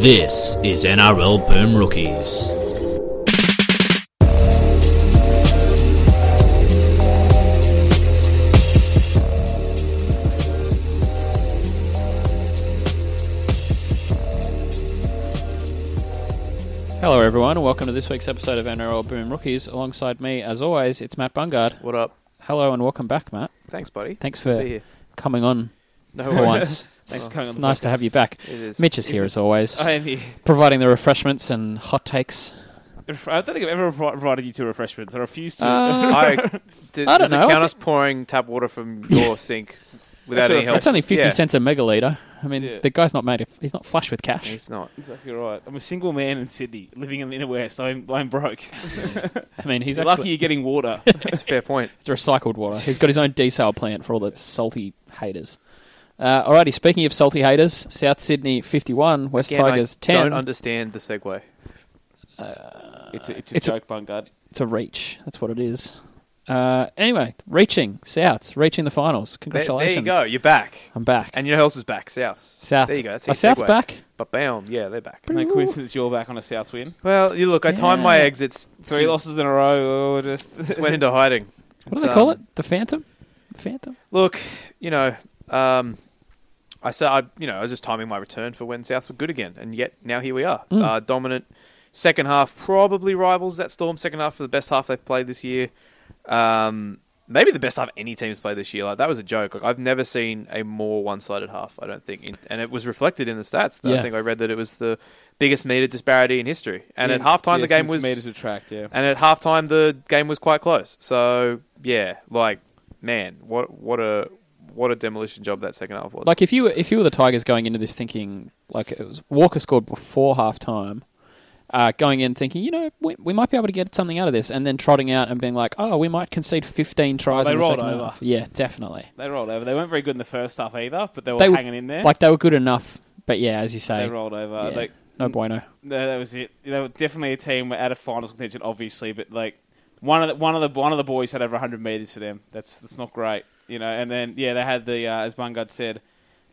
This is NRL Boom Rookies. Hello, everyone, and welcome to this week's episode of NRL Boom Rookies. Alongside me, as always, it's Matt Bungard. What up? Hello, and welcome back, Matt. Thanks, buddy. Thanks Be for here. coming on No for once. Thanks Thanks for coming. for coming It's on the nice to have you back. It is. Mitch is here, it- as always, I am here. providing the refreshments and hot takes. I don't think I've ever pro- provided you two refreshments. I refuse to. Uh, I I, d- don't does it know, I count thi- us pouring tap water from your sink without That's a any help? It's only 50 Yeah. cents a megaliter. I mean, Yeah. the guy's not made of, he's not flush with cash. It's not. exactly right. I'm a single man in Sydney, living in the inner west. So I'm, I'm broke. I mean, he's You're lucky actually you're getting water. It's a fair point. it's recycled water. He's got his own desal plant for all the salty haters. Uh, alrighty, speaking of salty haters, South Sydney 51, West Again, Tigers I 10. don't understand the segue. it's a, it's a It's a- joke, Bungard. It's a reach. That's what it is. Uh, anyway, reaching Souths, reaching the finals. There, Congratulations! there you go. You're back. I'm back. And you know who else is back? Souths. Souths. There you go. That's Are a good Souths segue. back? But bam, yeah, they're back. No coincidence you're back on a South win. Well, you look, I timed Yeah. my exits. Three losses in a row. oh, just Just went into hiding. What do It's, they call um, it? The Phantom. Phantom. Look, you know, um, I said, I, you know, I was just timing my return for when Souths were good again, and yet now here we are, Mm. uh, dominant. Second half probably rivals that Storm second half for the best half they've played this year. Um, maybe the best half any team's played this year. Like that was a joke. Like I've never seen a more one-sided half. I don't think, in, and it was reflected in the stats. Yeah. I think I read that it was the biggest meter disparity in history. And at Yeah, halftime, yeah, the game since was meters attract. Yeah, and at halftime, the game was quite close. So yeah, like man, what what a what a demolition job that second half was. Like if you were, if you were the Tigers going into this thinking like it was Walker scored before half time, uh, going in thinking you know we, we might be able to get something out of this, and then trotting out and being like oh we might concede 15 tries. They in the rolled second over. half. Yeah, definitely. they rolled over. They weren't very good in the first half either, but they were They were- hanging in there. Like they were good enough, but yeah, as you say, they rolled over. yeah, Like no bueno. No, that was it. They were definitely a team were out of finals contention, obviously, but like one of the, one of the one of the boys had over 100 meters for them. That's that's not great, you know. And then yeah, they had the uh, as Bungard said,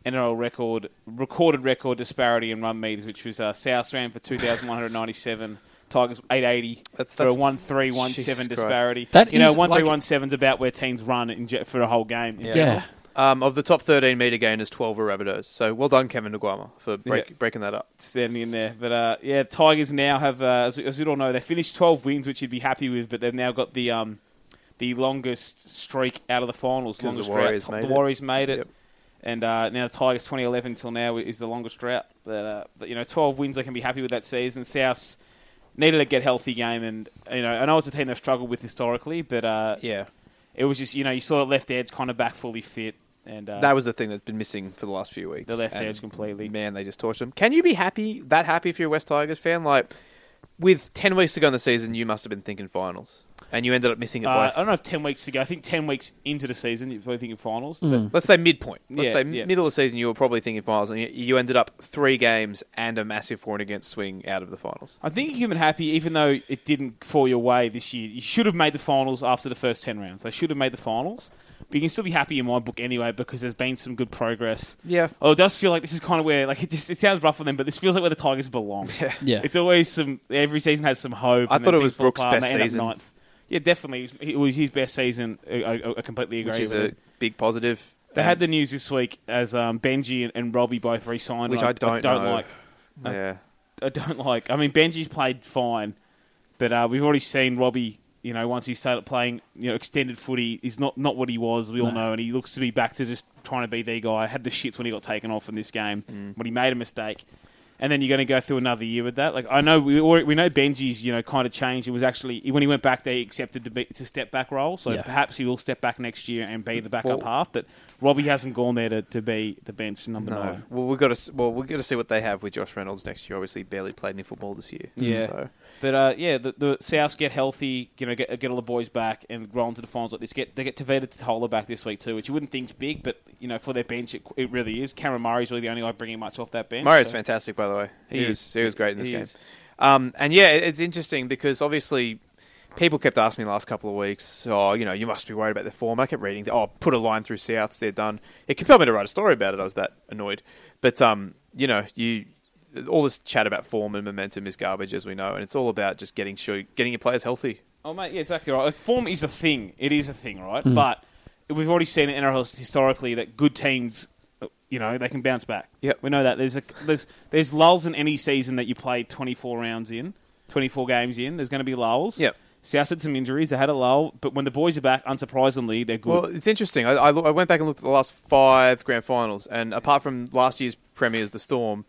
NRL record recorded record disparity in run meters, which was uh, South ran for 2,197. Tigers 880 That's- for a that's- 1317 Jesus Christ. disparity. That you know, is like- 1317 is about where teams run in, ge- for a whole game. in Yeah. general. Yeah. um, of the top thirteen meter gainers, twelve were Rabbitohs. So well done, Kevin Naguama, for break, Yeah. breaking that up. standing in there. But uh, yeah, Tigers now have, uh, as, we, as we all know, they finished 12 wins, which you'd be happy with, but they've now got the um, the longest streak out of the finals. the Longest Warriors drought. made it. the Warriors made it. Yep. And uh, now the Tigers 2011 till now is the longest drought. But, uh, but you know, 12 wins, they can be happy with that season. South needed to get healthy game, and you know, I know it's a team they've struggled with historically, but uh, Yeah, it was just you know, you saw the left edge kind of back fully fit, and uh, that was the thing that's been missing for the last few weeks. the left And, edge completely. Man, they just torched them. Can you be happy that happy if you're a West Tigers fan? Like with ten weeks to go in the season, you must have been thinking finals, and you ended up missing it Uh, by. I don't know if 10 weeks to go. I think 10 weeks into the season, you're probably thinking finals. But Let's say midpoint. Let's Yeah, say yeah. middle of the season, you were probably thinking finals, and you, you ended up three games and a massive for and against swing out of the finals. I think you've been happy, even though it didn't fall your way this year. You should have made the finals after the first 10 rounds. They should have made the finals. But you can still be happy in my book anyway because there's been some good progress. Yeah. Oh, it does feel like this is kind of where, like, it just it sounds rough for them, but this feels like where the Tigers belong. Yeah. Yeah. It's always some, every season has some hope. I and thought then it was things fall Brooks' apart and best they end up season. ninth. Yeah, definitely. It was his best season. I, I, I completely agree which is with a it. big positive. They Um, had the news this week as um, Benji and, and Robbie both re-signed, Which and I don't know. like. yeah. I don't like. I mean, Benji's played fine, but uh, we've already seen Robbie. You know, once he started playing, you know, extended footy, he's not not what he was. We all know, and he looks to be back to just trying to be the guy. Had the shits when he got taken off in this game Mm. when he made a mistake, and then you're going to go through another year with that. Like I know we already, we know Benji's you know kind of changed. It was actually when he went back there, he accepted to be to step back role. So Yeah. perhaps he will step back next year and be the backup Well- half. But Robbie hasn't gone there to, to be the bench number No. nine. Well, we've got to. Well, we've got to see what they have with Josh Reynolds next year. Obviously, barely played any football this year. Yeah. So. But uh, yeah, the, the Souths get healthy, you know, get, get all the boys back and roll into the finals like this. Get they get Tavita Totola back this week too, which you wouldn't think's big, but you know, for their bench, it, it really is. Cameron Murray's really the only guy bringing much off that bench. Mario's so- fantastic, by the way. He, He was is. he was great in this He game. is. Um, and yeah, it- it's interesting because obviously people kept asking me the last couple of weeks, oh, you know, you must be worried about the form. I kept reading, oh, put a line through Souths, they're done. It compelled me to write a story about it. I was that annoyed, but um, you know, you all this chat about form and momentum is garbage, as we know, and it's all about just getting sure getting your players healthy. Oh mate, yeah, exactly right. Like, form is a thing. It is a thing, right? Mm. But we've already seen in NRL historically that good teams, you know, they can bounce back. Yep. we know that. There's a there's there's lulls in any season that you play 24 rounds in, 24 games in. There's going to be lulls. Yep. South had some injuries. They had a lull, but when the boys are back, unsurprisingly, they're good. Well, it's interesting. I, I, loo- I went back and looked at the last five grand finals, and apart from last year's premiers, the Storm,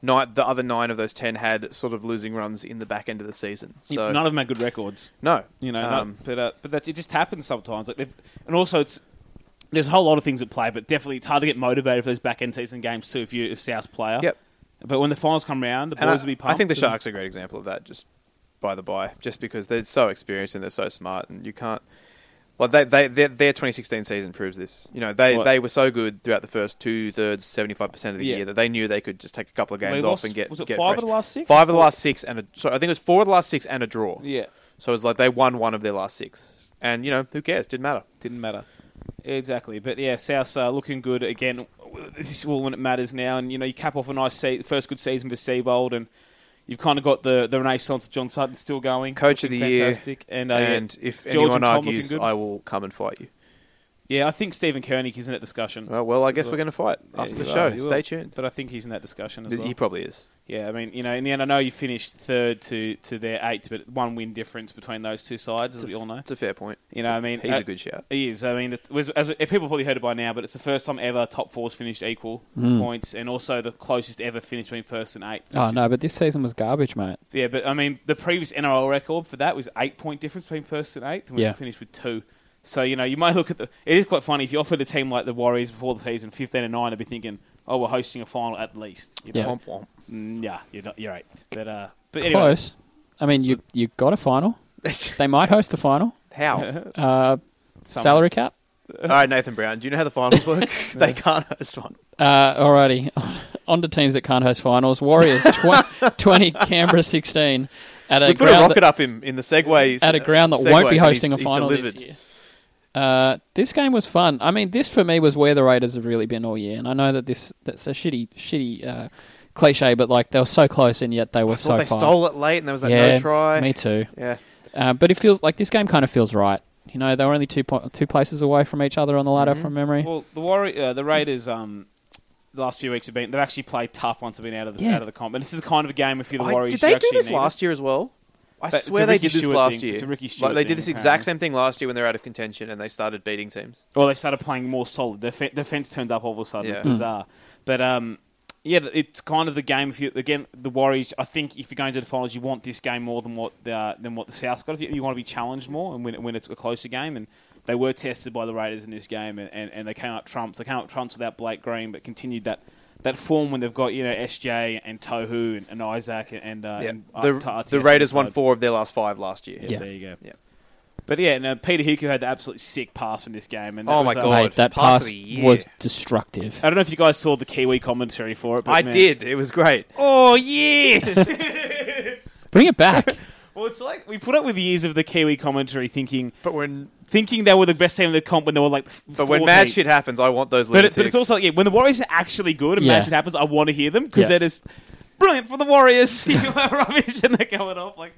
nine, the other nine of those ten had sort of losing runs in the back end of the season. So None of them had good records. no, You know, Um, but uh, but that it just happens sometimes. Like they've- and also, it's there's a whole lot of things at play, but definitely it's hard to get motivated for those back end season games too if you're a South player. Yep. But when the finals come round, the boys and I, will be I pumped. think the and- Sharks are a great example of that. Just by the by, just because they're so experienced and they're so smart, and you can't. Well, they, they, their, their 2016 season proves this. You know, they, Right. they were so good throughout the first two thirds, 75 percent of the Yeah. year that they knew they could just take a couple of They games off lost- and get was it get five fresh. of the last six? Five of the last six, and a, so I think it was four of the last six and a draw. Yeah, So it's like they won one of their last six, and you know who cares? Didn't matter. didn't matter. Exactly, but yeah, South uh, looking good again. This is all when it matters now, and you know you cap off a nice se- first good season for Seabold, and you've kind of got the, the renaissance of John Sutton still going. Coach of looking the year, fantastic. and, uh, yeah, and if George anyone and Tom argues, looking good. I will come and fight you. yeah, I think Stephen Koenig is in that discussion. Well, well I guess Well, we're going to fight Yeah, after the you show. are, you Stay will. tuned. But I think he's in that discussion as well. He probably is. Yeah, I mean, you know, in the end, I know you finished third to, to their eighth, but one win difference between those two sides, as we all know. It's a fair point. You know, I mean, He's uh, a good shout. He is. I mean, it was, as if people probably heard it by now, but it's the first time ever top fours finished equal points, and also the closest ever finished between first and eighth. Hmm. Oh which no, is- but this season was garbage, mate. yeah, but I mean, the previous NRL record for that was eight point difference between first and eighth, and we Yeah. finished with two. So you know, you might look at the. It is quite funny if you offered a team like the Warriors before the season fifteen and nine, I'd be thinking, oh, we're hosting a final at least. You know? Yeah. Womp womp. Mm, yeah, you're, not, you're right. But uh, but anyway, Close. I mean, you you got a final. They might host the final. How? Uh, salary cap. All right, Nathan Brown. Do you know how the finals work? they can't host one. Uh, alrighty, on to teams that can't host finals. Warriors tw- twenty, Canberra sixteen, at a We put a ground rocket that, up him in the segways. at a ground that segues, won't be and hosting he's- a he's final this delivered. year. Uh, this game was fun. I mean, this for me was where the Raiders have really been all year, and I know that this that's a shitty, shitty uh, cliche, but like they were so close and yet they were I so thought they far. stole it late, and there was that yeah, no try. me too. Yeah, Uh, but it feels like this game kind of feels right. You know, they were only two po- two places away from each other on the ladder from memory. Oh, well, the Warri- uh, the Raiders, um, the last few weeks have been they've actually played tough once they've been out of the Yeah. out of the comp, and this is the kind of game if you're the I- Warriors. did you they do actually this need it. last year as well? I But it's swear a they Ricky did this Stewart last thing. year. It's a Ricky like Stewart they did this thing, exact apparently. same thing last year when they were out of contention and they started beating teams. Or they started playing more solid. Their fe- defense turned up all of a sudden. Yeah. Bizarre. But um, yeah, th- it's kind of the game. If you again, the Warriors. I think if you're going to the finals, you want this game more than what the, uh, than what the South got. If you, you want to be challenged more and win it when it's a closer game. And they were tested by the Raiders in this game, and, and, and they came up trumps. They came up trumps without Blake Green, but continued that. That form when they've got you know SJ and Tohu and, and Isaac and, and, uh, Yeah, and the, Arta- the Artiest Raiders won inside. four of their last five last year. Yeah. There you go. Yeah. But yeah, and uh, Peter Hiku had the absolutely sick pass in this game. And that Oh was, my uh, God. Mate, that pass of pass the year. was destructive. I don't know if you guys saw the Kiwi commentary for it. But I man- did. It was great. Oh yes. Bring it back. well, it's like we put up with the years of the Kiwi commentary, thinking But when thinking they were the best team in the comp when they were like. f- but when 14th. mad shit happens, I want those. But, little it, but it's ticks. also yeah, when the Warriors are actually good and Yeah. magic happens, I want to hear them because Yeah. that is brilliant for the Warriors. you are rubbish and they're going off like.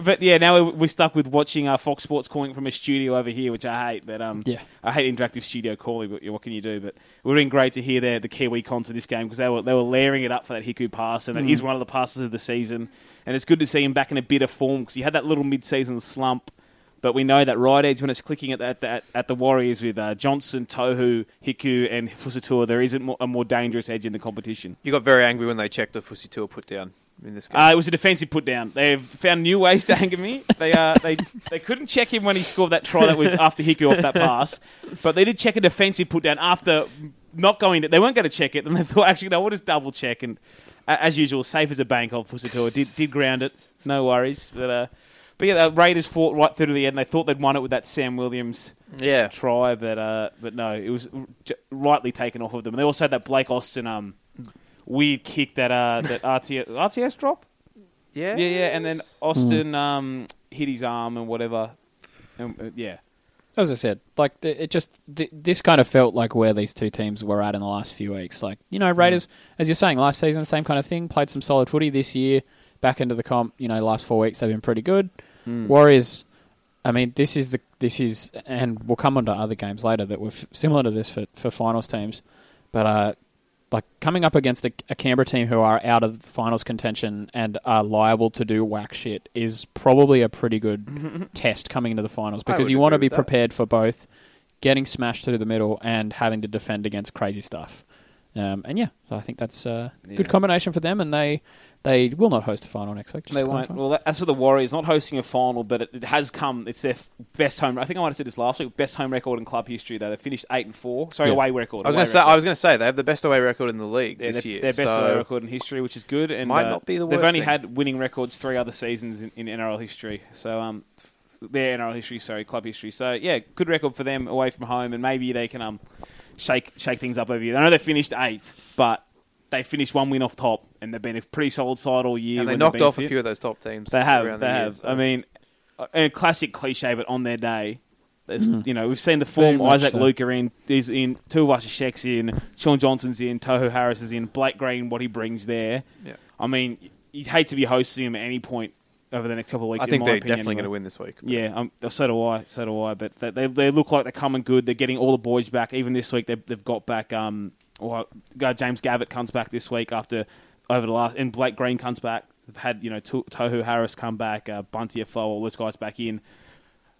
But yeah, now we're- we're stuck with watching uh, Fox Sports calling from a studio over here, which I hate. But um, Yeah. I hate interactive studio calling. But yeah, what can you do? But it would have been great to hear the the Kiwi cons of this game because they were they were layering it up for that Hiku pass, and it is one of the passes of the season. And it's good to see him back in a bit of form because he had that little mid-season slump. But we know that right edge when it's clicking at that at, at the Warriors with uh, Johnson, Tohu, Hiku, and Fusatua, there isn't mo- a more dangerous edge in the competition. you got very angry when they checked the Fussy Tour put down in this game. Uh, it was a defensive put down. They've found new ways to anger me. They uh, they they couldn't check him when he scored that try that was after Hiku off that pass, but they did check a defensive put down after not going. They weren't going to check it, and they thought actually no, we'll just double check. And uh, as usual, safe as a bank on Fusatua did did ground it. No worries, but uh, but yeah, the Raiders fought right through to the end. They thought they'd won it with that Sam Williams yeah, try, but uh, but no, it was j- rightly taken off of them. And they also had that Blake Austin um weird kick that uh that RTS, RTS drop. yeah, Hmm. Yeah, yeah, and then Austin um, hit his arm and whatever. And, uh, yeah. as I said, like th- it just th- this kind of felt like where these two teams were at in the last few weeks. Like you Mm. know, Raiders, as you're saying, last season same kind of thing. Played some solid footy this year. Back into the comp, you know, last four weeks they've been pretty good. Mm. Warriors, I mean, this is the this is, and we'll come on to other games later that were f- similar to this for for finals teams, but uh, like coming up against a, a Canberra team who are out of finals contention and are liable to do whack shit is probably a pretty good test coming into the finals I because would you want to agree be with that. prepared for both getting smashed through the middle and having to defend against crazy stuff. Um, and yeah, so I think that's a Yeah. good combination for them, and they they will not host a final next week. just they to won't. clarify. Well, that, as for the Warriors, not hosting a final, but it, it has come. It's their f- best home. I think I might have said this last week. Best home record in club history. Though they finished eight and four. Sorry, Yeah. away record. I was away going to say. record. I was going to say they have the best away record in the league Yeah, this their, year. their best so away record in history, which is good. And Might uh, not be the They've worst only thing. had winning records three other seasons in, in NRL history. So um, f- their NRL history, sorry, club history. So yeah, good record for them away from home, and maybe they can um shake shake things up over here. I know they finished eighth, but they finished one win off top, and they've been a pretty solid side all year. and they when they've knocked been off fit. a few of those top teams. They have. around they the year, have. so. I mean, uh, and classic cliche, but on their day. it's- You know, we've seen the form. Hmm. Very much Isaac so. Luca in is in. Tuwasha Shek's in. Sean Johnson's in. Toho Harris is in. Blake Green, what he brings there. Yeah. I mean, you'd hate to be hosting him at any point over the next couple of weeks. I think in my they're opinion, definitely anyway. going to win this week. Yeah, um, so do I. So do I. But they, they, they look like they're coming good. They're getting all the boys back. Even this week, they've, they've got back. Um, well, guy James Gavitt comes back this week after over the last, and Blake Green comes back. They've had you know to, Tohu Harris come back, uh, Bunty Afo, all those guys back in.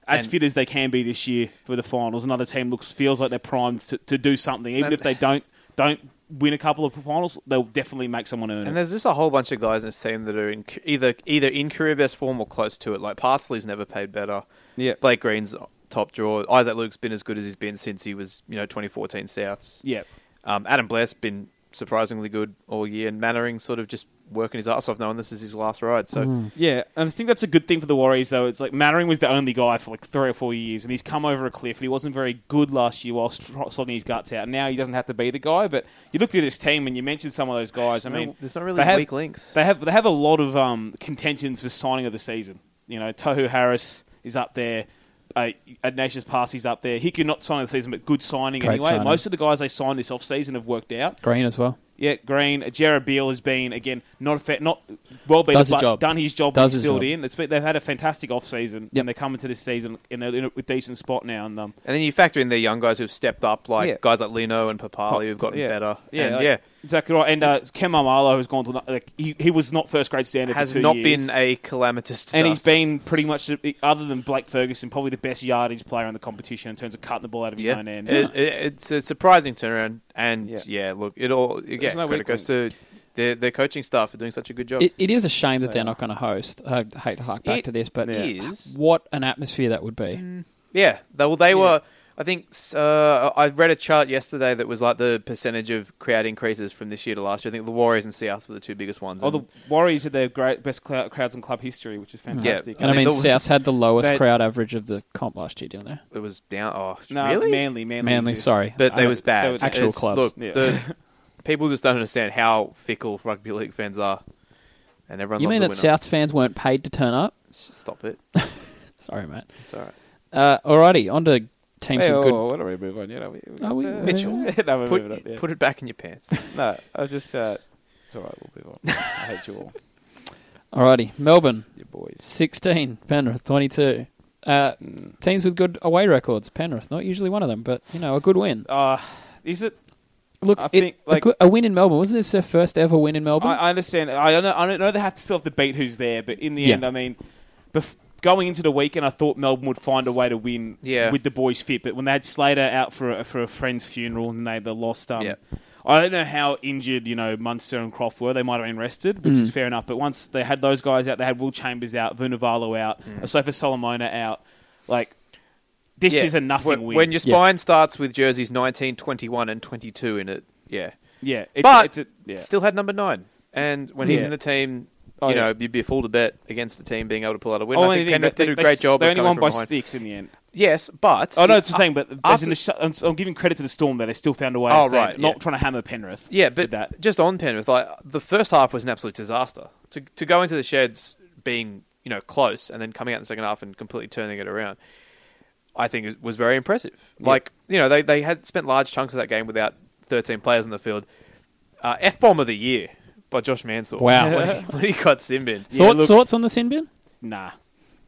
As And- fit as they can be this year for the finals, another team looks feels like they're primed to, to do something. Even And- if they don't don't win a couple of finals, they'll definitely make someone earn And it. there's just a whole bunch of guys in this team that are in, either either in career best form or close to it. Like Parsley's never paid better. Yeah. Blake Green's top draw. Isaac Luke's been as good as he's been since he was you know 2014 Souths. Yeah, Um, Adam Blair's been surprisingly good all year, and Mannering sort of just working his ass off, knowing this is his last ride. So Yeah, and I think that's a good thing for the Warriors, though. It's like Mannering was the only guy for like three or four years, and he's come over a cliff. And he wasn't very good last year while stro- slogging his guts out. Now he doesn't have to be the guy. But you looked at this team, and you mentioned some of those guys. I no- mean, there's not really they have- weak links. They have they have a lot of um, contentions for signing of the season. You know, Tohu Harris is up there. Uh, Ignatius Parsi's up there. He could not sign of the season, but good signing Great anyway. signing. Most of the guys they signed this offseason have worked out. Green as well. Yeah, Green. Jared Beal has been again not a fa- not well beaten, Does his but job. done his job. Does Does he's his filled job. in. It's been, they've had a fantastic off season, Yep. and they're coming to this season and they're in a decent spot now. And um, And then you factor in their young guys who've stepped up, like Yeah. guys like Lino and Papali who've gotten yeah, better. Yeah, and like, yeah, exactly right. And uh, Ken Mamalo has gone to like he, he was not first grade standard. has for two not years. been a calamitous. Disaster. And he's been pretty much, other than Blake Ferguson, probably the best yardage player in the competition in terms of cutting the ball out of his Yeah, own end. It- it- it's a surprising turnaround, and Yeah. yeah, look, it all yeah, no credit weak goes to their, their coaching staff for doing such a good job. It, it is a shame that they're not going to host. I hate to hark back It to this, but is. Mm. what an atmosphere that would be. yeah, they, well, they were. I think uh, I read a chart yesterday that was like the percentage of crowd increases from this year to last year. I think the Warriors and Seahawks were the two biggest ones. Oh, the And Warriors are their great, best clou- crowds in club history, which is fantastic. I And I mean, mean, that was- South had the lowest that- crowd average of the comp last year, didn't they? it was down. Oh, no, really? Manly, Manly, Manly, exists. sorry, Uh, but I- they was bad. they was- Actual clubs. Look, Yeah. the, people just don't understand how fickle rugby league fans are, and everyone. You loves mean a that winner. South fans weren't paid to turn up? Stop it. Sorry, mate. It's all right. Uh, alrighty, on to teams with Hey, oh, good. why don't we move on? Yeah, no, we, we, Are we- uh, Mitchell, no, we Put, move it up, yeah. put it back in your pants. no, I was just. Uh, it's all right. We'll move on. I hate you all, Alrighty, Melbourne you boys. sixteen, Penrith twenty-two. Uh, Hmm. Teams with good away records. Penrith, not usually one of them, but you know, a good win. Uh, is it? Look, I it- think, a, like- good- a win in Melbourne wasn't this their first ever win in Melbourne? I, I understand. I don't know. I don't know. They have to still have to beat who's there, but in the Yeah. end, I mean, bef- going into the weekend, I thought Melbourne would find a way to win Yeah. with the boys fit, but when they had Slater out for a, for a friend's funeral and they, they lost. Um, Yeah. I don't know how injured you know Munster and Croft were. They might have been rested, which Mm. is fair enough. But once they had those guys out, they had Will Chambers out, Vunivalo out, Mm. Sofa Solomona out. Like this Yeah. is a nothing when, win. When your Yeah. spine starts with jerseys 19, 21, and 22 in it, yeah. yeah, it's, but it's a, yeah. still had number nine. And when he's Yeah. in the team, you Oh, yeah. know, you'd be a fool to bet against the team being able to pull out a win. Only I think Oh, thing, Penrith they- did a they- great job. They of only coming won from by behind. sticks in the end. Yes, but Oh no, it- uh, it's the same. But as after- in the sh- I'm, I'm giving credit to the Storm that they still found a way. Oh, to stay- right, not yeah. trying to hammer Penrith. Yeah, with but that just on Penrith, like the first half was an absolute disaster. To to go into the sheds being you know close and then coming out in the second half and completely turning it around. I think is- was very impressive. Like you know, they they had spent large chunks of that game without 13 players on the field. Uh, F bomb of the year by Josh Mansell. Wow. when, he, when he got Simbin, thoughts, look- thoughts on the sin bin? Nah,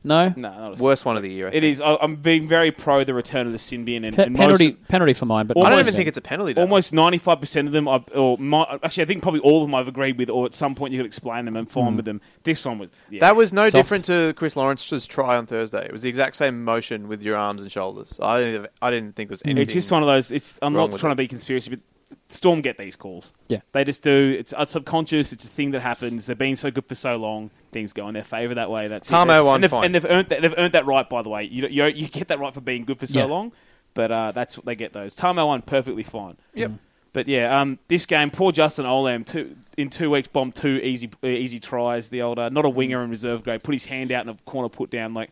No. nah, not a worst one of the year. I It think. is. I- I'm being very pro the return of the sin bin and, Pe- and most- penalty, penalty for mine, but I don't Almost- even think it's a penalty. Dan. Almost ninety-five percent of them, are, or my, actually, I think probably all of them I've agreed with, or at some point you could explain them and Hmm. find with them. This one was yeah. That was no Soft. different to Chris Lawrence's try on Thursday. It was the exact same motion with your arms and shoulders. I didn't, I didn't think there was anything. It's just one of those. It's I'm wrong not with trying it. to be conspiracy, but Storm get these calls. Yeah. they just do. It's uh, subconscious. It's a thing that happens. They've been so good for so long. Things go in their favour that way. That's it. Tamo And won, they've- fine. and they've earned that. They've earned that right. By the way, you you, you get that right for being good for so Yeah. long. But uh, that's what they get. Those Tamo one perfectly fine. Yep. But yeah, um, this game, poor Justin Olam, two, in two weeks, bombed two easy uh, easy tries. The old, uh, not a winger in reserve grade, put his hand out in a corner, put down. Like,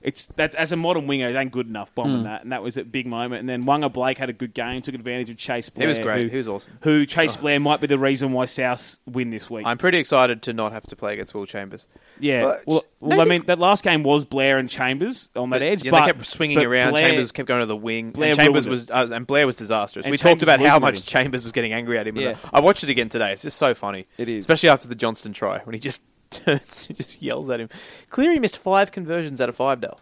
it's that as a modern winger, it ain't good enough Hmm. bombing that. And that was a big moment. And then Wanga Blake had a good game, took advantage of Chase He Blair. was great. Who, He was awesome. who Chase Blair might be the reason why South win this week. I'm pretty excited to not have to play against Will Chambers. yeah. But- Well, well, I Nathan- mean, that last game was Blair and Chambers on that edge. yeah, but they kept swinging but around. Blair- Chambers kept going to the wing. Blair and Chambers ruined was uh, and Blair was disastrous. And we talked Chambers about how ruined much him. Chambers was getting angry at him. Yeah. I watched it again today. It's just so funny. It is. especially after the Johnston try when he just turns, and just yells at him. Cleary missed five conversions out of five. Dale,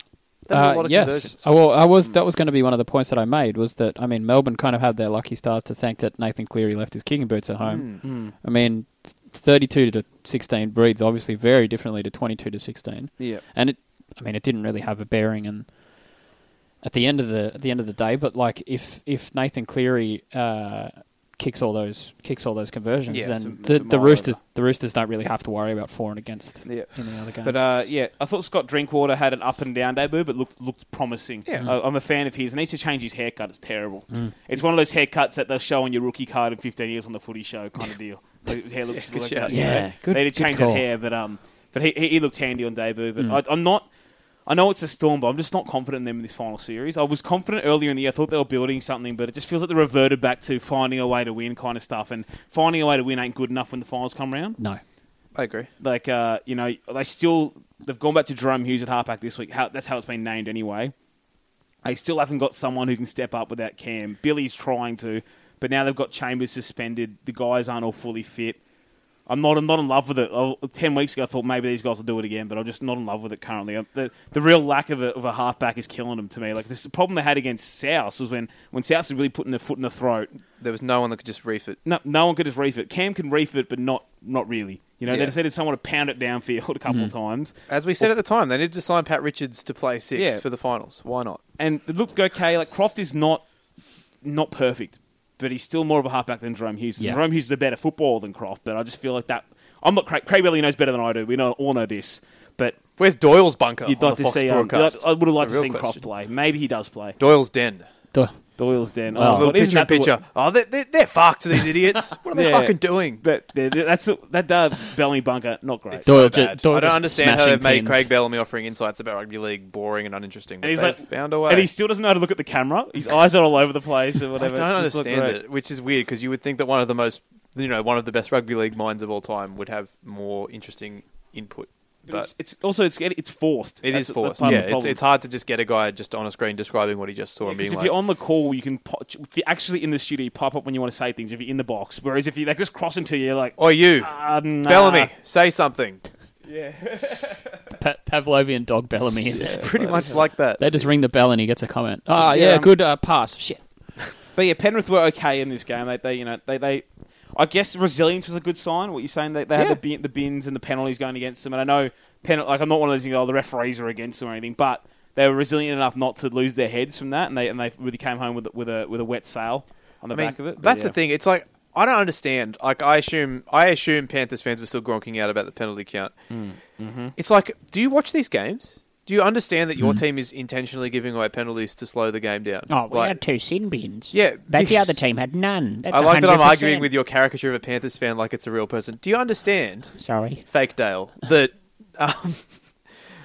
that's Uh, a lot of yes. conversions. Hmm. Oh, well, I was. That was going to be one of the points that I made. Was that I mean, Melbourne kind of had their lucky stars to thank that Nathan Cleary left his kicking boots at home. Hmm. I mean, thirty-two to sixteen breeds obviously very differently to twenty-two to sixteen, Yeah. and it. I mean, it didn't really have a bearing. And at the end of the at the end of the day, but like if if Nathan Cleary uh, kicks all those kicks all those conversions, Yeah, then it's a- the, it's a the mile Roosters over. the Roosters don't really have to worry about for and against Yeah. in the other game. But uh, yeah, I thought Scott Drinkwater had an up and down debut, but looked looked promising. Yeah. I, I'm a fan of his. He needs to change his haircut. It's terrible. Mm. It's one of those haircuts that they'll show on your rookie card in 15 years on the Footy Show kind of deal. The hair looks good like shout. that. you know? Yeah, good- they need to good change call. Mm. that hair, but um, but he, he he looked handy on debut. But I, I'm not. I know it's a storm, but I'm just not confident in them in this final series. I was confident earlier in the year. I thought they were building something, but it just feels like they reverted back to finding a way to win kind of stuff. And finding a way to win ain't good enough when the finals come round no. I agree. like uh, you know they still they've gone back to Jerome Hughes at halfback this week. How, that's how it's been named anyway. They still haven't got someone who can step up without Cam. Billy's trying to, but now they've got Chambers suspended. The guys aren't all fully fit. I'm not. I'm not in love with it. I, Ten weeks ago, I thought maybe these guys will do it again, but I'm just not in love with it currently. I'm, the the real lack of a, of a halfback is killing them to me. Like this, the problem they had against South was when when South was really putting their foot in the throat There was no one that could just reef it. no, no one could just reef it. Cam can reef it, but not not really. You know, Yeah. Mm. they decided someone to pound it downfield a couple of times, As we said at the time, they needed to sign Pat Richards to play six Yeah. for the finals. Why not? and it looked okay. Like Croft is not not perfect, but he's still more of a halfback than Jerome Hughes. Yeah. And Jerome Hughes is a better footballer than Croft, but I just feel like that. I'm not Craig. Craig Ellie knows better than I do. We know, all know this, but Where's Doyle's bunker? you'd on like the to Fox see. Um, broadcast? I would have liked That's to the real see Croft question. play. Maybe he does play. Doyle's den. Duh. Doyle's then. Just Oh, a little but isn't picture in that the- picture. Oh, they're, they're, they're fucked, these idiots. What are they Yeah. fucking doing? But yeah, that's the- that uh, Bellamy bunker. Not great. Doyle So ju- bad. Doyle I don't just understand how smashing they've made tins. Craig Bellamy offering insights about rugby league boring and uninteresting. But And he's they've like, found a way. And he still doesn't know how to look at the camera. His eyes are all over the place or I whatever. don't It's not understand great. it, which is weird because you would think that one of the most, you know, one of the best rugby league minds of all time would have more interesting input. But, But it's, it's also it's getting- it's forced. it That's- is that's forced. part Yeah, of the it's, problem. it's hard to just get a guy just on a screen describing what he just saw and Because being if like, you're on the call, you can po- if you're actually in the studio, you pop up when you want to say things. If you're in the box, whereas if you like just cross into you, you're like, "Oi, you, ah, nah. Oh, Bellamy, say something." Pa- Pavlovian dog Bellamy is It's pretty much like that. They just ring the bell and he gets a comment. Ah, Yeah, yeah, um, good uh, pass. Shit. But yeah, Penrith were okay in this game. They, they you know, they, they, I guess resilience was a good sign. What you're saying, they, they Yeah. had the, bin, the bins and the penalties going against them. And I know, pen, like, I'm not one of those things. Oh, the referees are against them or anything, but they were resilient enough not to lose their heads from that, and they and they really came home with with a with a wet sail on the I mean, back of it. But That's yeah. the thing. It's like I don't understand. Like I assume, I assume Panthers fans were still gronking out about the penalty count. Hmm, mm-hmm. It's like, do you watch these games? Do you understand that your Hmm. team is intentionally giving away penalties to slow the game down? Oh, we Like, had two sin bins. Yeah, But the because- other team had none. That's I like that I'm 100%. arguing with your caricature of a Panthers fan like it's a real person. Do you understand, Sorry. fake Dale, that um,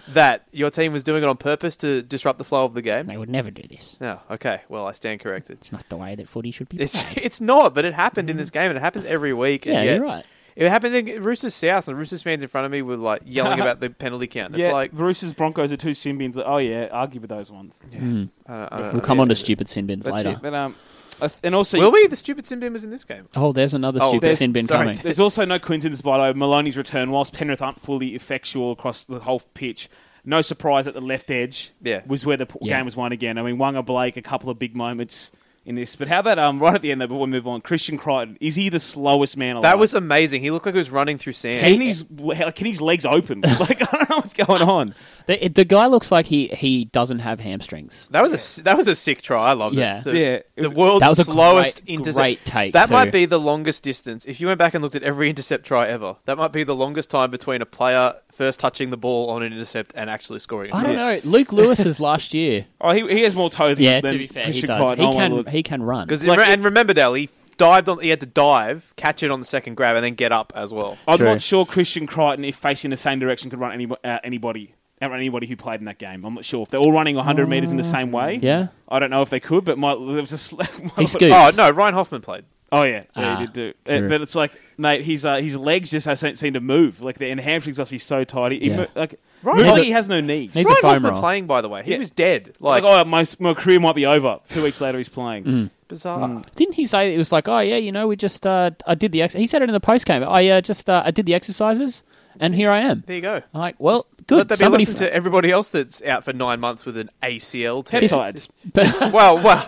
that your team was doing it on purpose to disrupt the flow of the game? They would never do this. No. Okay. Well, I stand corrected. It's not the way that footy should be It's played. Mm-hmm. it's not, but it happened in this game, and it happens every week. and Yeah, yet you're right. It It happened in Roosters South, and Roosters fans in front of me were like yelling about the penalty count. It's yeah, like Roosters Broncos are two sin bins. Oh yeah, argue with those ones. Mm. I don't, I don't We'll know. come Uh, Yeah. on to stupid sin bins That's later. it. But um, I th- and also Will we? The stupid sin bin was in this game. Oh, there's another Oh, stupid there's- sin bin sorry. coming. There's also no coincidence, by the way, Maloney's return, whilst Penrith aren't fully effectual across the whole pitch, no surprise that the left edge Yeah. was where the p- Yeah. game was won again. I mean, Wanga Blake, a couple of big moments in this. But how about um, right at the end, though, before we move on, Christian Crichton, is he the slowest man alive? That was amazing. He looked like he was running through sand. Can his, like, can his legs open? like, I don't know what's going on. The, it- the guy looks like he, he doesn't have hamstrings. That was a s- that was a sick try. I loved Yeah. it. The, Yeah, it the was- world's That was a slowest great- intercept. great take, That too. might be the longest distance. If you went back and looked at every intercept try ever, that might be the longest time between a player first touching the ball on an intercept and actually scoring. I don't know. Luke Lewis's last year. Oh, he, he has more toe than, Yeah, to than be fair, he Christian does. Crichton. He Oh, my can Lord. he can run. Because Like it- and remember, Dal, he dived on. He had to dive, catch it on the second grab, and then get up as well. I'm True. not sure Christian Crichton, if facing the same direction, could run any, uh, anybody, outrun anybody who played in that game. I'm not sure if they're all running 100 meters in the same way. Yeah. I don't know if they could, but my there was a sl- He scooped. Oh no, Ryan Hoffman played. Oh yeah, yeah, Ah, he did do. Uh, true. but it's like, mate, his uh, his legs just don't seem to move. Like the and hamstrings must be so tight. He, he Yeah. mo- like Right. moves Needs like a- he has no needs- knees. He's a Ryan foam Hoffman roll. playing, by the way, he Yeah. was dead. Like, Like, oh, my s- my career might be over. Two weeks later, he's playing. Mm. bizarre. Didn't he say it was like, oh yeah, you know, we just uh, I did the ex. He said it in the post game. I uh, just uh, I did the exercises, and here I am. There you go. I'm like, well, good. Let that be a Somebody lesson to everybody else that's out for nine months with an ACL tear. Peptides. but Well, well,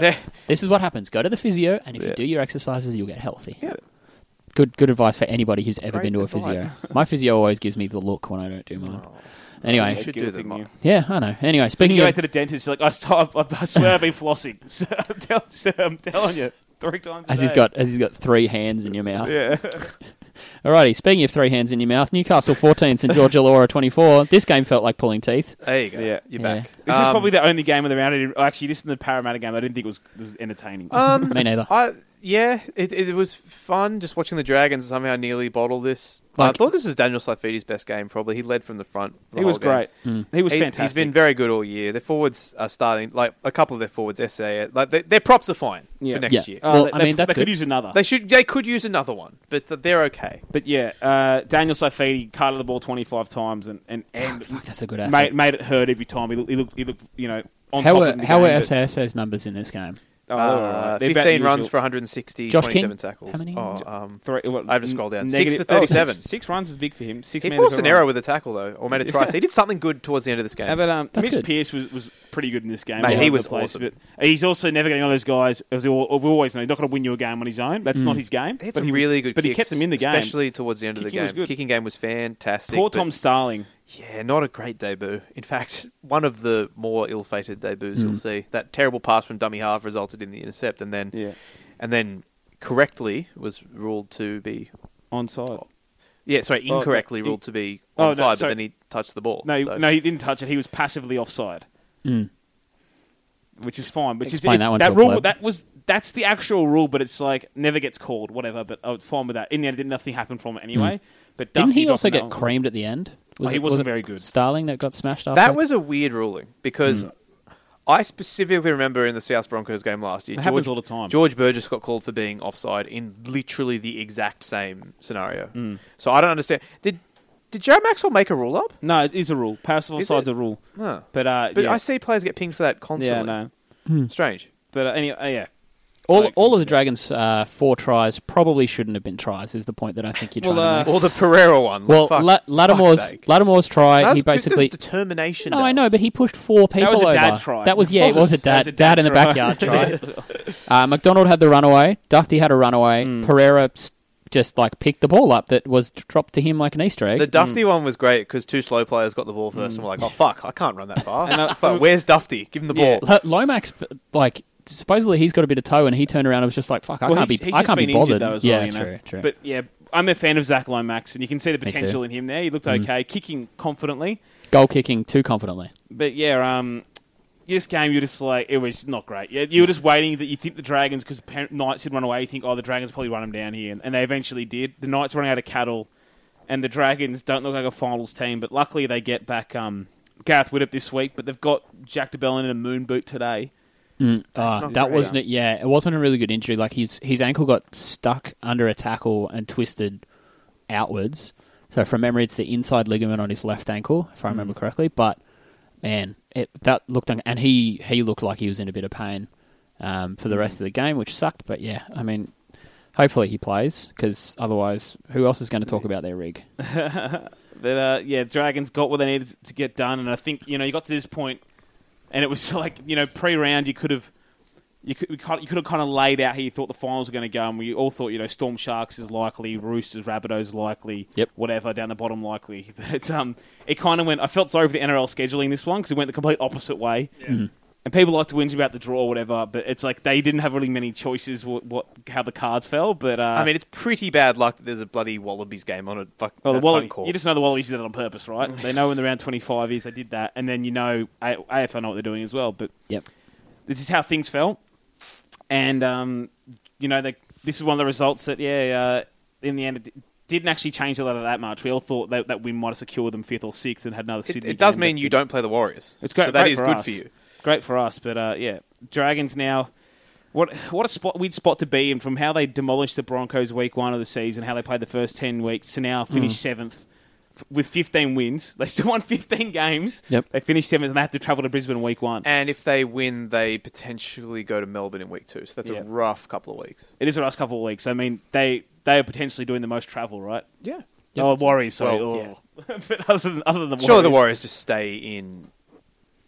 yeah, this is what happens. Go to the physio, and if you Yeah. do your exercises, you'll get healthy. Yeah. Good, good advice for anybody who's ever Great been to a physio. My physio always gives me the look when I don't do mine. Oh. you anyway, should do Guilting that. you. Mark. yeah, I know. Anyway, Speaking speaking you go of to the dentist, you're like I, stop, I, I swear I've been flossing. So I'm, tell, so I'm telling you, three times. a as he's day. got as he's got three hands in your mouth. Yeah. Alrighty, speaking of three hands in your mouth, Newcastle 14, St George Illawarra 24. This game felt like pulling teeth. There you go. Yeah. you're Yeah. back. This is Um, probably the only game of the round. I didn't- Actually, this is the Parramatta game. I didn't think it was, it was entertaining. Um, Me neither. I yeah, it, it was fun just watching the Dragons somehow nearly bottle this. I Like- thought this was Daniel Saifedi's best game. Probably he led from the front. the he was whole game. Hmm. great. He was He- fantastic. He's been very good all year. Their forwards are starting like a couple of their forwards. SA like they, their props are fine Yeah. for next Yeah. year. Uh, Well, they- I they- mean, that's they could good. use another. They should they could use another one, but th- they're okay. But yeah, uh, Daniel Saifidi carted the ball 25 times and and, and Ah, Fuck, that's a good effort. made, made it hurt every time. He looked, he looked, he looked you know, on how top were of the how game, were but- SASA's numbers in this game? Oh, Uh, they're about 15 runs usual. for 160, Josh 27 King? tackles. How many? Oh, um, Three, well, I have to scroll down. Six negative- for 37. oh, six- six runs is big for him. Six he man forced is a an run. error with a tackle though, or made a try. so he did something good towards the end of this game. Yeah, but um, That's Mitch good. Pearce was, was pretty good in this game. Mate, all he over the was place, awesome. But he's also never getting one of those guys, as we all- we always know, he's not going to win you a game on his own. That's Mm. not his game. They had but some he was- really good But he kicks, kept them in the game. especially towards the end of the Kicking game. was good. Kicking game was fantastic. Poor but Tom Starling. Yeah, not a great debut. In fact, one of the more ill-fated debuts Hmm. you'll see. That terrible pass from dummy half resulted in the intercept, and then Yeah. and then correctly was ruled to be Oh, Onside. yeah, sorry, Oh, incorrectly he- ruled to be Oh, no, onside, but sorry. then he touched the ball. No, he- so. no, he didn't touch it. He was passively offside, Mm. which is fine. Which Explain is that one to That a rule. bloke. That was that's the actual rule, but it's like never gets called, whatever. But I was fine with that. In the end, nothing happened from it anyway. But Mm. Didn't Duffy he also dropping get that one- creamed at the end? Oh, he it- wasn't it very good. Starling that got smashed after That was a weird ruling because I specifically remember in the South Broncos game last year. It happens all the time. George Burgess got called for being offside in literally the exact same scenario. So I don't understand. Did did Joe Maxwell make a rule up? No, it is a rule. Passive Is offside's it? a rule. No. But uh, But yeah. I see players get pinged for that constantly. yeah, no. Strange. But uh, anyway, uh, yeah. all like- all of the Dragons' uh, four tries probably shouldn't have been tries. Is the point that I think you're Well, trying to uh, make? Or the Pereira one. Well, fuck, La- fuck's Lattimore's sake. Lattimore's try. That's he good- that's basically. determination. No, though. I know, but he pushed four people was a over. dad try. That was yeah, it was a That dad, was a dad, dad in the try. backyard try. uh, McDonald had the runaway. Duffy had a runaway. Mm. Pereira s- just like picked the ball up that was dropped to him like an Easter egg. The Dufty one was great because two slow players got the ball first and were like, "Oh fuck, I can't run that far." And, uh, Fuck, where's Dufty? Give him the Yeah. ball. L- Lomax like supposedly he's got a bit of toe and he turned around and was just like fuck I Well, can't he's- be he's I just can't been be injured bothered. though as yeah, well, you know. true, true. But yeah, I'm a fan of Zach Lomax, and you can see the too. Mm-hmm. potential in him there. He looked okay, kicking confidently. Goal kicking too confidently. But yeah, um, this game you're just like it was not great. Yeah, you were just waiting that you think the dragons because knights had run away. You think oh the dragons probably run them down here, and, and they eventually did. The knights running out of cattle, and the dragons don't look like a finals team. But luckily they get back um, Gareth Widdop this week, but they've got Jack DeBellin in a moon boot today. Ah, not that great. wasn't it. Yeah, it wasn't a really good injury. Like his his ankle got stuck under a tackle and twisted outwards. So from memory, it's the inside ligament on his left ankle, if I Hmm. remember correctly. But man, it that looked un- and he he looked like he was in a bit of pain um, for the rest of the game, which sucked. But yeah, I mean, hopefully he plays because otherwise, who else is going to talk about their rig? that uh, yeah, Dragons got what they needed to get done, and I think you know you got to this point, and it was like you know pre-round you could have. You could, you could have kind of laid out how you thought the finals were going to go, and we all thought, you know, Storm Sharks is likely, Roosters, Rabbitohs is likely, Yep. whatever, down the bottom likely. But it's, um, it kind of went, I felt sorry for the NRL scheduling this one because it went the complete opposite way. And people like to whinge about the draw or whatever, but it's like they didn't have really many choices what, what how the cards fell. But uh, I mean, it's pretty bad luck. that There's a bloody Wallabies game on it. Fuck, well, the that's Wallabies, Suncorp. you just know the Wallabies did it on purpose, right? they know when the round 25 is, they did that. And then you know, A- AFL know what they're doing as well. But Yep. this is how things fell. And, um, you know, they, this is one of the results that, yeah, uh, in the end, it di- didn't actually change the ladder that much. We all thought that, that we might have secured them fifth or sixth and had another it, Sydney. it does game, mean but you don't play the Warriors. It's great, So that great is for good us. for you. Great for us. But, uh, yeah, Dragons now. What what a spot weird spot to be in from how they demolished the Broncos week one of the season, how they played the first ten weeks to now Mm. finish seventh f- with fifteen wins. They still won fifteen games. Yep. They finished seventh and they have to travel to Brisbane week one. And if they win, they potentially go to Melbourne in week two. So that's Yeah. a rough couple of weeks. It is the last couple of weeks. I mean, they they are potentially doing the most travel, right? Yeah. Yep. Oh, Warriors. Sorry. Well, Oh. but other than other than the Warriors, Sure, the Warriors just stay in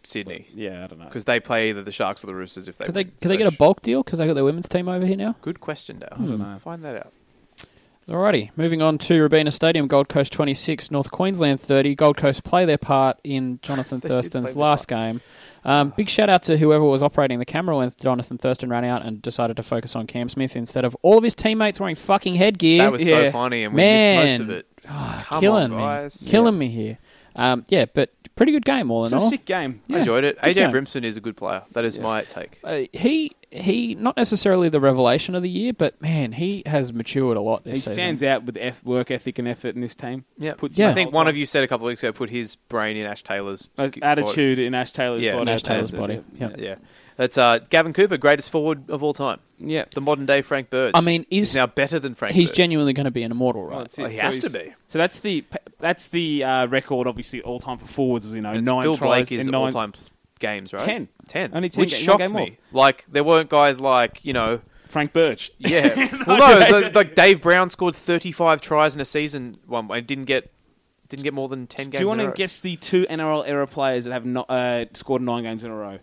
Sydney Yeah, I don't know. because they play either the Sharks or the Roosters if they. Could they win. could they So get a sh- bulk deal because they got their women's team over here now? Good question, Dale. Hmm. Find that out. Alrighty, moving on to Rabina Stadium, Gold Coast 26, North Queensland 30. Gold Coast play their part in Jonathan They did play Thurston's their last game. Um, big shout out to whoever was operating the camera when Jonathan Thurston ran out and decided to focus on Cam Smith instead of all of his teammates wearing fucking headgear. That was Yeah. so funny, and we missed Man, most of it. Ah, Come killing on, guys. me, killing me here. Um, yeah, but pretty good game all It's in a all. sick game. Yeah. I enjoyed it. good AJ game. Brimson is a good player. That is my take. Uh, he he, not necessarily the revelation of the year, but man, he has matured a lot this He season. stands out with eff- work ethic and effort in this team. Yeah, Puts Yeah. I think one of you said a couple of weeks ago put his brain in Ash Taylor's Uh, sk- body. attitude in Ash Taylor's Yeah, body. Nash Taylor's Yeah. body. Yeah. Yeah, that's uh, Gavin Cooper, greatest forward of all time. Yeah. The modern day Frank Bird. I mean, is he's now better than Frank. he's Bird. genuinely going to be an immortal, right? That's it. Oh, he has to he's- be. So that's the that's the uh, record, obviously all time for forwards. You know, And it's nine Phil tries Blake is and nine. all time games, right? Ten. ten, Only ten which ga- one shocked game me. off. Like there weren't guys like you know, Frank Birch. yeah. well, no, the, like Dave Brown scored thirty-five tries in a season. One and didn't get didn't get more than ten games. Do you want in a to row. guess the two NRL era players that have not uh, scored nine games in a row?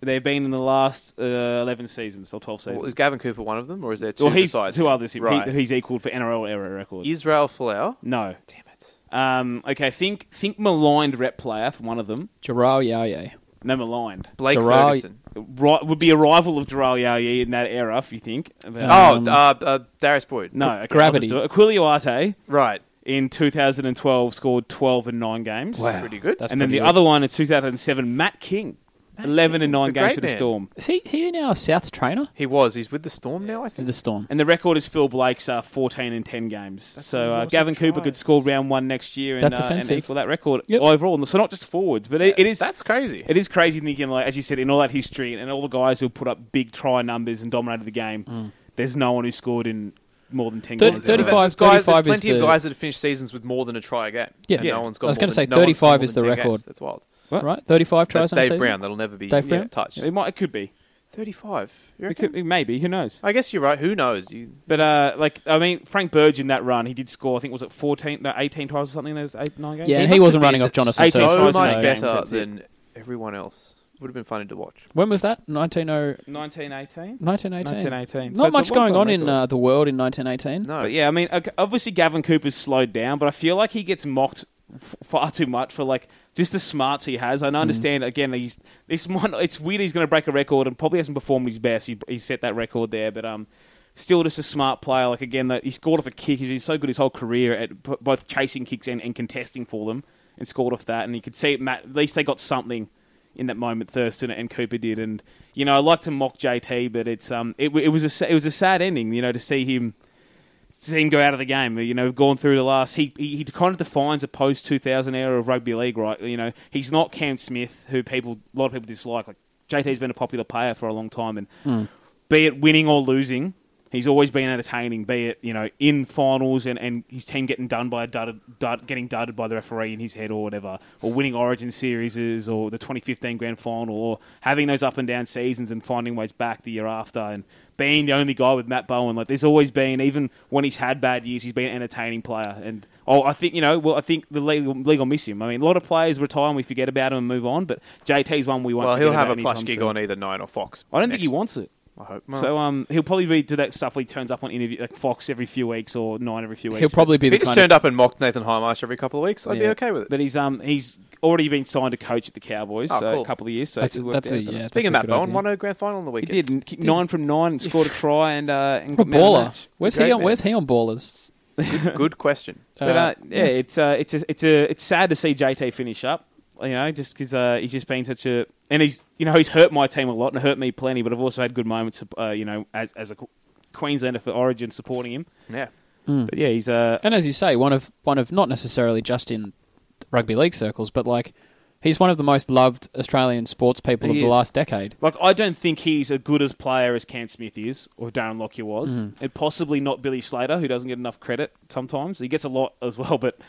They've been in the last uh, eleven seasons or twelve seasons. Well, is Gavin Cooper one of them, or is there two well, he's besides? two him? others. He- Right. he's equaled for NRL era record. Israel Folau. no. Damn it. Um, okay, think think maligned rep player for one of them. Jarrell Yaye. No maligned. Blake Gerard- Ferguson. Right, would be a rival of Dural Yayi in that era, if you think. But- Oh, Um, uh, uh, Darius Boyd. no, okay, I'll just Gravity. do it. Aquilio Arte Right. in 2012 scored 12 and nine games. Wow. Pretty good. That's and then the pretty good. other one in 2007, Matt King, 11 and nine the games great for the man. Storm. Is he, he now a South's trainer? He was. He's with the Storm now, I Is think. the Storm. And the record is Phil Blake's uh, 14 and 10 games. so uh, lot of Gavin Cooper tries. could score round one next year and, That's uh, and offensive. equal that record Yep. overall. And So not just forwards, but it, it is That's crazy. it is crazy thinking, like as you said, in all that history and all the guys who put up big try numbers and dominated the game. There's no one who scored in more than 10 Mm. Thir- games. 35 There's guys, there's 35 is plenty of the- guys that have finished seasons with more than a try a game. Yeah. And Yeah. no one's got I was going gonna to say 35 is the record. That's wild. What? Right? 35 tries That's in a Dave season? Brown. That'll never be Dave Brown? touched. It might. It could be. 35. You It reckon? could be. Maybe. Who knows? I guess you're right. Who knows? You, But uh, like, I mean, Frank Burge in that run, he did score. I think was it fourteen, no, eighteen tries or something. in those eight, nine games. Yeah, and must he have wasn't been running off Jonathan 18 so Thurston. tries in much eight so- games, better that's it. than everyone else. Would have been funny to watch. When was that? 1918? nineteen, eighteen. 1918. 1918. So Not it's a much going on all-time in record. uh, the world in 1918. No. But yeah, I mean, ok- obviously Gavin Cooper's slowed down, but I feel like he gets mocked f- far too much for like just the smarts he has. And I understand again, he's this might not, it's weird he's going to break a record and probably hasn't performed his best. He, he set that record there, but um, still just a smart player. Like again, that he scored off a kick. He's been so good his whole career at b- both chasing kicks and, and contesting for them, and scored off that. And you could see it. Matt, at least they got something. In that moment, Thurston and Cooper did, and you know I like to mock JT, but it's um it, w- it was a sa- it was a sad ending, you know, to see him see him go out of the game. You know, going through the last, he he, he kind of defines a post two thousand era of rugby league, right? You know, he's not Cam Smith, who people a lot of people dislike. Like JT's been a popular player for a long time, and be it winning or losing, He's always been entertaining, be it you know in finals and, and his team getting done by a dudded, dud, getting dudded by the referee in his head or whatever, or winning Origin series or the 2015 Grand Final, or having those up and down seasons and finding ways back the year after, and being the only guy with Matt Bowen. Like there's always been, even when he's had bad years, he's been an entertaining player. And oh, I think you know, well, I think the league, league will miss him. I mean, a lot of players retire and we forget about him and move on, but JT's one we won't. Well, he'll forget have about a plush anytime gig soon. on either Nine or Fox. I don't think he next. wants it. I hope. So um, he'll probably be do that stuff. Where he turns up on interview like Fox every few weeks or Nine every few weeks. He'll probably be if he the just kind of, turned up and mocked Nathan Highmarsh every couple of weeks, I'd be Yeah. okay with it. But he's um he's already been signed to coach at the Cowboys Oh, so cool. a couple of years. So that's, it worked that's out, a, but, yeah, uh, that's Speaking a of Matt good Bowen, idea. won a grand final on the He weekend. did and kicked nine from nine, scored a try, and uh, and What got man of the baller? match. Where's Great he on? man. Where's he on ballers? Good question. But uh, Uh, yeah, it's uh, it's a, it's a, it's sad to see JT finish up. You know, just because uh, he's just been such a and he's you know he's hurt my team a lot and hurt me plenty, but I've also had good moments. Uh, you know, as as a Queenslander for Origin supporting him. Yeah. But yeah, he's uh And as you say, one of one of not necessarily just in rugby league circles, but like he's one of the most loved Australian sports people He of the is. last decade. Like I don't think he's as good as player as Cam Smith is or Darren Lockyer was, Mm-hmm. and possibly not Billy Slater, who doesn't get enough credit sometimes. He gets a lot as well, but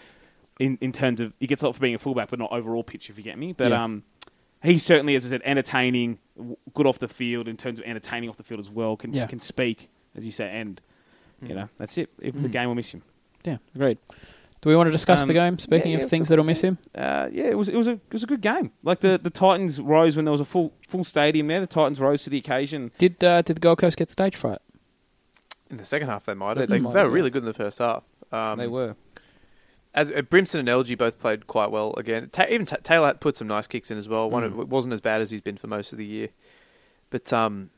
in, in terms of he gets a lot for being a fullback, but not overall pitch. If you get me, but Yeah. um, he certainly, as I said, entertaining, w- good off the field in terms of entertaining off the field as well. Can Yeah. can speak as you say, and you know that's it. If Mm. The game will miss him. Yeah, agreed. Do we want to discuss Um, the game? Speaking yeah, yeah, of things that'll miss him, uh, yeah, it was it was a it was a good game. Like the, the Titans rose when there was a full full stadium there. The Titans rose to the occasion. did uh, did the Gold Coast get stage fright? In the second half, they might They have. They, might they were have, really good in the first half. Um, they were. As uh, Brimson and LG both played quite well again. Ta- even Ta Taylor had put some nice kicks in as well. One Hmm. of- it wasn't as bad as he's been for most of the year. But um,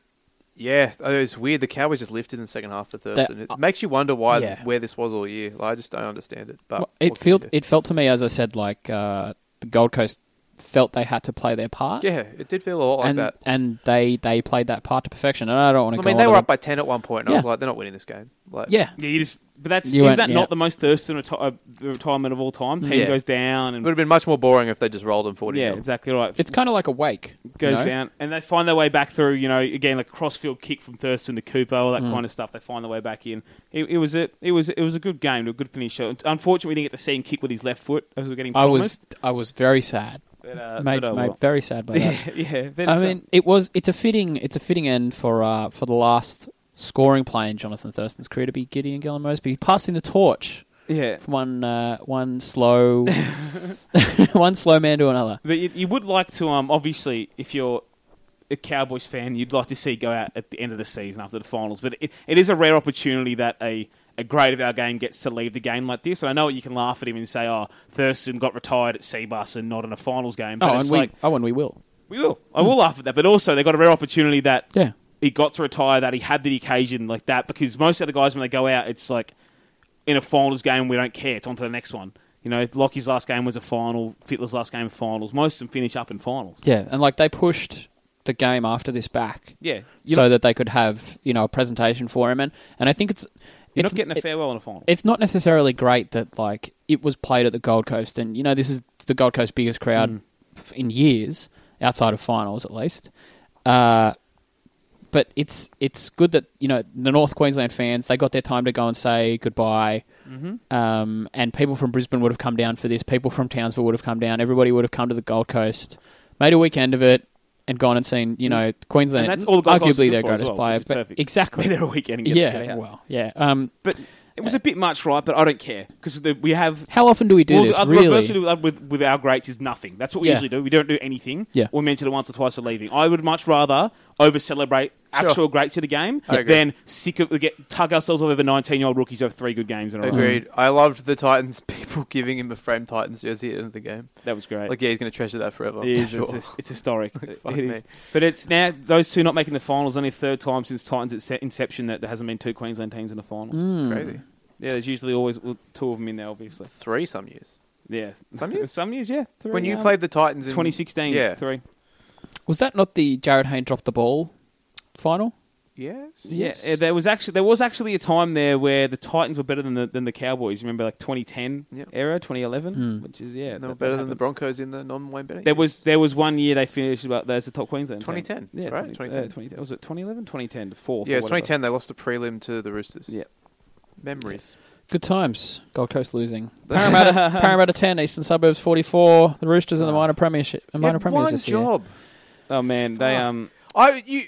yeah, it was weird. The Cowboys just lifted in the second half to Thurston. That- it makes you wonder why Yeah. where this was all year. Like, I just don't understand it. But Well, Uh, what it can you felt do? it felt to me, as I said, like uh, the Gold Coast felt they had to play their part. yeah, it did feel a lot like and that. and they, they played that part to perfection, and I don't want to. I go mean, they onto were them. up by ten at one point, and I Yeah. was like, they're not winning this game. Like, Yeah, Yeah, you just. But that's You is won't- that yeah. not the most Thurston reti- uh, retirement of all time? Team Yeah. goes down it and would have been much more boring if they just rolled them forty. yeah, nil. exactly right. Mm. it's kind of like a wake. you goes know? down and they find their way back through. You know, again like crossfield kick from Thurston to Cooper, all Mm. that kind of stuff. They find their way back in. It, it was a it was it was a good game, a good finish. Unfortunately, we didn't get to see him kick with his left foot as we were getting. I was promised, I was very sad, but, uh, made, but, uh, made well. very sad by that. yeah, but I it's, uh, mean, it was it's a fitting it's a fitting end for uh, for the last scoring play in Jonathan Thurston's career to be Gideon Gillan Mosby passing the torch yeah. from one uh, one slow one slow man to another. But you, you would like to, um, obviously, if you're a Cowboys fan, you'd like to see it go out at the end of the season after the finals. But it, it is a rare opportunity that a, a great of our game gets to leave the game like this. And I know you can laugh at him and say, oh, Thurston got retired at Seabus and not in a finals game. But Oh, it's and we like, oh, and we will. we will. I will laugh at that. But also, they got a rare opportunity that Yeah, he got to retire that he had the occasion like that because most of the guys when they go out it's like in a finals game we don't care it's on to the next one you know if Lockie's last game was a final Fitler's last game was finals most of them finish up in finals yeah, and like they pushed the game after this back yeah so that they could have you know a presentation for him, and and I think it's you're it's not getting a it- farewell in a final it's not necessarily great that like it was played at the Gold Coast, and you know this is the Gold Coast biggest crowd Mm. f- in years, outside of finals at least. Uh, but it's it's good that you know the North Queensland fans they got their time to go and say goodbye, Mm-hmm. um, and people from Brisbane would have come down for this. People from Townsville would have come down. Everybody would have come to the Gold Coast, made a weekend of it, and gone and seen you know Queensland. Mm. And that's all the Gold Coast is arguably good their for as greatest well, player, which is but perfect. exactly. they're all weekend and get, yeah, get out. well, yeah. Um, but it was a bit much right but I don't care because we have how often do we do well, uh, this? the other really, reverse we do with, with, with our greats is nothing. That's what we Yeah. usually do. We don't do anything. Yeah. We mention it once or twice of leaving. I would much rather over celebrate actual Sure. greats of the game I agree. than sick of get tug ourselves over nineteen year old rookies over three good games in a row. Agreed. I loved the Titans people giving him a framed Titans jersey at the end of the game. That was great. Like, yeah, he's going to treasure that forever. it is, Sure. it's, his- it's historic. fuck it me. is. But it's now those two not making the finals only third time since Titans ince- inception that there hasn't been two Queensland teams in the finals. Mm. Hmm. Crazy. Yeah, there's usually always well, two of them in there, obviously. Three some years. Yeah, Some years? some years, yeah. Three, When you um, played the Titans in 2016, yeah. three. Was that not the Jared Hayne dropped the ball final? Yes. Yeah, uh, there was actually there was actually a time there where the Titans were better than the than the Cowboys. Remember, like 2010 Yep. era, 2011, Hmm. which is yeah, And they were that- better that than the happened. Broncos in the non Wayne Bennett. There years. was there was one year they finished about as the top Queensland. team. 2010, yeah, right? 2010. 2010. 2010. Was it 2011, 2010, fourth? Yeah, or it's whatever. 2010. They lost the prelim to the Roosters. Yeah. Memories. Good times. Gold Coast losing. Parramatta, Parramatta 10, Eastern Suburbs 44. The Roosters in the minor premiership. And minor Yeah, premiers Ah. one this year. job. Oh man, they Fuck. um I you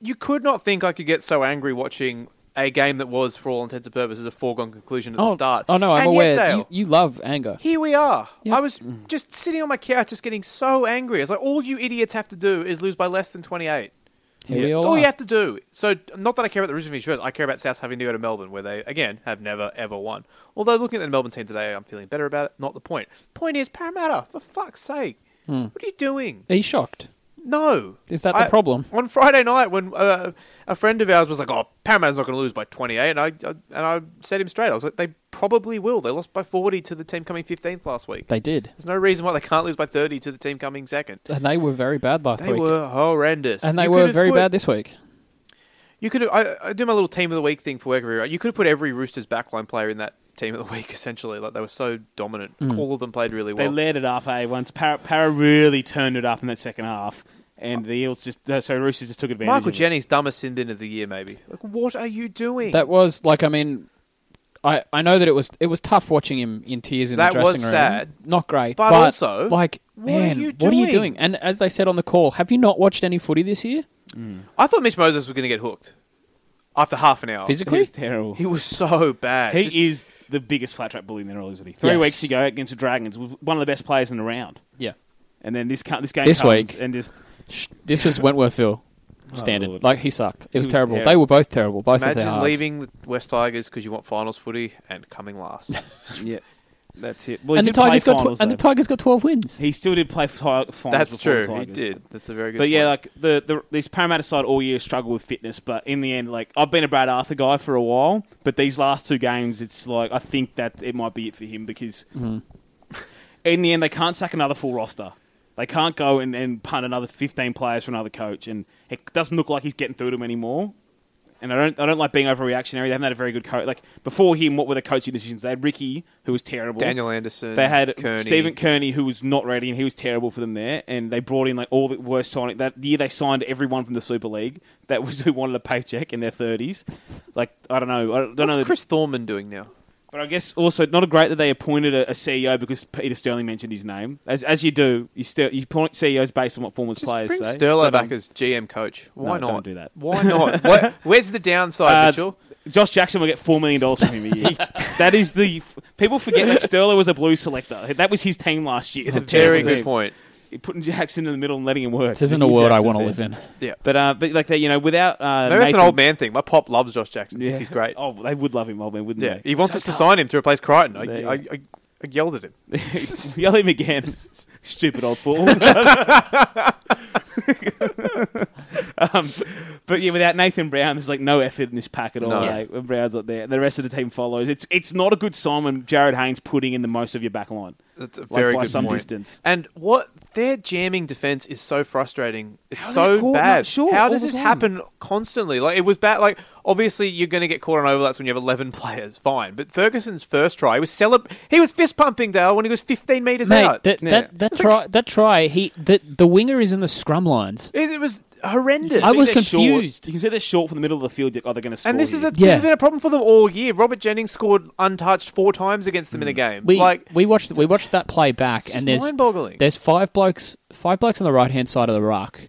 you could not think I could get so angry watching a game that was, for all intents and purposes, a foregone conclusion at oh, the start. Oh no, I'm And yet, aware. Dale, you, you love anger. here we are. Yep. I was just sitting on my couch, just getting so angry. It's like all you idiots have to do is lose by less than twenty-eight. Here Yeah. we all All you are. have to do. So, not that I care about the Roosters being first, I care about South having to go to Melbourne, where they again have never ever won. Although looking at the Melbourne team today, I'm feeling better about it. Not the point. Point is, Parramatta, for fuck's sake, what are you doing? Are you shocked? No. Hmm. Is that the I- problem? On Friday night, when uh, a friend of ours was like, "Oh, Parramatta's not going to lose by 28," and I, I and I said him straight, I was like, "They probably will. They lost by 40 to the team coming 15th last week. They did. There's no reason why they can't lose by 30 to the team coming second. And they were very bad last They week. were horrendous, and they You were could have very put- bad this week. You could have, I, I do my little team of the week thing for work every right. You could have put every Roosters backline player in that team of the week. Essentially, like they were so dominant. All of them played really they well. led it up. Eh, once Para, Para really turned it up in that second half, and the Eels just uh, so Roosters just took advantage. Michael of it. Jennings, dumbest sin bin of the year, maybe. Like, what are you doing? That was like I mean, I I know that it was it was tough watching him in tears in That the was dressing room. sad. not great. But But, also, like, what are man, you what are you doing? doing? And as they said on the call, have you not watched any footy this year? I thought Mitch Moses was going to get hooked after half an hour. He Physically, was terrible. He was so bad. He Just- is the biggest flat track bully in the NRL, isn't he? Three Yes. weeks ago against the Dragons, was one of the best players in the round, yeah. and then this co- this game This comes week. and just Sh- This was Wentworthville standard. Lord. like Oh, he sucked. It was, was terrible. terrible. They were both terrible. Both of their imagine halves. leaving the West Tigers because you want finals footy and coming last. yeah, that's it. Well, and he the did play Tigers got finals, tw- and the though. Tigers got twelve wins. he still did play fi- finals. That's before the true. He Tigers. did. That's a very good. But yeah, point. like the, the this Parramatta side all year struggled with fitness, but in the end, like I've been a Brad Arthur guy for a while, but these last two games, it's like I think that it might be it for him because Mm-hmm. in the end they can't sack another full roster. They can't go and, and punt another fifteen players for another coach, and it doesn't look like he's getting through to them anymore. And I don't, I don't like being overreactionary. They haven't had a very good coach. Like before him, what were the coaching decisions? They had Ricky, who was terrible. Daniel Anderson. They had Kearney. Stephen Kearney, who was not ready, and he was terrible for them there. And they brought in like all the worst signing that year. They signed everyone from the Super League that was who wanted a paycheck in their thirties. Like I don't know, I don't What's know. Chris Thorman doing now? But I guess also not a great that they appointed a, a CEO because Peter Sterling mentioned his name. As as you do, you still you appoint CEOs based on what former Just players bring say. Sterlo But, um, back as GM coach. Why no, not don't do that. Why not? what, where's the downside, Uh, Mitchell? Josh Jackson will get four million dollars from him a year. that is the f- people forget that Sterling was a blue selector. That was his team last year. It's a very Chelsea. good point. Putting Jackson in the middle and letting him work. This isn't a world I want to live in. Yeah, But uh, but like that, you know, without uh, maybe that's an Nathan- old man thing. My pop loves Josh Jackson. Yeah. Thinks he's great. Oh, they would love him, old man, wouldn't yeah, they? he wants us to sign him to replace Crichton. I, There you I, I, I yelled at him. Yell him again, stupid old fool. um, but yeah, without Nathan Brown, there's like no effort in this pack at all. No. Like, when Brown's not there. The rest of the team follows. It's it's not a good sign when Jared Haynes putting in the most of your back line. That's a Like, very by good some point. distance. And what their jamming defense is so frustrating. It's How they so caught bad. not short How all does the this time? happen constantly? Like it was bad. Like obviously you're going to get caught on overlaps when you have 11 players. Fine, but Ferguson's first try he was celeb- He was fist pumping Dale when he was 15 meters Mate, out. that, Yeah. that that try that try he the, the winger is in the scrum lines. it, it was horrendous. I See was they're short. confused. You can see they're short from the middle of the field. Are they going to score? and this is a here. this has Yeah. been a problem for them all year. Robert Jennings scored untouched four times against Mm. them in a game. We like we watched we watched that play back, it's and just there's mind-boggling. there's five blokes five blokes on the right hand side of the ruck,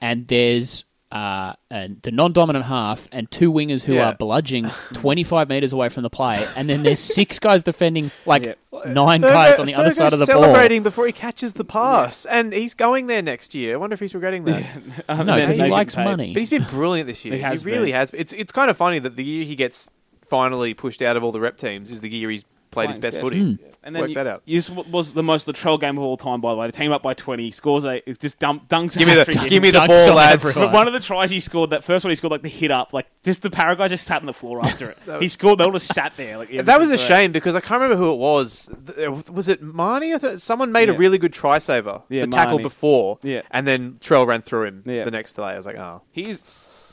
and there's uh and the non dominant half and two wingers who Yeah. are bludging twenty five meters away from the play, and then there's six guys defending like Yeah. nine Fergo- guys on the other Fergo's side of the ball. celebrating before he catches the pass, and he's going there next year. I wonder if he's regretting that. Um, No, they're because he getting likes paid. money. But he's been brilliant this year. He He, has really been. has. It's it's kind of funny that the year he gets finally pushed out of all the rep teams is the year he's played his Fine, best yeah. footy. And then Work you, that out. you- This w- was the most Latrell game of all time, by the way. The team up by twenty, he scores a it's just dump, dunks. Give me a the hat-trick give me in. the Dunks ball, on lads. everyone. But one of the tries he scored, that first one he scored, like the hit up, like just the para guy just sat on the floor after it. he scored, they all just sat there. Like yeah, That was a this is great. shame because I can't remember who it was. Th- uh, Was it Marnie? Or th- someone made a Yeah. really good try saver. Yeah, the tackle Marnie. before, Yeah. and then Trell ran through him Yeah. the next day. I was like, oh, he's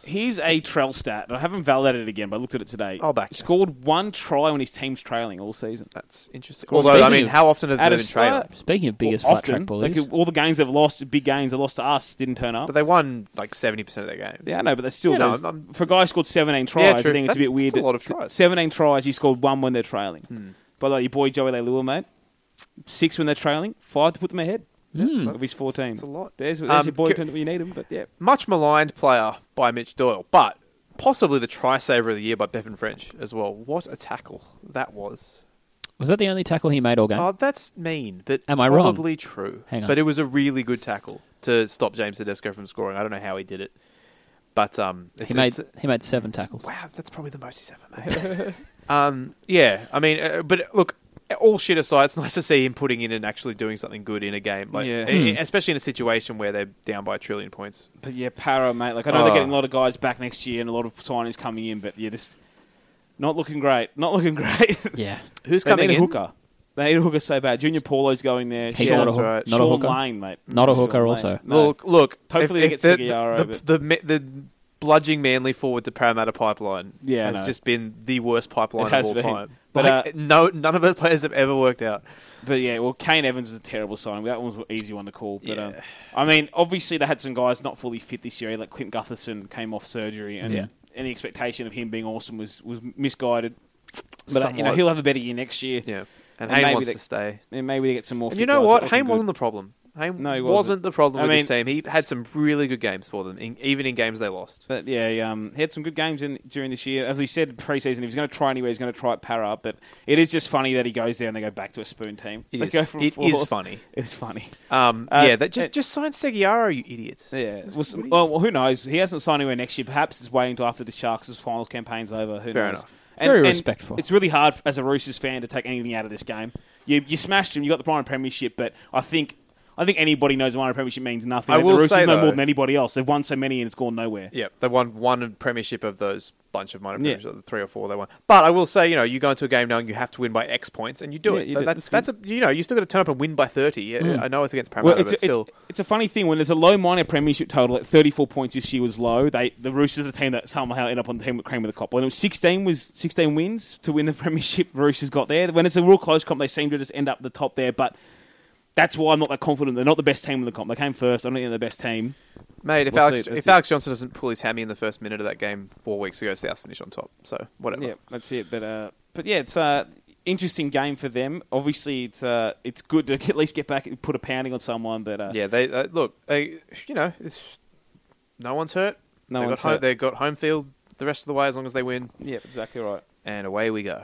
here's a Trell stat. and I haven't validated it again, but I looked at it today. I'll back you. Scored one try when his team's trailing all season. That's interesting. Well, Although, I speaking mean, of- how often have At they a been trailing? start- Speaking of biggest Well, flat track bullies, like, all the games they've lost, big games they lost to us, didn't turn up. But they won like seventy percent of their games. yeah, no, but they're still Yeah, no, there's- I'm- for a guy who scored 17 tries. true. I think it's That- a bit weird. that's a lot that- of tries. Hmm. 17 tries, he scored one when they're trailing. By the way, your boy Joey Leilua, mate, six when they're trailing, five to put them ahead. Hmm. Of That's- his 14. that's a lot. There's, there's Um, your boy c- when you need him, but yeah. Much maligned player by Mitch Doyle, but possibly the try saver of the year by Bevan French as well. What a tackle that was! was that the only tackle he made all game? Oh, that's mean, but Am I wrong? probably true. Hang on. But it was a really good tackle to stop James Tedesco from scoring. I don't know how he did it, but um, it's, he made it's- he made seven tackles. wow, that's probably the most he's ever made. um, yeah, I mean, uh, but look, all shit aside, it's nice to see him putting in and actually doing something good in a game, like Yeah. e- Hmm. especially in a situation where they're down by a trillion points. But yeah, Para, mate. Like I know Oh. they're getting a lot of guys back next year and a lot of signings coming in, but yeah, just not looking great. Not looking great. Yeah, Who's they coming need a in? hooker. They need a hooker so bad. Junior Paulo's going there. He's Yeah, not, a, that's hook- right. not a Sean hooker. Lane, mate. Not a hooker Sean Lane. also. No. Look, look. Hopefully if- they if get the, Seguiaro, the, but- the, me- the bludging Manly forward to Parramatta pipeline Yeah, I has know. just been the worst pipeline It has of all been. time. But, like, uh, no, none of the players have ever worked out. But yeah, well, Kane Evans was a terrible signing. That one was an easy one to call. But um, Yeah. I mean, obviously they had some guys not fully fit this year. Like Clint Gutherson came off surgery, and Yeah. any expectation of him being awesome was was misguided. But uh, you know Somewhat. he'll have a better year next year. Yeah, and, And Hayne maybe wants they- to stay. And maybe they get some more. And fit you know guys what? that look Hayne good. wasn't the problem. Hayne No, he wasn't. wasn't. the problem I with mean- this team. He had some really good games for them, in, even in games they lost. But yeah, he, um, he had some good games in, during this year. As we said preseason, if he's going to try anywhere, he's going to try at para. But it is just funny that he goes there and they go back to a spoon team. It they is- go from it fourth. is funny. It's funny. Um, Uh, yeah, that just it- just sign Seguiaro, you idiots. Yeah. Just- Well, s- well, who knows? He hasn't signed anywhere next year. Perhaps it's waiting until after the Sharks' finals campaign's over. Who Fair knows? enough. Very respectful. It's really hard f- as a Roosters fan to take anything out of this game. You, you smashed him. You got the minor premiership, but I think I think anybody knows the minor premiership means nothing. I Like, will the Roosters say, know though- more than anybody else. They've won so many and it's gone nowhere. Yeah, they won one premiership of those bunch of minor Yeah. premierships, the three or four they won. But I will say, you know, you go into a game knowing you have to win by X points, and you do Yeah, it. you Th- do. that's That's Mm. that's a, you know, you still got to turn up and win by thirty. Yeah, I know it's against Parramatta, Well, it's, but it's, still, it's a funny thing when there's a low minor premiership total at 34 points this year was low. They the Roosters are the team that somehow ended up on the team with cream of the cop. When it was 16 was 16 wins to win the premiership, Roosters got there. When it's a real close comp, they seem to just end up the top there. But that's why I'm not that confident. They're not the best team in the comp. They came first. I don't think they're the best team. mate, if we'll Alex see, that's if it. Alex Johnson doesn't pull his hammy in the first minute of that game four weeks ago, South finished on top. So whatever. Yeah, that's it. But uh, but yeah, it's uh, interesting game for them. Obviously, it's uh, it's good to at least get back and put a pounding on someone. But uh, Yeah, they uh, look. They, you know, it's, no one's hurt. No they one's got home, hurt. They got home field the rest of the way as long as they win, yeah, exactly right. and away we go.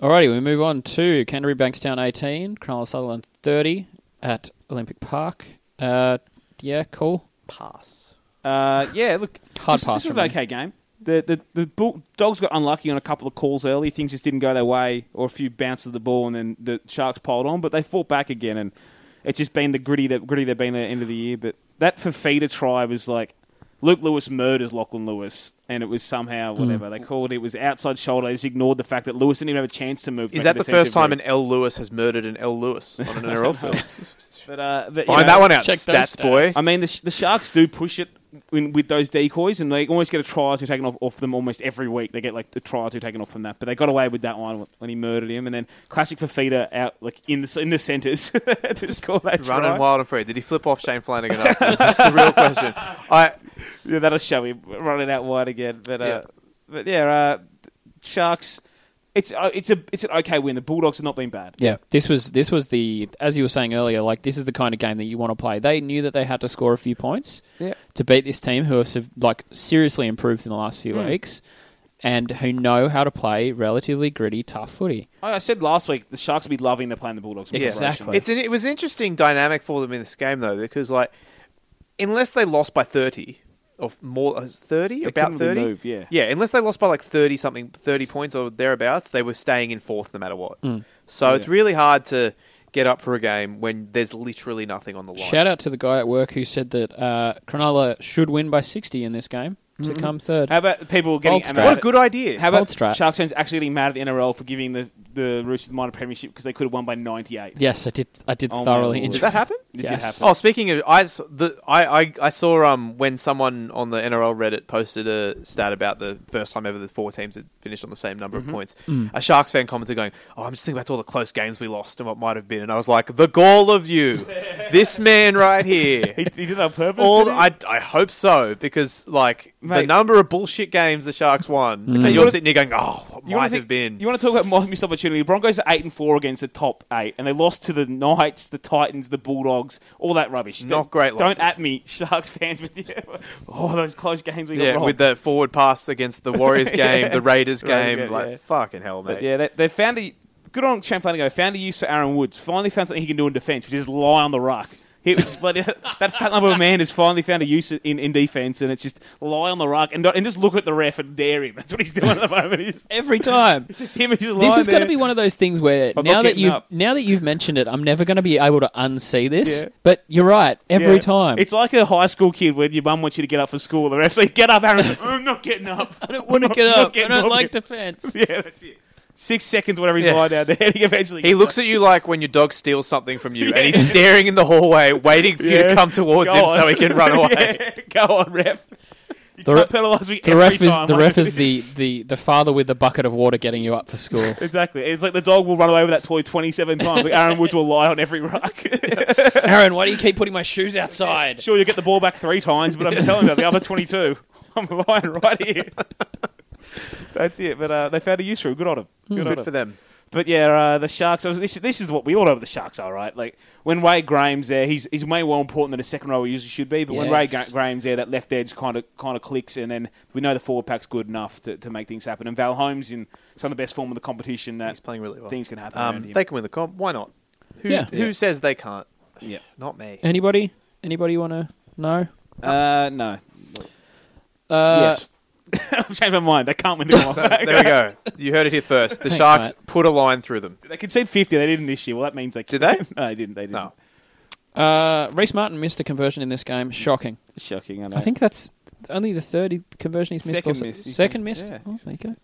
Alrighty, we move on to Canterbury Bankstown 18, Cronulla Sutherland 30 at Olympic Park. Uh, yeah, cool. Pass. Uh, yeah, look, Hard this, pass this was from an me. okay game. The the the bull, dogs got unlucky on a couple of calls early. Things just didn't go their way, or a few bounces of the ball, and then the sharks piled on. But they fought back again, and it's just been the gritty that gritty they've been at the end of the year. But that Fafita try was like Luke Lewis murders Lachlan Lewis, and it was somehow Hmm. whatever they called it. It was outside shoulder. They just ignored the fact that Lewis didn't even have a chance to move. Is back that the first time defensively. an L Lewis has murdered an L Lewis on an NRL field? But, uh, but, you Find know- that one out, check those stats boy. I mean, the, sh- the Sharks do push it in, with those decoys, and they almost get a try or two taken off, off them almost every week. They get like a try or two taken off from that, but they got away with that one when he murdered him. And then classic Fafita out like in the s- in the centres to score that try. Running wild and free. Did he flip off Shane Flanagan afterwards? That's the real question. I Yeah, that'll show him running out wide again. But uh, Yeah. but yeah, uh, Sharks. It's uh, it's a it's an okay win. The Bulldogs have not been bad. Yeah, this was this was the as you were saying earlier, like this is the kind of game that you want to play. They knew that they had to score a few points Yeah. to beat this team who have sev- like seriously improved in the last few weeks and who know how to play relatively gritty, tough footy. I I said last week the Sharks will be loving they're playing the Bulldogs. with Yeah. preparation. Exactly. It's an, it was an interesting dynamic for them in this game though, because like unless they lost by thirty or more thirty, about couldn't really thirty, move, yeah. yeah. Unless they lost by like thirty something, thirty points or thereabouts, they were staying in fourth no matter what. So it's really hard to get up for a game when there's literally nothing on the line. Shout out to the guy at work who said that uh, Cronulla should win by 60 in this game to come third. How about people getting Bold mad strat. what at- a good idea! How Bold about strat. Sharks fans actually getting mad at the NRL for giving the the Roosters minor premiership because they could have won by 98. Yes, I did. I did Oh my thoroughly lord. enjoy. Did that happen? It Yes. did happen. Oh, speaking of, I s- the I, I, I saw um when someone on the NRL Reddit posted a stat about the first time ever the four teams had finished on the same number Mm-hmm. of points. Mm. A Sharks fan commented going, "Oh, I'm just thinking about all the close games we lost and what might have been," and I was like, "The gall of you, this man right here." He, he did it on purpose. All did he? I, I hope so because like the Mate. Mm. number of bullshit games the Sharks won, and you're wanna- sitting here going, "Oh, what You wanna might think- have been." You want to talk about more missed opportunity? Broncos are eight and four against the top eight, and they lost to the Knights, the Titans, the Bulldogs, all that rubbish. Not Don't- great losses. Don't at me, Sharks fans. With you. Oh, those close games we got yeah, wrong. with the forward pass against the Warriors game, the Raiders Raiders game, game, like yeah. fucking hell, mate. But yeah, they, they found a good on Shane Flanagan. Found a use for Aaron Woods. Finally found something he can do in defence, which is lie on the ruck. He was bloody, that fat lump of a man has finally found a use in, in defence, and it's just lie on the ruck and, not, and just look at the ref and dare him. That's what he's doing at the moment. He's, Every time. it's just him. He's just This lying is going to there. be one of those things where But now not that getting you've up. now that you've mentioned it, I'm never going to be able to unsee this. Yeah. But you're right. Every Yeah. time, It's like a high school kid when your mum wants you to get up for school. The ref's like, "Get up, Aaron." I'm not getting up. I don't want to get not up. I getting don't up like here. defense. yeah, that's it. Six seconds, whatever he's Yeah. lying down there. He eventually He gets looks up. at you like when your dog steals something from you, and he's staring in the hallway, waiting for you to Yeah. come towards Go him on. so he can run away. yeah, go on, ref. You The can't re- penalise me The every ref is time. the like- ref is the, the, the father with the bucket of water getting you up for school. Exactly. It's like the dog will run away with that toy 27 times. Like Aaron Woods will lie on every ruck. Aaron, why do you keep putting my shoes outside? sure, you'll get the ball back three times, but I'm telling you, the other 22, I'm lying right here. That's it. But uh, they found a use for him. Good on him. Good, on Good him. for them. But yeah, uh, the Sharks. I was- This, this is what we all know. The Sharks are right. Like when Ray Graham's there, he's he's way more important than the second row he usually should be. But when Ray Yes. Gra- Graham's there, that left edge kind of kind of clicks, and then we know the forward pack's good enough to, to make things happen. And Val Holmes in some of the best form of the competition. That He's playing really well. Uh, Things can happen. around Um, him. they can win the comp. Why not? Who, Yeah. who says they can't? yeah. Not me. Anybody? Anybody want to know? Uh, no. Uh, yes. I've changed my mind. They can't win the World Cup. there we go. You heard it here first. The Thanks, Sharks mate. put a line through them. They conceded 50. They didn't this year. Well, that means they Did they? no, they didn't. They didn't. No. Uh, Reese Martin missed a conversion in this game. Shocking. Shocking. I, know. I think that's only the third conversion he's missed. Second also. miss, he's Second missed, missed. yeah. Oh, there you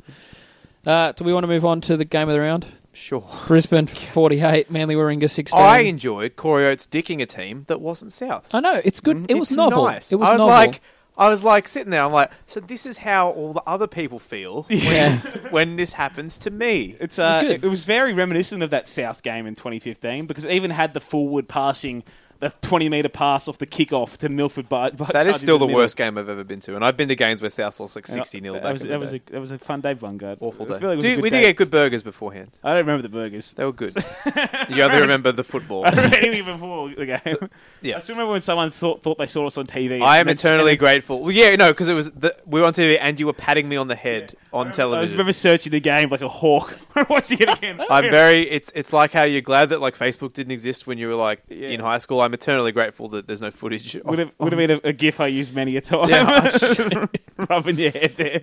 go. Uh, do we want to move on to the game of the round? Sure. Brisbane 48, Manly Warringah 16. I enjoyed Corey Oates dicking a team that wasn't South. I know it's Mm, good. It was novel. Nice. It was, I was novel. like, I was like sitting there. I'm like, so this is how all the other people feel yeah, when this happens to me. It's was uh, good. it, it was very reminiscent of that South game in 2015 because it even had the forward passing, the 20 meter pass off the kickoff to Milford. Bar- Bar- That is Chargers still in the middle. worst game I've ever been to, and I've been to games where South lost like And I- sixty 0 That, back. was, in that the was day. a that was a fun day, Vungard. awful I day. feel like it was a Dude, good we day. did get good burgers beforehand. I don't remember the burgers. They were good. you only remember the football. I remember anything before the game. Yeah. I still remember when someone thought, thought they saw us on TV. I am and then- eternally and then- grateful. Well, yeah, no, because it was the, we were on TV and you were patting me on the head on I just television. remember searching the game like a hawk, watching it again. I'm very. It's it's like how you're glad that like Facebook didn't exist when you were like Yeah. in high school. I'm eternally grateful that there's no footage. Of, Would have, would have been a, a gif I used many a time. Yeah, Rubbing your head there.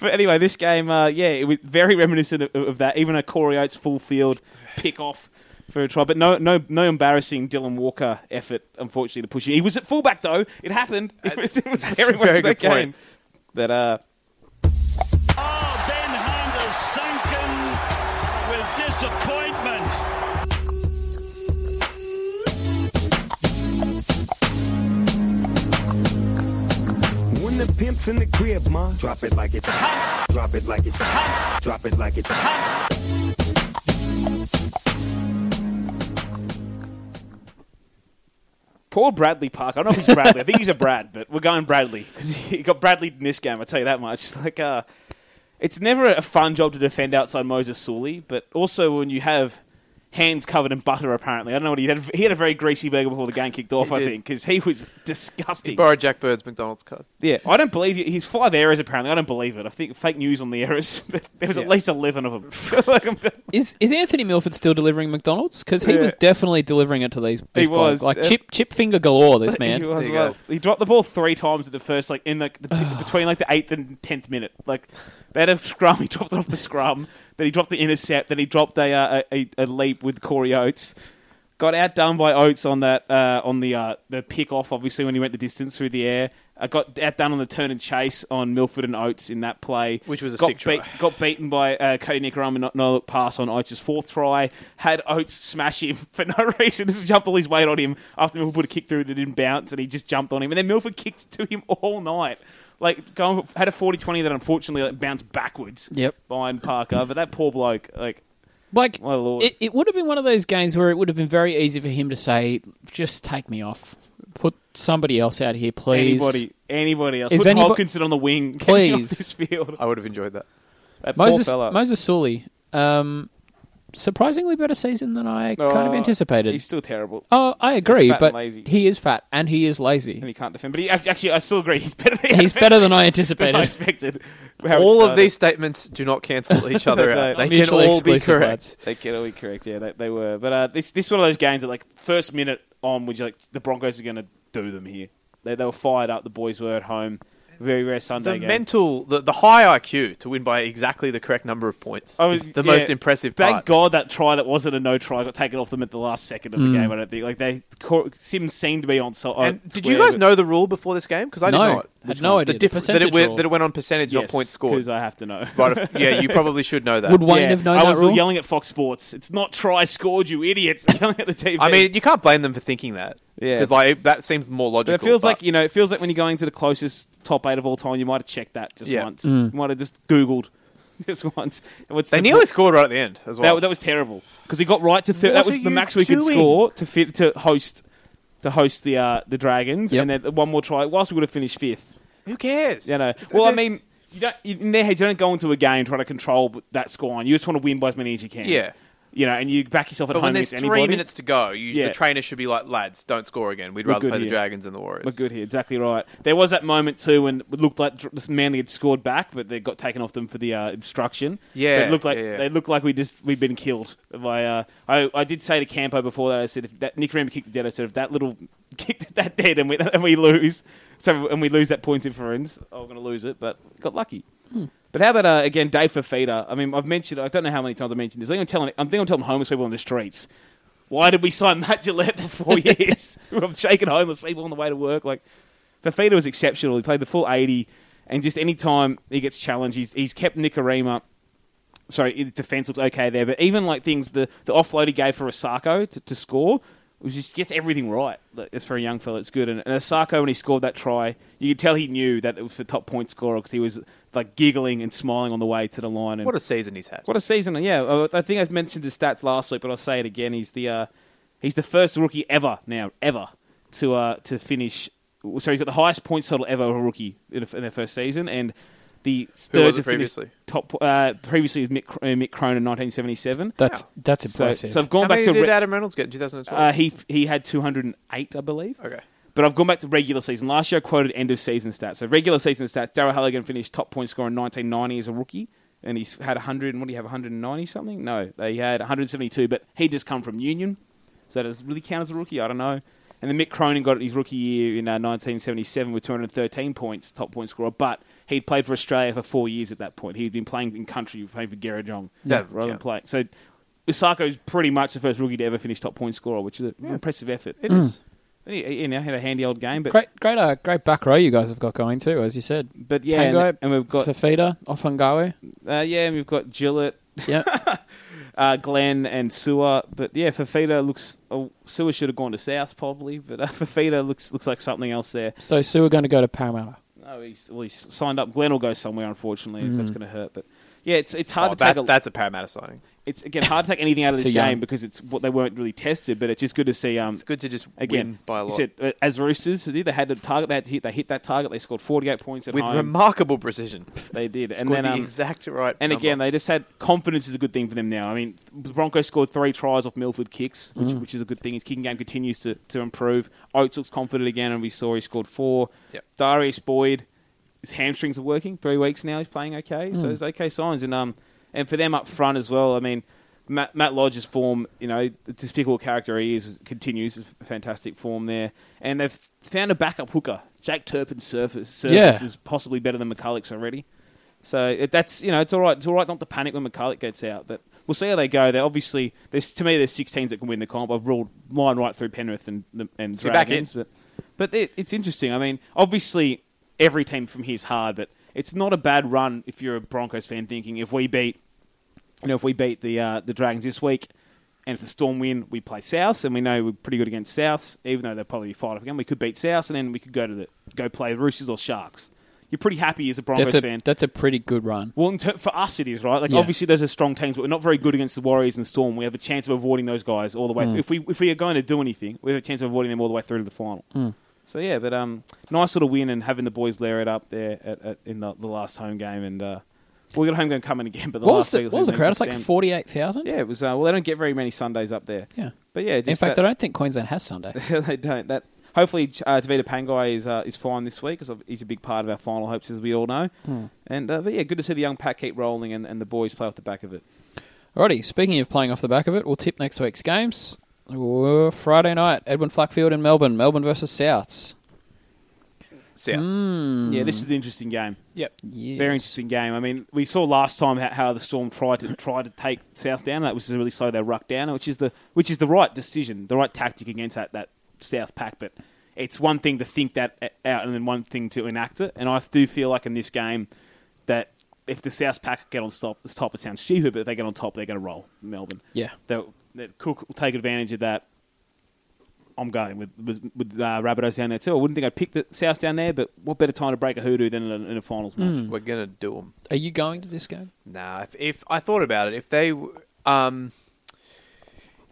but anyway, this game, uh, yeah, it was very reminiscent of, of that. Even a Corey Oates full field pick off for a try, but no, no, no embarrassing Dylan Walker effort, unfortunately, to push him. He was at fullback though. It happened. It was, it was that's very a much very that good point. game. But uh, Oh, Ben Hunt is sunken with disappointment. When the pimp's in the crib, ma, drop it like it's hot. Drop it like it's hot. Drop it like it's hot. poor Bradley Parker. I don't know if he's Bradley. I think he's a Brad, but we're going Bradley because he got Bradley in this game. I tell you that much. Like, uh, it's never a fun job to defend outside Moses Sully, but also when you have hands covered in butter. Apparently, I don't know what he had. He had a very greasy burger before the game kicked off. I did. think because he was disgusting. borrowed Jack Bird's McDonald's card. yeah, I don't believe it. He's five errors. Apparently, I don't believe it. I think fake news on the errors. there was at Yeah. least eleven of them. like, I'm done. is is Anthony Milford still delivering McDonald's? Because he Yeah. was definitely delivering it to these. This He was. bloke. like Uh, chip chip finger galore. This He, man. was There you well. go. He dropped the ball three times at the first, like in like the, between like the eighth and tenth minute. Like they had a scrum, he dropped it off the scrum. Then he dropped the intercept. Then he dropped a uh, a, a leap with Corey Oates. Got outdone by Oates on that uh, on the uh, the pick off. Obviously, when he went the distance through the air, Uh, got outdone on the turn and chase on Milford and Oates in that play, Which was a got sick try. Got beaten by uh, Cody Nicaragua not no look pass on Oates' fourth try. Had Oates smash him for no reason, just jump all his weight on him after Milford put a kick through that didn't bounce, and he just jumped on him. And then Milford kicked to him all night. Like going had a 40-20 that unfortunately like, bounced backwards Yep. behind Parker, but that poor bloke, like Like, My lord. It, it would have been one of those games where it would have been very easy for him to say, just take me off. Put somebody else out here, please. anybody, anybody else. Is Put anybo- Hopkinson on the wing, Get me off Please. Uh, this field. I would have enjoyed that. That poor Moses, fella. Moses Sully. Um, surprisingly better season than I kind of Oh, anticipated. He's still terrible. Oh, I agree, fat and but lazy. he is fat and he is and lazy. he can't defend. But he, ac- actually, I still agree. He's better. Than He's better than I than I anticipated. expected. all of these statements do not cancel each other They out. They can Mutually all be exclusive correct. they get all correct. Yeah, they, they were. But uh, this this one of those games that like first minute on, which like the Broncos are going to do them here. They they were fired up. The boys were at home. Very rare Sunday The game. mental, the, the high IQ to win by exactly the correct number of points I was- is the Oh, yeah. most impressive Thank part. God that try that wasn't a no try got taken off them at the last second of the game. I don't think like they Cor- Sims seemed to be on. So Mm. And on did you square, guys but- know the rule before this game? Because I No, did not. had no idea. The The difference that it percentage went, rule. that it went on percentage, not points scored. Because I have to know. Right, of- yeah, you probably should know that. Would Wayne Yeah, have known I that was rule? yelling at Fox Sports. It's not try scored, you idiots! yelling at the TV. I mean, you can't blame them for thinking that. Yeah. because like that seems more but logical. it feels but- like you know. It feels like when you're going to the closest top eight of all time, you might have checked that just Yeah. once. You might have just Googled just once. And What's they the- nearly scored right at the end as well. That, that was terrible because we got right to thir- What that was are the you max we could doing? score to fit to host to host the uh, the Dragons, Yep. and then one more try. Whilst we would have finished fifth, Who cares? you know. Th- Well, I there's- mean, you don't you- in their heads, you don't go into a game trying to control that scoreline. You just want to win by as many as you can. Yeah. You know, and you back yourself at But home when there's against three anybody. minutes to go, you, Yeah. the trainer should be like, "Lads, don't score again. We'd We're rather good play the here. Dragons than the Warriors." We're good here, exactly right. There was that moment too when it looked like Dr- Manly had scored back, but they got taken off them for the uh, obstruction. Yeah, they looked like yeah, yeah. they looked like we just we'd been killed. By, uh, I I did say to Campo before that I said if that Nick Rambo kicked the dead, I said if that little kicked that dead and we and we lose, so and we lose that points inference, I'm going to lose it. But got lucky. But how about uh, again, Dave Fafita? I mean, I've mentioned. I don't know how many times I mentioned this. I think I'm telling. I think I'm telling homeless people on the streets. Why did we sign Matt Gillette for four years? I'm shaking homeless people on the way to work. Like Fafita was exceptional. He played the full 80, and just any time he gets challenged, he's, he's kept Nicarima. Sorry, the defense looks okay there, but even like things the the offload he gave for Osako to, to score. Was just gets everything right. Like, It's for a young fella. It's good. And, and Osako, when he scored that try, you could tell he knew that it was the top point scorer because he was like giggling and smiling on the way to the line. And What a season he's had. what a season! Yeah, uh, I- I think I mentioned his stats last week, but I'll say it again. He's the uh, he's the first rookie ever now ever to uh, to finish. So he's got the highest points total ever of a rookie in, a, in their first season, and the third was it to finish previously? top uh, previously was Mick, Cr- uh, Mick Cronin in 1977. That's that's So, impressive. so I've gone How back many to did re- Adam Reynolds get in 2012? uh, he he had 208, I believe. okay. But I've gone back to regular season. Last year I quoted end of season stats. So regular season stats, Daryl Halligan finished top point scorer in 1990 as a rookie. And he's had 100, and what do you have, 190 something? No, he had 172, but he just come from Union. So does it really count as a rookie? I don't know. And then Mick Cronin got it his rookie year in uh, 1977 with 213 points, top point scorer. But he'd played for Australia for four years at that point. He'd been playing in country, playing for Gerrajong Yeah, rather than yeah. playing. So Osako's pretty much the first rookie to ever finish top point scorer, which is an impressive effort. It is. And He, he, you know, had a handy old game, but great, great, uh, great back row you guys have got going too, as you said. but yeah, and, Pangai, and we've got Fafita, Ofangawe. uh, yeah, and we've got Gillett, Yeah, uh, Glenn, and Sewer. But yeah, Fafita looks. Oh, Sewer should have gone to South probably, but uh, Fafita looks looks like something else there. so Sue are going to go to Parramatta. No, he's well, he's signed up. Glenn will go somewhere, unfortunately. That's going to hurt, but. Yeah, it's it's hard Oh, to take. that, a, that's a Parramatta signing. it's again hard to take anything out of this Too young. game because it's what they weren't really tested. But it's just good to see. Um, It's good to just again, win by a you lot. said, uh, as Roosters, they did, they had the target they had to hit. They hit that target. They scored forty eight points at With home. remarkable precision. they did, and Scored then the um, exact right. And number. again, they just had confidence is a good thing for them now. I mean, the Broncos scored three tries off Milford kicks, which, Mm. which is a good thing. His kicking game continues to, to improve. Oates looks confident again, and we saw he scored four. Yep. Darius Boyd, his hamstrings are working. Three weeks now, he's playing okay, so there's okay signs. And um, and for them up front as well. I mean, Matt, Matt Lodge's form, you know, the despicable character he is, continues. It's Fantastic form there, and they've found a backup hooker. Jake Turpin's surface, surface Yeah. is possibly better than McCulloch's already. So it, that's you know it's all right. It's all right not to panic when McCulloch gets out, but we'll see how they go. They obviously there's to me there's six teams that can win the comp. I've ruled mine right through Penrith and and you're back Dragons, but but it, it's interesting. I mean, obviously every team from here is hard, but it's not a bad run if you're a Broncos fan thinking if we beat, you know, if we beat the uh, the Dragons this week, and if the Storm win, we play South, and we know we're pretty good against South, even though they'll probably fight off again. We could beat South, and then we could go to the go play Roosters or Sharks. You're pretty happy as a Broncos That's a, fan. that's a pretty good run. Well, in ter- for us, it is right. Like Yeah. obviously, those are strong teams, but we're not very good against the Warriors and Storm. We have a chance of avoiding those guys all the Hmm. way. If we if we are going to do anything, we have a chance of avoiding them all the way through to the final. Hmm. So yeah, but um, nice little win and having the boys layer it up there at, at, in the, the last home game, and uh, we got a home game coming again. But the What was last the, Eagles what was the game crowd? It's like Sam- 48,000? Yeah, it was. Uh, well, they don't get very many Sundays up there. Yeah. but yeah, just In fact, that- I don't think Queensland has Sunday. they don't. That hopefully uh, Davida Pangai is uh, is fine this week because he's a big part of our final hopes, as we all know. And uh, but yeah, good to see the young pack keep rolling and, and the boys play off the back of it. Alrighty, speaking of playing off the back of it, we'll tip next week's games. Whoa, Friday night, Edwin Flackfield in Melbourne. Melbourne versus Souths. South. Yeah, this is an interesting game. Yep, Hmm. Yes. very interesting game. I mean, we saw last time how, how the Storm tried to try to take South down. That was to really slow their ruck down, which is the which is the right decision, the right tactic against that, that South pack. But it's one thing to think that a- out, and then one thing to enact it. And I do feel like in this game that if the South pack get on top, top it sounds stupid, but if they get on top, they're going to roll Melbourne. Yeah. They'll- that Cook will take advantage of that. I'm going with with, with uh, Rabbitohs down there too. I wouldn't think I'd pick the South down there, but what better time to break a hoodoo than in a, in a finals match? We're gonna do them. Are you going to this game? Nah. If, if I thought about it, if they, w- um,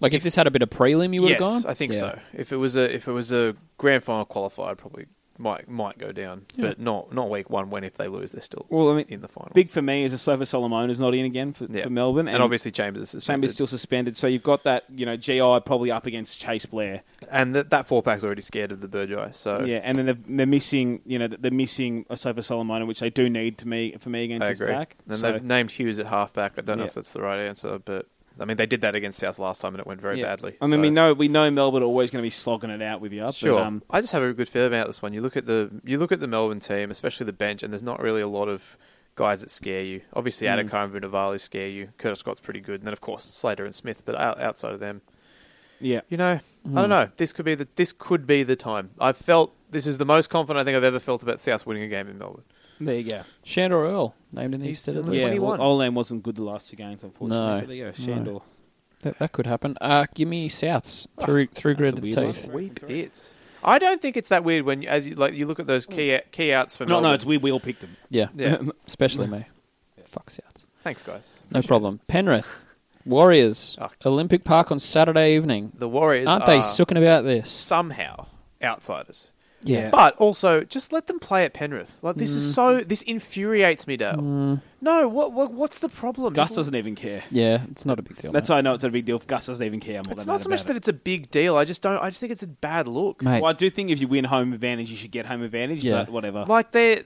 Like, if, this had a bit of prelim, you would yes, have gone? I think Yeah. so. If it was a if it was a grand final qualifier, I'd probably might might go down, but not not week one. When if they lose, they're still Well, I mean, in the final. Big for me is a Slava Solomon is not in again for, Yeah. for Melbourne, and, obviously Chambers is suspended. Chambers still suspended. So you've got that you know GI probably up against Chase Blair. and that that four pack's already scared of the Burgeye. So Yeah, and then they're, they're missing you know they're missing a Slava Solomon, which they do need to me for me against I his agree. back. And So- they've named Hughes at halfback. I don't know Yeah. if that's the right answer, but I mean they did that against South last time and it went very yeah. badly. I mean, so- we know we know Melbourne are always going to be slogging it out with you. Sure, But, um, I just have a good feeling about this one. You look at the you look at the Melbourne team, especially the bench, and there's not really a lot of guys that scare you. Hmm. Obviously, Adakar and Vunivalu scare you. Curtis Scott's pretty good, and then of course Slater and Smith. But out, outside of them, yeah. you know, I Hmm. don't know. This could be the this could be the time. I felt this is the most confident I think I've ever felt about South winning a game in Melbourne. There you go. Shandor Earl, named in the He's East of still the in League. the Yeah, Twenty-one. well, Olan wasn't good the last two games, unfortunately. No. So there you go, No. Shandor. That, that could happen. Uh, give me Souths. Through, through grid to the weird one. teeth. Sweep it. I don't think it's that weird when you, as you like you look at those key key outs for Mm. No, Melbourne. no, it's we we all picked them. Yeah. Yeah. Especially me. Fuck Souths. Thanks, guys. No problem. Penrith, Warriors, Ah. Olympic Park on Saturday evening. The Warriors Aren't they are sooking about this? somehow outsiders. Yeah. Mm. But also, just let them play at Penrith. Like this is so this infuriates me, Dale. No, what, what what's the problem? Gus Just- doesn't even care. Yeah, it's not a big deal. That's mate. how I know it's not a big deal. Gus doesn't even care. More It's than not so much about that it. it's a big deal. I just don't. I just think it's a bad look. Mate, Well, I do think if you win home advantage, you should get home advantage. Yeah. But whatever. Like they,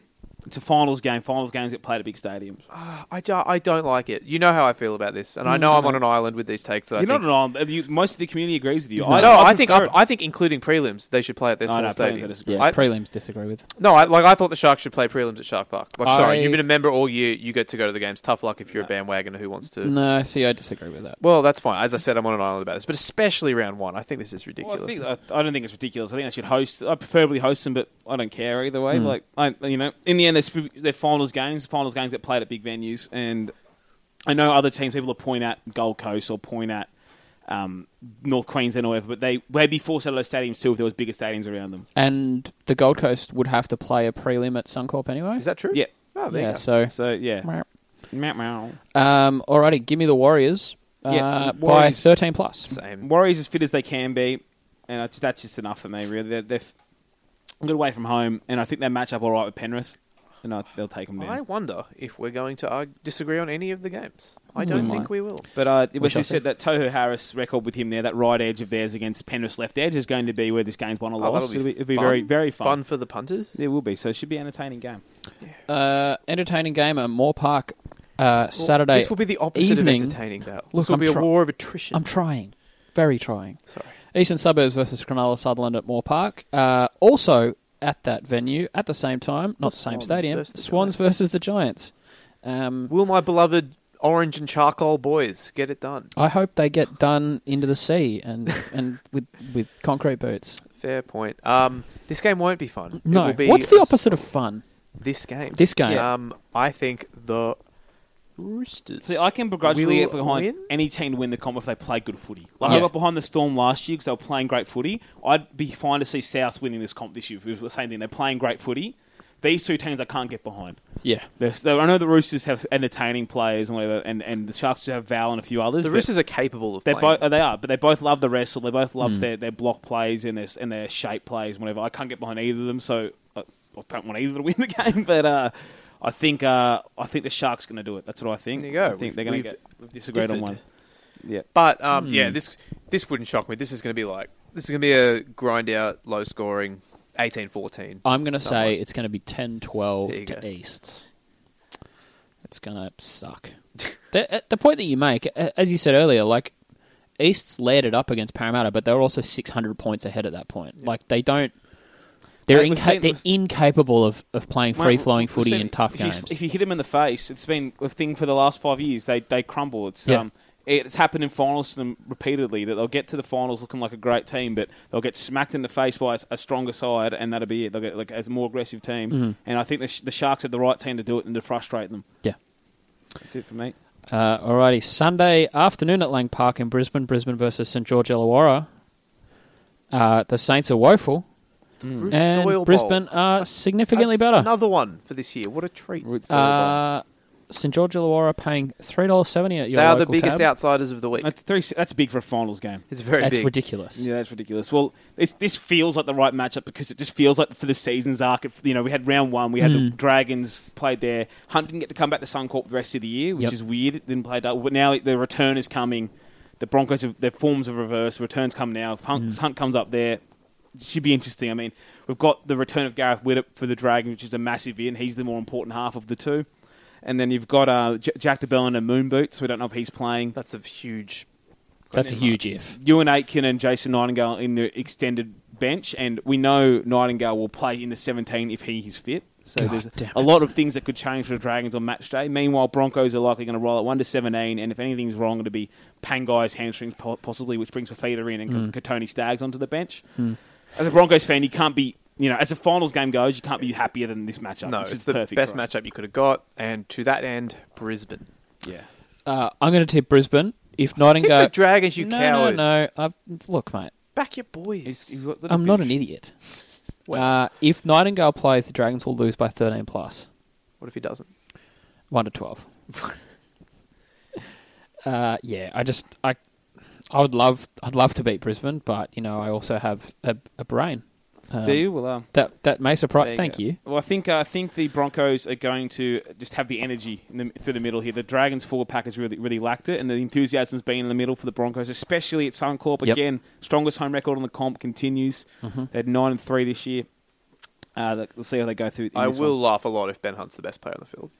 it's a finals game. Finals games get played at big stadiums. I, do- I don't like it. You know how I feel about this, and Mm. I know I'm on an island with these takes. that I You're not think, an island. You, most of the community agrees with you. I, I, no, I I, think prefer I, it. I think including prelims, they should play at their Oh, small no, prelims, I stadium. disagree. yeah, I- prelims disagree with. No, I, like I thought the Sharks should play prelims at Shark Park. Like, sorry, I- you've been a member all year. You get to go to the games. Tough luck if you're a bandwagoner who wants to. No, see, I disagree with that. Well, that's fine. As I said, I'm on an island about this, but especially round one. I think this is ridiculous. Well, I, think, I, I don't think it's ridiculous. I think I should host. I preferably host them, but I don't care either way. Like I, you know, in the end, they're, sp- they're finals games. Finals games get played at big venues, and I know other teams. People will point at Gold Coast or point at um, North Queensland or whatever, but they they'd be forced out of those stadiums too if there was bigger stadiums around them. And the Gold Coast would have to play a prelim at Suncorp anyway. is that true? Yeah. Oh, there you yeah, go. so. So yeah, meow meow. Um, alrighty, give me the Warriors, uh, Yeah, by Warriors. 13 plus. Same. Warriors as fit as they can be, and that's- that's just enough for me. Really, they're, they're f- good away from home, and I think they match up all right with Penrith, and I, they'll take them down. I wonder if we're going to argue, disagree on any of the games. I don't might. think we will. But uh, it was shall just see. said that Tohu Harris record with him there, that right edge of theirs against Penrith's left edge, is going to be where this game's won or Oh, lost. that'll it'll be, it'll be fun. very, very fun. Fun for the punters. It will be. So it should be an entertaining game. Uh, entertaining game at Moore Park uh, Well, Saturday. This will be the opposite evening. of entertaining, though. Look, this will I'm be a try- war of attrition. I'm trying, very trying. Sorry. Eastern Suburbs versus Cronulla Sutherland at Moore Park. Uh, also at that venue at the same time, not the same Swans stadium. versus the Swans Giants. versus the Giants. Um, Will my beloved orange and charcoal boys get it done? I hope they get done into the sea and and with with concrete boots. Fair point. Um, this game won't be fun. It No, will be what's the a- opposite of fun? This game. This game. Yeah. Um, I think the Roosters. See, I can begrudgingly will get behind win? any team to win the comp if they play good footy. Like I Yeah. got behind the Storm last year because they were playing great footy. I'd be fine to see South winning this comp this year. If it was the same thing, they're playing great footy. These two teams I can't get behind. yeah. They're- So I know the Roosters have entertaining players and whatever, and, and the Sharks have Val and a few others. The but Roosters are capable of They playing. both uh, they are, but they both love the wrestle. They both love their, their block plays and their and their shape plays, and whatever. I can't get behind either of them, so I, I don't want either to win the game. But uh, I think uh, I think the Sharks going to do it. That's what I think. There you go. I think We've- they're going we've- to get we've disagreed on differed. one. Yeah, But um, Hmm. yeah, this this wouldn't shock me. This is going to be like this is going to be a grind out, low scoring, 18-14. I'm going to Someone. say it's going to be 10 12 There you to go. Easts. It's going to suck. the, uh, the point that you make, a- as you said earlier, like Easts layered it up against Parramatta, but they were also 600 points ahead at that point. Like they don't. They're, Mate, we've inca- seen- they're we've- incapable of, of playing free flowing Well, footy see, in tough if games. You, if you hit them in the face, it's been a thing for the last five years. They they crumble. It's Yeah. um, it's happened in finals to them repeatedly that they'll get to the finals looking like a great team, but they'll get smacked in the face by a, a stronger side, and that'll be it. They'll get like as a more aggressive team, Mm-hmm. and I think the, sh- the Sharks have the right team to do it and to frustrate them. yeah. That's it for me. Uh, alrighty, Sunday afternoon at Lang Park in Brisbane. Brisbane versus St George Illawarra. Uh, the Saints are woeful, Mm. Roots and Doyle Bowl. Brisbane are significantly better. Another one for this year. What a treat. Uh, St George Illawarra paying three dollars seventy at your they are the local biggest tab. outsiders of the week. that's three. That's big for a finals game. It's very That's big. ridiculous. Yeah, that's ridiculous. Well, it's, this feels like the right matchup because it just feels like for the season's arc. If, you know, we had round one, we had Hmm. the Dragons played there. Hunt didn't get to come back to Suncorp the rest of the year, which Yep. is weird. It didn't play double, but now the return is coming. The Broncos, have, their forms are reversed. Returns come now. If Hunt, Hmm. Hunt comes up there. it Should be interesting. I mean, we've got the return of Gareth Widdop for the Dragons, which is a massive in. He's the more important half of the two. And then you've got uh, J- Jack DeBellin and Moon Boots. We don't know if he's playing. That's a huge. That's a huge if. Ewan Aitken and Jason Nightingale in the extended bench, and we know Nightingale will play in the 17 if he is fit. So God there's a- damn it. a lot of things that could change for the Dragons on match day. Meanwhile, Broncos are likely going to roll at 1 to 17, and if anything's wrong, it'll be Pangai's hamstrings po- possibly, which brings Fafita in and Mm. Ka- Katoni Staggs onto the bench. As a Broncos fan, you can't be, you know, as a finals game goes, you can't be happier than this matchup. No, This it's, is the perfect best for us. matchup you could have got. And to that end, Brisbane. Yeah. Uh, I'm going to tip Brisbane. If Tip Nightingale, the Dragons, you no, coward. no, no. I've, look, mate, Back your boys. I'm not an idiot. uh, if Nightingale plays, the Dragons will lose by 13 plus what if he doesn't? one to 12. uh, yeah, I just I, I would love I'd love to beat Brisbane, but you know I also have a, a brain. Um, Do you? Well, um, That that may There surprise. Thank go. you. Well, I think uh, I think the Broncos are going to just have the energy in the, through the middle here. The Dragons forward pack has really really lacked it, and the enthusiasm's been in the middle for the Broncos, especially at Yep. Suncorp. Mm-hmm. Again, strongest home record on the comp continues. They had nine and three this year. Uh, look, we'll see how they go through. in I this will one. laugh a lot if Ben Hunt's the best player on the field.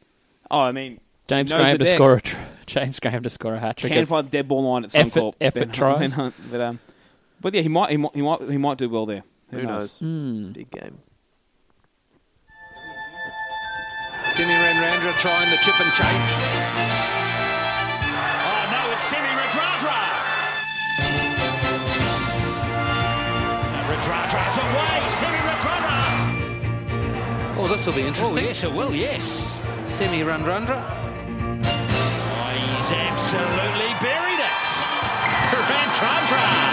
Oh, I mean, James he knows Graham to the deck. score a tr- James Graham to score a hat trick. Can find the dead ball line at Effort- Suncorp. effort Ben Hunt- tries. Ben Hunt. but um, but yeah, he might he might he might, he might do well there. Who, knows? Hmm. Mm. Big game. Simi Renrandra trying the chip and chase. Oh, no, it's Semi Radradra. And Radradra's away. Semi Radradra. Oh, this will be Oh, interesting. yes, it will, yes. Simi Renrandra. Oh, he's absolutely buried it. Radradra.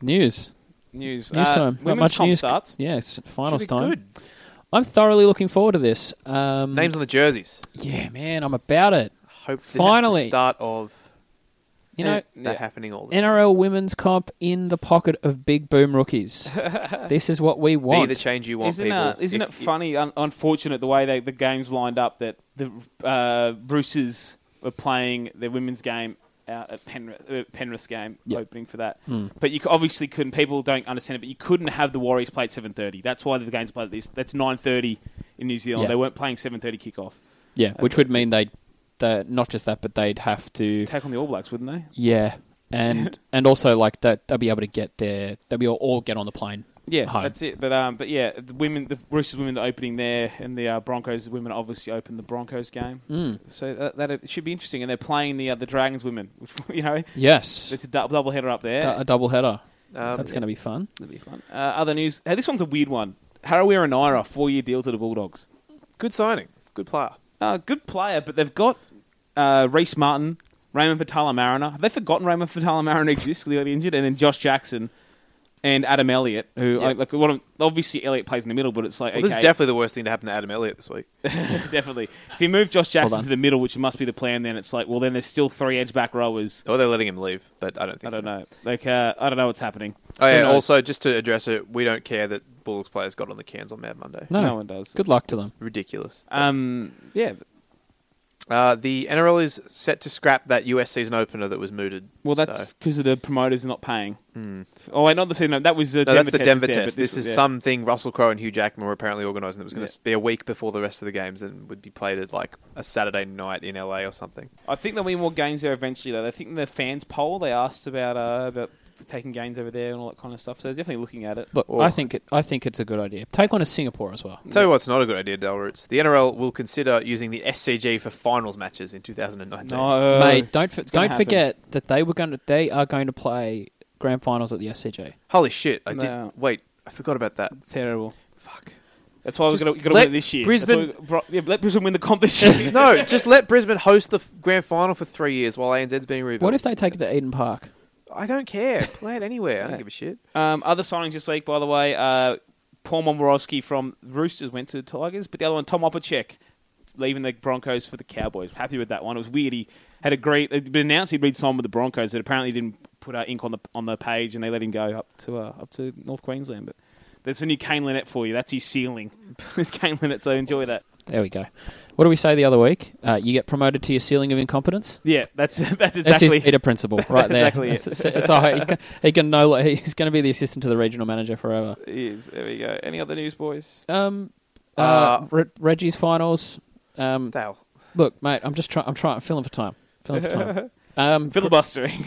News. News News Uh, time. Not women's much comp news. starts. Yes, finals Should be time. good. I'm thoroughly looking forward to this. Um, Names on the jerseys. yeah, man, I'm about it. Hope this is Finally. the start of You know, that happening all the time. NRL women's comp in the pocket of big boom rookies. this is what we Be want. the change you want, Isn't, people. uh, isn't If it funny, un- unfortunate the way they, the games lined up that the uh, Roosters were playing their women's game out at Penrith, uh, Penrith's game Yep. opening for that. Hmm. But you c- obviously couldn't. People don't understand it, but you couldn't have the Warriors play at seven thirty. That's why the games played at this. That's nine thirty in New Zealand. Yeah. They weren't playing seven thirty kickoff. yeah, which would mean they, they not just that, but they'd have to. Take on the All Blacks, wouldn't they? Yeah, and and also like that, they'll be able to get there. They'll be all, all get on the plane. Yeah, home. that's it. But um, but yeah, the women, the Roosters women are opening there, and the uh, Broncos women obviously open the Broncos game. Hmm. Mm. So that, that it should be interesting, and they're playing the uh, the Dragons women, which you know Yes, It's a dou- double header up there. a double header. Um, That's going to be fun. That'd be fun. Uh, other news. Hey, this one's a weird one. Harawira and Ira, four year deal to the Bulldogs. Good signing. Good player. Uh, good player, but they've got uh, Reese Martin, Raymond Fatala Mariner. Have they forgotten Raymond Fatala Mariner exists 'cause he got injured? And then Josh Jackson and Adam Elliott, who like, like one of, obviously Elliott plays in the middle, but it's like Well, okay, This is definitely the worst thing to happen to Adam Elliott this week. definitely. If you move Josh Jackson on. to the middle, which must be the plan, then it's like well, then there's still three edge back rowers. Or they're letting him leave, but I don't I think don't so. know. Like uh, I don't know what's happening. Oh, Who yeah, knows? also, just to address it, we don't care that Bulldogs players got on the cans on Mad Monday. No, No one does. Good luck to them. Ridiculous. um, yeah. Uh, the NRL is set to scrap that US season opener that was mooted. Well, so- Hmm. that's because of the promoters not paying. Oh, wait, not the same. No, that was uh, No, Denver that's the test Denver instead, test. but This, was- is yeah. something Russell Crowe and Hugh Jackman were apparently organising that was going to Yeah. be a week before the rest of the games and would be played at like a Saturday night in LA or something. I think there'll be more games there eventually, though. I think in the fans poll they asked about uh, about taking games over there and all that kind of stuff. So they're definitely looking at it. Look, Or- I think it, I think it's a good idea. Take one to Singapore as well. Tell you what's not a good idea, Del Roots. The NRL will consider using the SCG for finals matches in 2019. no, Mate, don't for, gonna don't happen. forget that they were going to they are going to play grand finals at the SCG. Holy shit! I No. did. Wait, I forgot about that. terrible. Fuck. That's why we're Just going to let win it this year. That's Brisbane- why we brought- yeah, let Brisbane win the comp this year. no, just let Brisbane host the f- grand final for three years while ANZ's being rebuilt. What if they take it to Eden Park? I don't care. Play it anywhere. I don't give a shit. um, other signings this week, by the way. Uh, Paul Momorowski from Roosters went to the Tigers, but the other one, Tom Opacek, leaving the Broncos for the Cowboys. Happy with that one. It was weird. He had a great. It had been announced he'd read signed with the Broncos, but apparently didn't put uh, ink on the on the page, and they let him go up to uh, up to North Queensland. But there's a new Kane Lynette for you. That's his ceiling. There's Kane Lynette, so enjoy that. There we go. What do we say the other week? Uh, you get promoted to your ceiling of incompetence. Yeah, that's that's That's exactly. his Peter principle right there. Exactly it. That's- that's all right. he can, he can no, lo- he's going to be the assistant to the regional manager forever. He is. There we go. Any other news, boys? Um, uh, Uh, Re- Reggie's finals. Um, Dale. look, mate, I'm just trying. I'm trying. I'm filling for time. Filling for time. Um, Filibustering.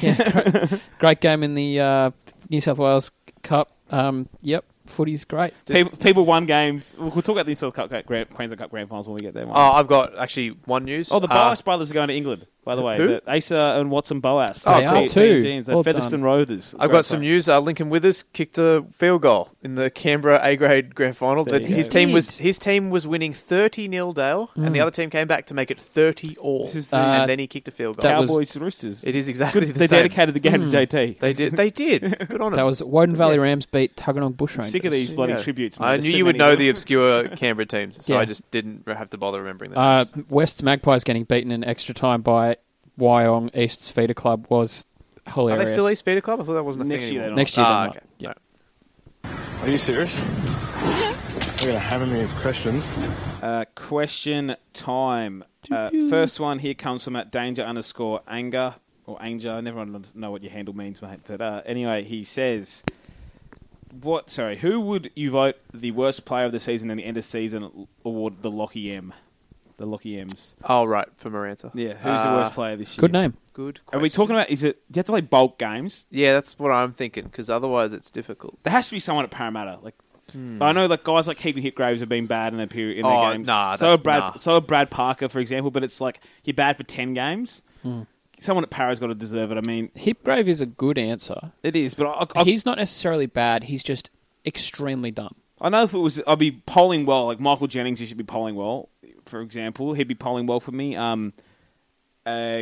great game in the uh, New South Wales Cup. Um, yep, footy's great. people, people won games. We'll, we'll talk about the South Cup, Grand, Queensland Cup Grand Finals when we get there. Oh, I've got actually one news. oh, the Uh, Boas brothers are going to England, by the way. Who? Oh, The Asa and Watson Boas. They The are P- too. P&Gs, the Well Featherstone done. Rovers. I've got some news. Uh, Lincoln Withers kicked a field goal in the Canberra A grade grand final. There That you his go. Mm. team Did. was his team was winning thirty 0 Dale, and the other team came back to make it thirty all, This is the- Uh, and then he kicked a field goal. that was- Cowboys and Roosters. it is exactly Good, the they same. Hmm. dedicated the game to JT. They did. They did. Good on That him. was Woden Valley Rams beat Tuggeranong Bushrangers. Sick of these bloody Yeah. tributes. Man. I There's knew too you would many know of the them. obscure Canberra teams, so Yeah. I just didn't have to bother remembering them. Uh, West Magpies getting beaten in extra time by Wyong East's feeder club was Are hilarious. they still East Feeder Club? I thought that wasn't a Next thing year anymore. they're Next year, Ah, they're not. okay. Yeah. Right. Are you serious? Yeah. We're gonna have any questions. Um, Uh, question time. Uh, first one here comes from at danger underscore anger or anger. I never under- know what your handle means, mate. But uh, anyway, he says, "What? Sorry, who would you vote the worst player of the season and the end of season award? The Lockie M, the Lockie M's. Oh, right, for Maranta. Yeah, who's the Uh, worst player this year? Good name. Good. Are we talking about? Is it? Do you have to play bulk games? Yeah, that's what I'm thinking, because otherwise it's difficult. There has to be someone at Parramatta. Like, I know like guys like Keegan Hitgraves have been bad in their period in their Hmm. Oh, games. nah, so that's- Brad, nah. so are Brad Parker, for example. But it's like you're bad for ten games. Hmm. Someone at Parra's got to deserve it. I mean, Hipgrave is a good answer. it is. But I, I, he's not necessarily bad. He's just extremely dumb. I know if it was, I'd be polling well. Like Michael Jennings, he should be polling well. For example, he'd be polling well for me. Um, uh,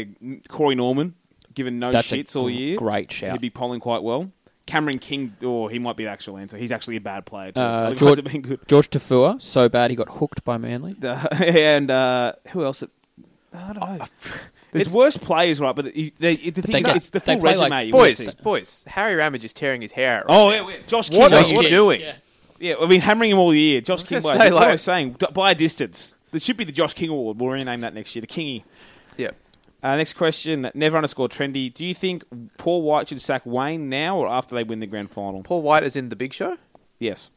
Corey Norman, given no That's a shits all year, great shout. He'd be polling quite well. Cameron King, or he might be the actual answer. He's actually a bad player. Too. Uh, Other guys George, have been good. George Tafua, so bad he got hooked by Manly. Uh, and uh, who else? It, I don't know. There's worse players, right? But you- they, the thing they is, get- it's the they full play resume. like you wanna Boys, see. boys, Harry Ramage is tearing his hair out. right Oh, now. yeah, yeah. Josh What Kimbo. are you doing? Yeah, I've been hammering him all year. Josh gonna King. By, say, that's what I like- was saying, D- by a distance. There should be the Josh King Award. We'll rename that next year. The Kingy. Yeah. Uh, next question. Never underscore trendy. Do you think Paul White should sack Wayne now or after they win the grand final? Paul White is in the Big Show. Yes.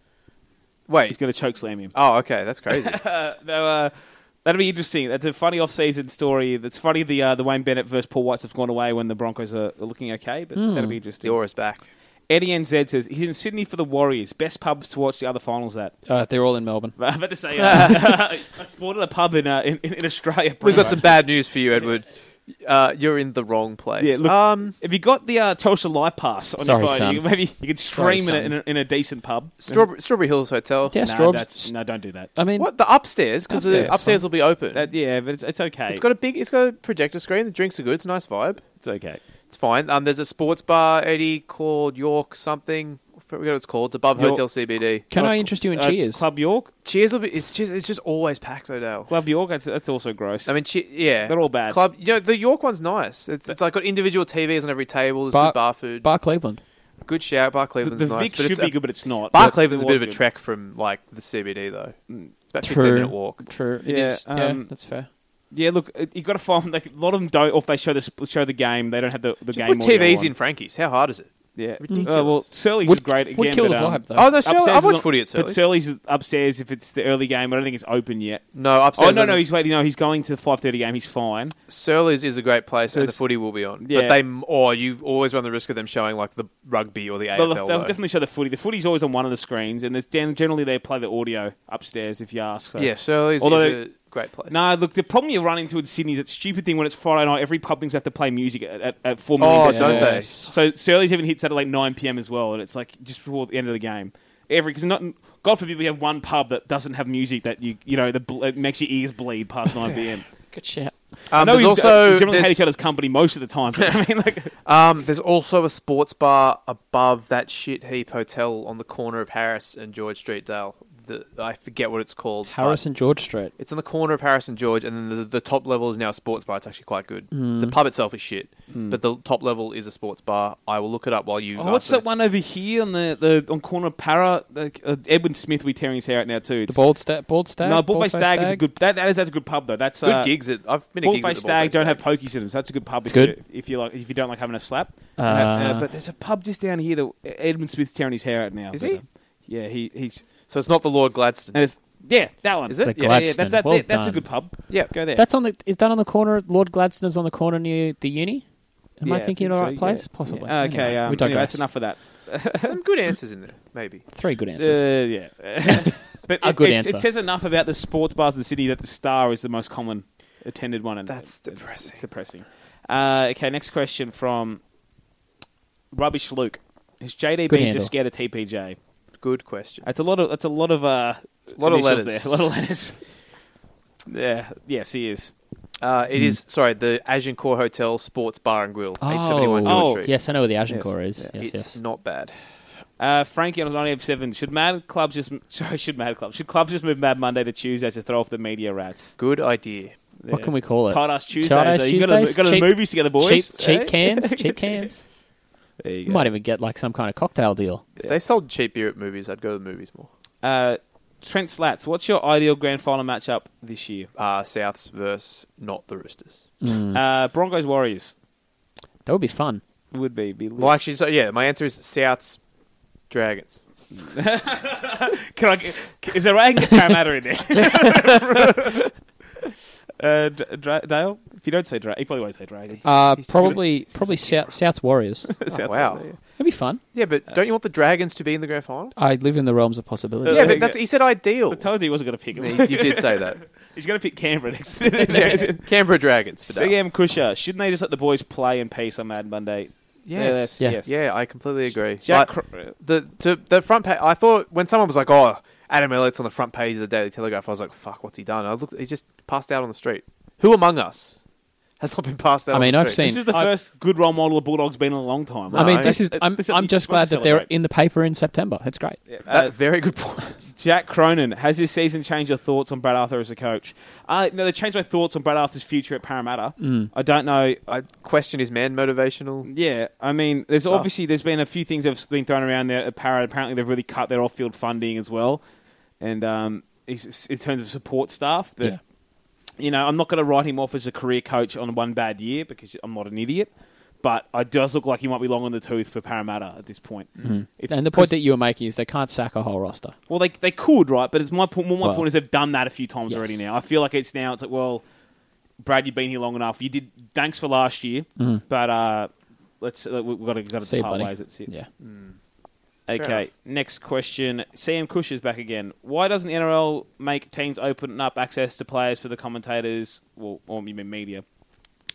He's Wait. going to choke slam him. Oh, okay, that's crazy. No, uh, that'll be interesting. That's a funny off-season story. That's funny. The uh, the Wayne Bennett versus Paul Whites have gone away when the Broncos are are looking okay, but Hmm. that'll be the interesting. aura's back. Eddie NZ says he's in Sydney for the Warriors. Best pubs to watch the other finals at. Uh, they're all in Melbourne. But I'm about to say, uh, I spotted a pub in, uh, in in Australia. We've got some bad news for you, Edward. uh, you're in the wrong place. Yeah, look- um, If you got the uh, Tulsa Live Pass on Sorry, your phone, son. You, maybe you could Sorry, stream it in a, in a decent pub. Strawberry, Strawberry Hills Hotel. Yeah, No, Straubs- that's, no, don't do that. I mean, What the upstairs? Because Upstairs, the upstairs will be open. that yeah, but it's, it's okay. It's got a big. It's got a projector screen. The drinks are good. It's a nice vibe. it's okay. It's fine. Um, there's a sports bar, Eddie, called York something. I forget what it's called. It's above York- Hotel CBD. can Well, I interest you in Uh, Cheers? Club York. Cheers will be. It's just. It's just always packed, Odell. Club York. That's, that's also gross. I mean, che- yeah, They're all bad. Club, you know, the York one's nice. It's, it's like got individual TVs on every table. There's Bar- good bar food. Bar Cleveland. good shout. Bar the, Cleveland's the nice. Vic but should it's be a- good, but it's not. Bar But Cleveland's it a bit was of a good. trek from like the CBD though. It's about True. fifteen minute walk. True. It Yeah, is- yeah, um, that's fair. Yeah, look, uh, you got to find like a lot of them don't. Or if they show the sp- show the game, they don't have the, the Just game. put audio TVs on. in Frankie's. How hard is it? Yeah, Ridiculous. Uh, well, Surly's is Would, great again. would kill but, the um, vibe though. Oh no, Surly, upstairs I've is watched not- footy at Surly's. But Surly's is upstairs if it's the early game. I don't think it's open yet. no, upstairs. oh no, no, is- he's waiting. No, he's going to the five thirty game. He's fine. Surly's is a great place, and the it's- footy will be on. yeah. But they or you always run the risk of them showing like the rugby or the AFL. They'll, though. they'll definitely show the footy. The footy's always on one of the screens, and there's gen- generally they play the audio upstairs if you ask. So. yeah, Surly's Although- is a great place. Um, No, look, the problem you run into in Sydney is that stupid thing when it's Friday night, every pub thinks they have to play music at, at, at 4 million Oh, decibels. don't they? So Surly's even hits that at like 9 p.m. as well, and it's like just before the end of the game. Every because not God forbid we have one pub that doesn't have music that you you know that ble- it makes your ears bleed past 9 p.m. Good shout. um, no, there's we also uh, generally hate there's, each other's company most of the time. But, I mean, like, um, there's also a sports bar above that shit heap hotel on the corner of Harris and George Street, Dale. The, I forget what it's called. but Harris and George Street. It's on the corner of Harris and George, and then the, the top level is now a sports bar. It's actually quite good. Hmm. The pub itself is shit, but the top level is a sports bar. I will look it up while you. oh, what's answer. that one over here on the, the on corner of Para? Like, uh, Edwin Smith, we tearing his hair out now too. The It's- bald stag. Bald stag. No, Bald Face Bald-faced Stag is a good. That, that is that's a good pub though. That's Good uh, gigs. At, I've been a gigs at Ballface the Stag Ballface don't Stag. have pokies in them, so that's a good pub. It's if you- good. if you like, if you don't like having a slap. Uh, Uh, but there's a pub just down here that Edmund Smith's tearing his hair out now. Is But, he? um, yeah, he he's So it's not the Lord Gladstone. and it's yeah that one. Is it? The Yeah, yeah, that's Gladstone. that- Well that's a done. good pub. Yeah. go there. That's on the. Is that on the corner? Lord Gladstone's on the corner near the uni. Am Yeah, I thinking of think the so, right yeah. place? Possibly. Yeah, okay, Anyway, um, we anyway, digress. that's enough of that. Some good answers in there, maybe. Three good answers. Uh, yeah, but A it, good it, answer. it says enough about the sports bars in the city that the Star is the most common attended one. And That's it's- depressing. It's depressing. Uh, okay, next question from Rubbish Luke. Is JDB Good just handle. scared of TPJ? Good question. That's a lot of that's a lot of uh, a Lot of letters. There. A lot of letters. yeah. Yes, he is. Uh, Hmm. it is sorry, the Agincourt Hotel Sports Bar and Grill, eight seventy one George Oh, Street. Yes, I know where the Agincourt is. Yes, it's yes. not bad. Uh, Frankie on 987. Should Mad Clubs just sorry? Should Mad Clubs should clubs just move Mad Monday to Tuesday to throw off the media rats? Good idea. What can we call it? Tight ass Tuesdays. Tight-ass so you got to Tuesdays? got to Cheap- movies together, boys. Cheap, cheap cans. cheap cans. There you You might even get like some kind of cocktail deal. If they sold cheap beer at movies, I'd go to the movies more. Uh, Trent Slats. What's your ideal grand final matchup this year? Uh, Souths versus not the Roosters. Mm. Uh, Broncos Warriors That would be fun. would be be. Well, actually, so yeah, my answer is Souths Dragons. Can I, get- is there a way I can get Parramatta in there? uh, Dra- Dra- Dale, if you don't say Dra he probably won't say Dragons. Uh, he's just probably probably South, South's Warriors. That'd Oh, wow. be fun. Yeah, but don't you want the Dragons to be in the grand final? I live in the realms of possibility. Yeah, but that's, he said ideal. I told you he wasn't going to pick you, him. you did say that. He's going to pick Canberra next. Yeah, Canberra Dragons. For that. CM Kusher, shouldn't they just let the boys play in peace on Mad Monday? Yes. Yeah. yes. Yeah, I completely agree. Jack But Cr- the to the front page. I thought when someone was like, "Oh, Adam Elliott's on the front page of the Daily Telegraph," I was like, "Fuck, what's he done?" I looked. He just passed out on the street. Who among us has not been passed out? I mean, on the I've street? This is the I- first good role model of Bulldogs been in a long time. I mean, No, this is. it's- I'm, it's- I'm just it's much glad to that they're celebrate. in the paper in September. That's great. That very good point. Jack Cronin, has this season changed your thoughts on Brad Arthur as a coach? Uh, no, they changed my thoughts on Brad Arthur's future at Parramatta. Mm. I don't know. I question is man motivational. Yeah, I mean, there's obviously there's been a few things that've been thrown around there at Parramatta. Apparently, they've really cut their off-field funding as well, and um, it's- in terms of support staff. But Yeah. you know, I'm not going to write him off as a career coach on one bad year because I'm not an idiot. But it does look like he might be long on the tooth for Parramatta at this point. It's- Mm-hmm. And the point that you were making is they can't sack a whole roster. well, they they could, right? But it's my point. Well, my Well- point is they've done that a few times Yes. already. Now I feel like it's now. It's like, well, Brad, you've been here long enough. You did thanks for last year, but uh, let's uh, we- we've got to got Mm-hmm. See to you, part buddy. ways. That's it. Yeah. Okay. Next question. Sam Cush is back again. Why doesn't NRL make teams open up access to players for the commentators? Well, or you mean media?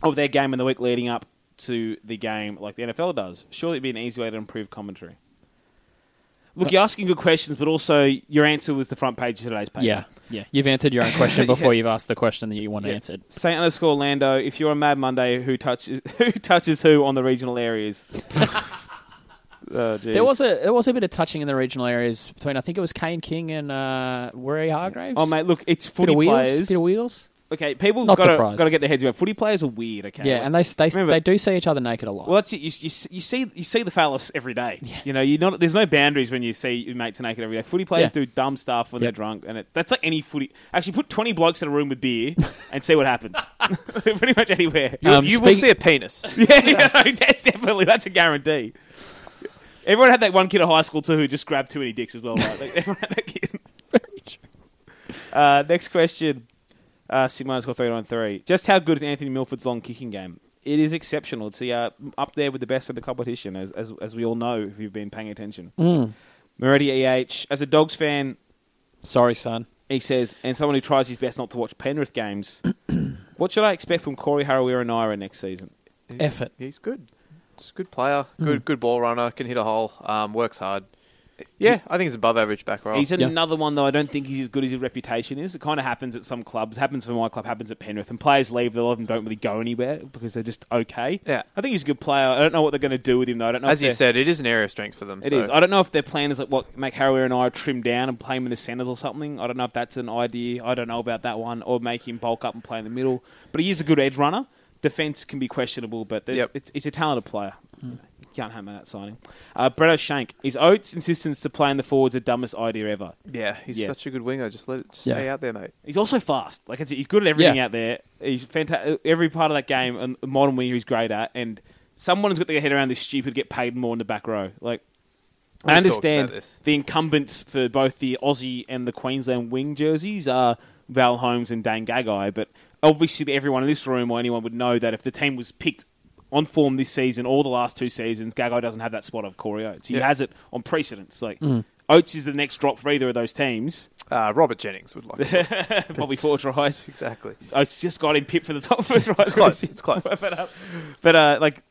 of their game in the week leading up to the game, like the NFL does. Surely it'd be an easy way to improve commentary. Uh, Look, you're asking good questions, but also your answer was the front page of today's paper. Yeah, yeah. You've answered your own question before you've asked the question that you want Yeah. answered. Saint underscore Lando, if you're a Mad Monday, who touches who touches who on the regional areas? oh, There was a there was a bit of touching in the regional areas between I think it was Kane King and uh, Rory Hargraves. Oh mate, look, it's bit footy of wheels, players. bit of wheels. Okay, people Not gotta surprised. gotta get their heads around. Footy players are weird. Okay, Yeah, Like, and they they, remember- they do see each other naked a lot. Well, that's it. You, you, you see you see the phallus every day. You know, you not there's no boundaries when you see your mates naked every day. Footy players Yeah. do dumb stuff when Yep. they're drunk, and it, that's like any footy. Actually, put twenty blokes in a room with beer and see what happens. Pretty much anywhere. Um, you will speak- see a penis. yeah, yeah, that's definitely that's a guarantee. Everyone had that one kid at high school too who just grabbed too many dicks as well. Right? Like, everyone had that kid. Uh, next question. Uh, Sigma score three nine three. Just how good is Anthony Milford's long kicking game? It is exceptional. It's the, uh, up there with the best of the competition, as, as as we all know if you've been paying attention. Mm. Moretti EH, as a Dogs fan, Sorry, son. he says, and someone who tries his best not to watch Penrith games. what should I expect from Corey Harawira Naira next season? He's- Effort. He's good. He's a good player. Good good ball runner. Can hit a hole. Um, works hard. Yeah, I think he's above average back row. He's Yeah. another one though. I don't think he's as good as his reputation is. It kind of happens at some clubs. Happens for my club. Happens at Penrith. And players leave. A lot of them don't really go anywhere because they're just okay. Yeah. I think he's a good player. I don't know what they're going to do with him though. I don't know. As if you they're- said, it is an area of strength for them. it so- is. I don't know if their plan is like what make Harrier and I trim down and play him in the centres or something. I don't know if that's an idea. I don't know about that one. Or make him bulk up and play in the middle. But he is a good edge runner. Defence can be questionable, but there's, Yep. it's, it's a talented player. You Can't hammer that signing. Uh, Brett O'Shank. Is Oates' insistence to play in the forwards the dumbest idea ever? Yeah, he's Yes. such a good winger. Just let it just Yeah. stay out there, mate. He's also fast. Like it's, he's good at everything Yeah. out there. He's fantastic. Every part of that game, and modern winger, he's great at. And someone's got their head around this stupid get paid more in the back row. Like I We've talked understand about this. the incumbents for both the Aussie and the Queensland wing jerseys are Val Holmes and Dane Gagai, but obviously everyone in this room or anyone would know that if the team was picked on form this season or the last two seasons, Gagai doesn't have that spot of Corey Oates. He Yeah. has it on precedence. Like Oates is the next drop for either of those teams. Uh, Robert Jennings would like it. Probably four tries. exactly. I just got in pit for the top first right. It's close. It's close. but, uh, but uh, like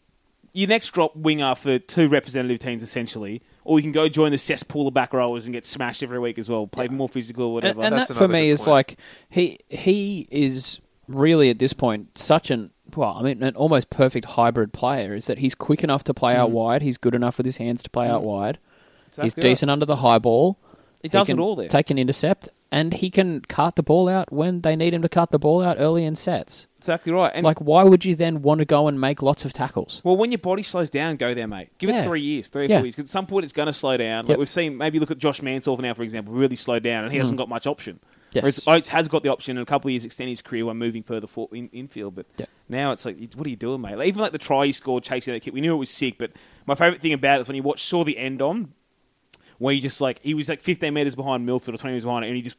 your next drop winger for two representative teams essentially, or you can go join the cesspool of back rowers and get smashed every week as well. Play more physical, And, whatever. and That's that for another me good is point. like he he is really at this point such an well, I mean, an almost perfect hybrid player is that he's quick enough to play Mm. out wide. He's good enough with his hands to play out wide. he's exactly right. decent under the high ball. He does can it all there. Take an intercept, and he can cart the ball out when they need him to cart the ball out early in sets. exactly right. And like, why would you then want to go and make lots of tackles? Well, when your body slows down, go there, mate. Give Yeah. it three years, three or Yeah. four years. 'cause at some point, it's going to slow down. Like Yep. we've seen, maybe look at Josh Mansell now, for example, really slowed down, and he hasn't got much option. Mm-hmm. Yes. Whereas Oates has got the option in a couple of years, extend his career while moving further for, in, infield. But Yeah. now it's like, what are you doing, mate? Like, even like the try he scored, chasing that kick, we knew it was sick. But my favourite thing about it is when you watch, saw the end on, where he just like he was like 15 meters behind Milford or 20 meters behind, and he just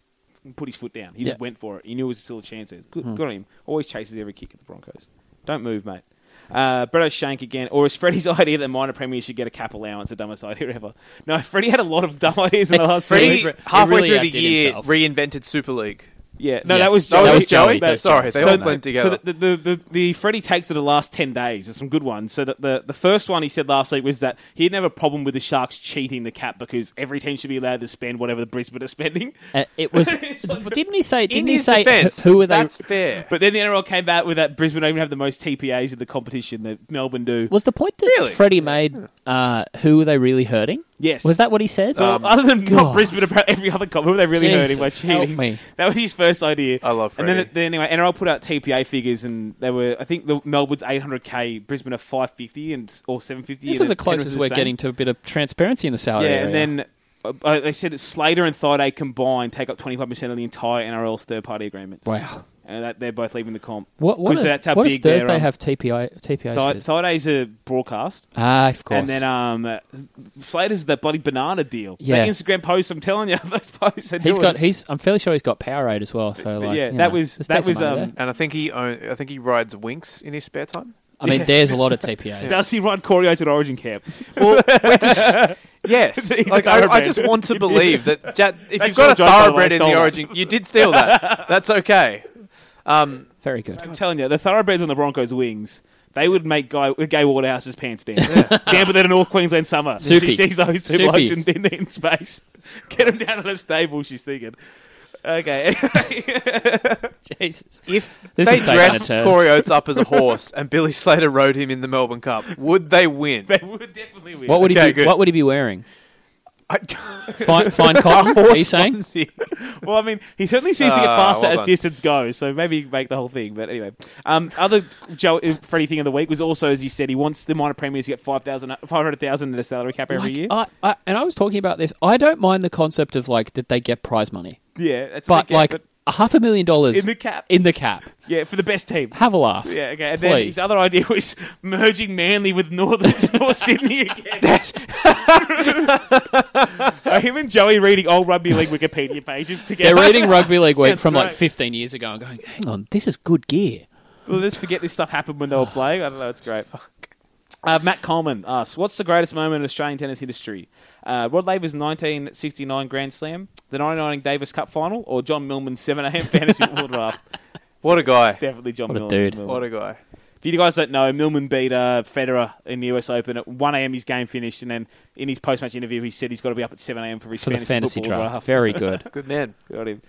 put his foot down. He just Yeah. went for it. He knew it was still a chance. There. Good, good on him. Always chases every kick at the Broncos. Don't move, mate. Uh, Brett Shank again, or is Freddie's idea that minor premiers should get a cap allowance the dumbest idea ever? No, Freddie had a lot of dumb ideas in the last. Freddie- few Freddie, weeks. halfway really through the outdid year, himself. reinvented Super League. yeah, no, Yeah. that was That Joey. was Joey. That was Sorry, they all no, blend together. So the, the, the, the Freddie takes of the last ten days. There's some good ones. So the, the the first one he said last week was that he didn't have a problem with the Sharks cheating the cap because every team should be allowed to spend whatever the Brisbane are spending. Uh, it was. It's like- didn't he say? In Didn't he his say? defense, who were they? That's fair. But then the NRL came out with that Brisbane don't even have the most TPAs in the competition that Melbourne do. Was the point that Really? Freddie made uh, who were they really hurting? Yes. Uh, Was that what he said? So Um, other than not God. Brisbane, apparently every other club, who were they really hurting by Jesus, help cheating? me. That was his first idea. I love And then, Freddie. then anyway, NRL put out TPA figures, and they were I think the Melbourne's 800k, Brisbane are 550 and or 750. this and is the Penrith's closest we're same. getting to a bit of transparency in the salary. Yeah, area. and then uh, uh, they said that Slater and Thaiday combined take up 25 percent of the entire NRL's third party agreements. wow, And that, they're both leaving the comp. what what, 'Cause are- that's how what big does their, Thursday um, have TPI TPI? Thai- with? Thaiday's a broadcast. ah, of course. And then um, Slater's that bloody banana deal. Yeah. That Instagram post, I'm telling you, that post. They're he's doing got it. he's. I'm fairly sure he's got Powerade as well. So like, uh, yeah, you that know, was- there's that decent was, money um, there. and I think he own, I think he rides Winks in his spare time. I mean, there's a lot of TPAs. Does he run Corey Oates at Origin camp? Well, we're just- yes. He's a Like, I, I thoroughbred. just want to believe that Ja- if That's you've got your a joke, by the way, thoroughbred in stole the that. origin, you did steal that. That's okay. Um, Very good. I'm telling you, the thoroughbreds on the Broncos' wings, they would make Guy, Gay Waterhouse's pants damp. Damper than an North Queensland summer. Soupy. She sees those two Soupy. blokes in, in, in space. Get them down to the stable, she's thinking. Okay. Jesus. if This they is taking a dressed turn. Corey Oates up as a horse and Billy Slater rode him in the Melbourne Cup, would they win? they would definitely win. What would he Okay, be? good. What would he be wearing? I, Fine, fine cotton. Are you saying? Well, I mean, he certainly seems to get Ah, faster well as done. distance goes, so maybe he can make the whole thing. But anyway, um, other Joe Freddie thing of the week was also, as you said, he wants the minor premiers to get 5,000 500,000 in the salary cap every Like, uh, year. I, I, and I was talking about this. I don't mind the concept of like that they get prize money, yeah, that's but what they get, like a half a million dollars in the cap. in the cap. yeah, for the best team. Have a laugh. Yeah, okay. And then Please. his other idea was merging Manly with Northern North Sydney again. Uh, him and Joey reading old rugby league Wikipedia pages together. They're reading Rugby League Week Sounds from like great. 15 years ago and going, hang on, this is good gear. Well, let's forget this stuff happened when they were playing. I don't know. It's great. Uh, Matt Coleman asks, "What's the greatest moment in Australian tennis history? Uh, Rod Laver's 1969 Grand Slam, the 99 Davis Cup final, or John Millman's 7 a.m. fantasy football draft? What a guy. Definitely John What a Millman. dude. Millman. What a guy. If you guys don't know, Millman beat uh, Federer in the US Open at 1 a.m. His game finished, and then in his post-match interview, he said he's got to be up at 7 a.m. for his For the fantasy fantasy, football draft. Very good. Good man. Got him.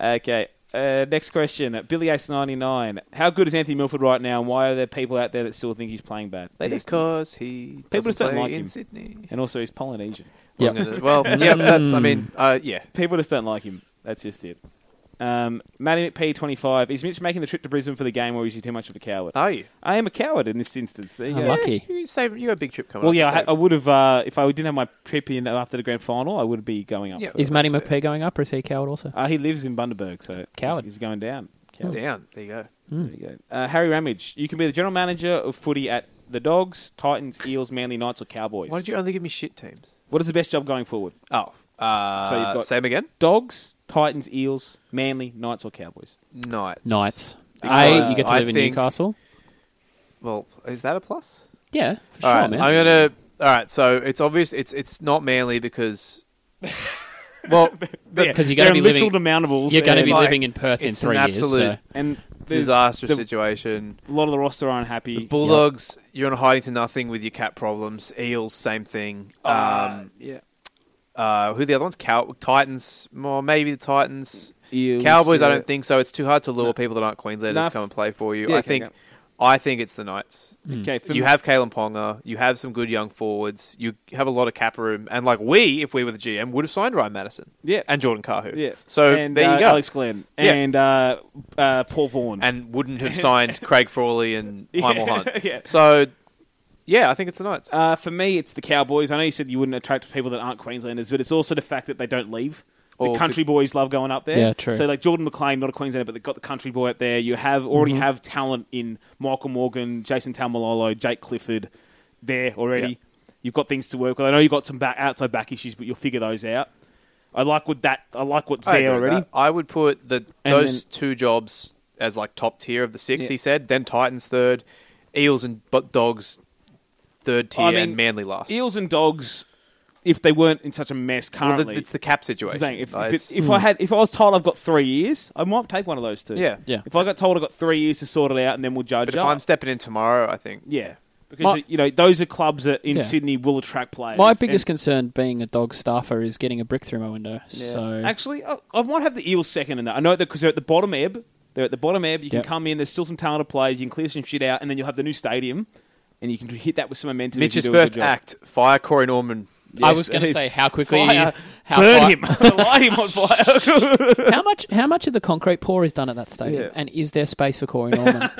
Okay. Uh, next question. Billy Ace 99. How good is Anthony Milford right now, and why are there people out there that still think he's playing bad? They just- Because he People doesn't just don't play like in him. Sydney. and also he's Polynesian. Yeah. Wasn't it? Well, yeah, that's, I mean, uh, yeah. People just don't like him. That's just it. Um, Matty McP25. Is Mitch making the trip to Brisbane for the game, or is he too much of a coward? Are you? I am a coward in this instance. There you How go. Uh, lucky. Okay. Yeah, you, save, you got a big trip coming Well, up, yeah, I, so- ha- I would have. Uh, if I didn't have my trip in after the grand final, I would be going up. Yeah. for it. Is Matty That's McPhee going up or is he a coward also? Uh, he lives in Bundaberg, so Coward. He's, he's going down. Coward. down. There you go. There you go. Uh, Harry Ramage, you can be the general manager of footy at the Dogs, Titans, Eels, Manly Knights, or Cowboys. Why did you only give me shit teams? What is the best job going forward? Oh, uh, So you've got- same again. Dogs, Titans, Eels, Manly Knights, or Cowboys? Knights. Knights. Because A, you get to I live in think- Newcastle. Well, is that a plus? Yeah, for All sure, right, man. I'm gonna. All right, so it's obvious. It's it's not manly because. Well, the, Because you're going to be literal living, demountables. you're going to and- be like, living in Perth in it's three an years. absolute- so- and there's a disastrous the- situation. lot of the roster aren't happy. Bulldogs, you're on hiding to nothing with your cat problems. Eels, same thing. Um, Oh, yeah. uh, who are the other ones? Cow- Titans, well, maybe the Titans. Eels, Cowboys, I yeah. don't think so. It's too hard to lure people that aren't Queenslanders Nah, to come and play for you. yeah, I okay, think, okay. I think it's the Knights. Okay, for you me- have Kalen Ponga. You have some good young forwards. You have a lot of cap room. And like we, if we were the GM, would have signed Ryan Madison. Yeah. and Jordan Carhu. Yeah. So and, there uh, you go. Alex Glenn Yeah. and uh, uh, Paul Vaughan. and wouldn't have signed Craig Frawley and Yeah, Heimel Hunt. yeah. So yeah, I think it's the Knights. Uh, for me, it's the Cowboys. I know you said you wouldn't attract people that aren't Queenslanders, but it's also the fact that they don't leave. The Or country boys love going up there. Yeah, true. So like Jordan McLean, not a Queenslander, but they've got the country boy up there. You have already Mm-hmm. have talent in Michael Morgan, Jason Tamalolo, Jake Clifford there already. You've got things to work with. I know you've got some back, outside back issues, but you'll figure those out. I like what that. I like what's I there agree with already. that. I would put the And those then- two jobs as like top tier of the six. Yeah. He said. Then Titans third, Eels and but Dogs third tier, I mean, and Manly last. Eels and dogs, if they weren't in such a mess Well, currently, the, it's the cap situation. saying if, Like, if, it's- mm. if I had if I was told I've got three years, I might take one of those two. Yeah. Yeah. If I got told I've got three years to sort it out, and then we'll judge. but if up, I'm stepping in tomorrow, I think yeah, because My- you know those are clubs that in Yeah. Sydney will attract players. My biggest And concern being a dog staffer is getting a brick through my window. So actually, I, I might have the Eels second in that. I know that because they're at the bottom ebb. They're at the bottom ebb. You can Yep. come in. There's still some talented players. You can clear some shit out, and then you'll have the new stadium, and you can hit that with some momentum. if you Mitch's do a good first job. act fire Corey Norman. I Yes, was going it to is. say how quickly, Fire. how burn fi- him, light him on fire. how much, how much of the concrete pour is done at that stadium, Yeah. and is there space for Corey Norman?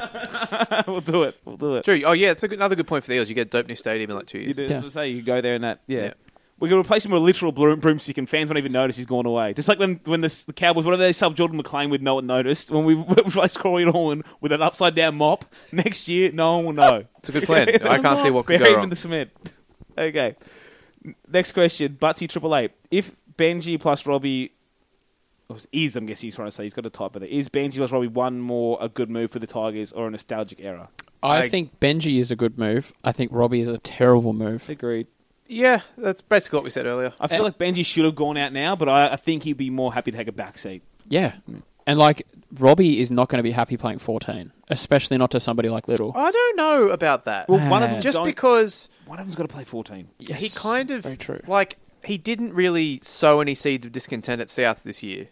we'll do it. We'll do it. True. Oh yeah, it's a good, another good point for the Eels. You get a dope new stadium in like two You years. do. Yeah. That's what I say. You go there and that. Yeah. Yeah. We're going to replace him with a literal broom, broomstick, and fans won't even notice he's gone away. Just like when, when the, the Cowboys, whenever they sub Jordan McLean with no one noticed, when we replace Corey Norman with an upside down mop, next year no one will know. It's a good plan. I can't see what could go Bury him in wrong. the cement. Okay. Next question, Butsy Triple Eight. If Benji plus Robbie or is, I'm guessing he's trying to say he's got a type of it. Is Benji plus Robbie one more a good move for the Tigers or a nostalgic era? I, I- think Benji is a good move. I think Robbie is a terrible move. Agreed. Yeah, that's basically what we said earlier. Eh. I feel like Benji should have gone out now, but I, I think he'd be more happy to take a back seat. Yeah, And like Robbie is not going to be happy playing 14, especially not to somebody like Little. I don't know about that. Well, one of Uh, them just because one of them's got to play fourteen. Yes, he kind of very true. like he didn't really sow any seeds of discontent at South this year.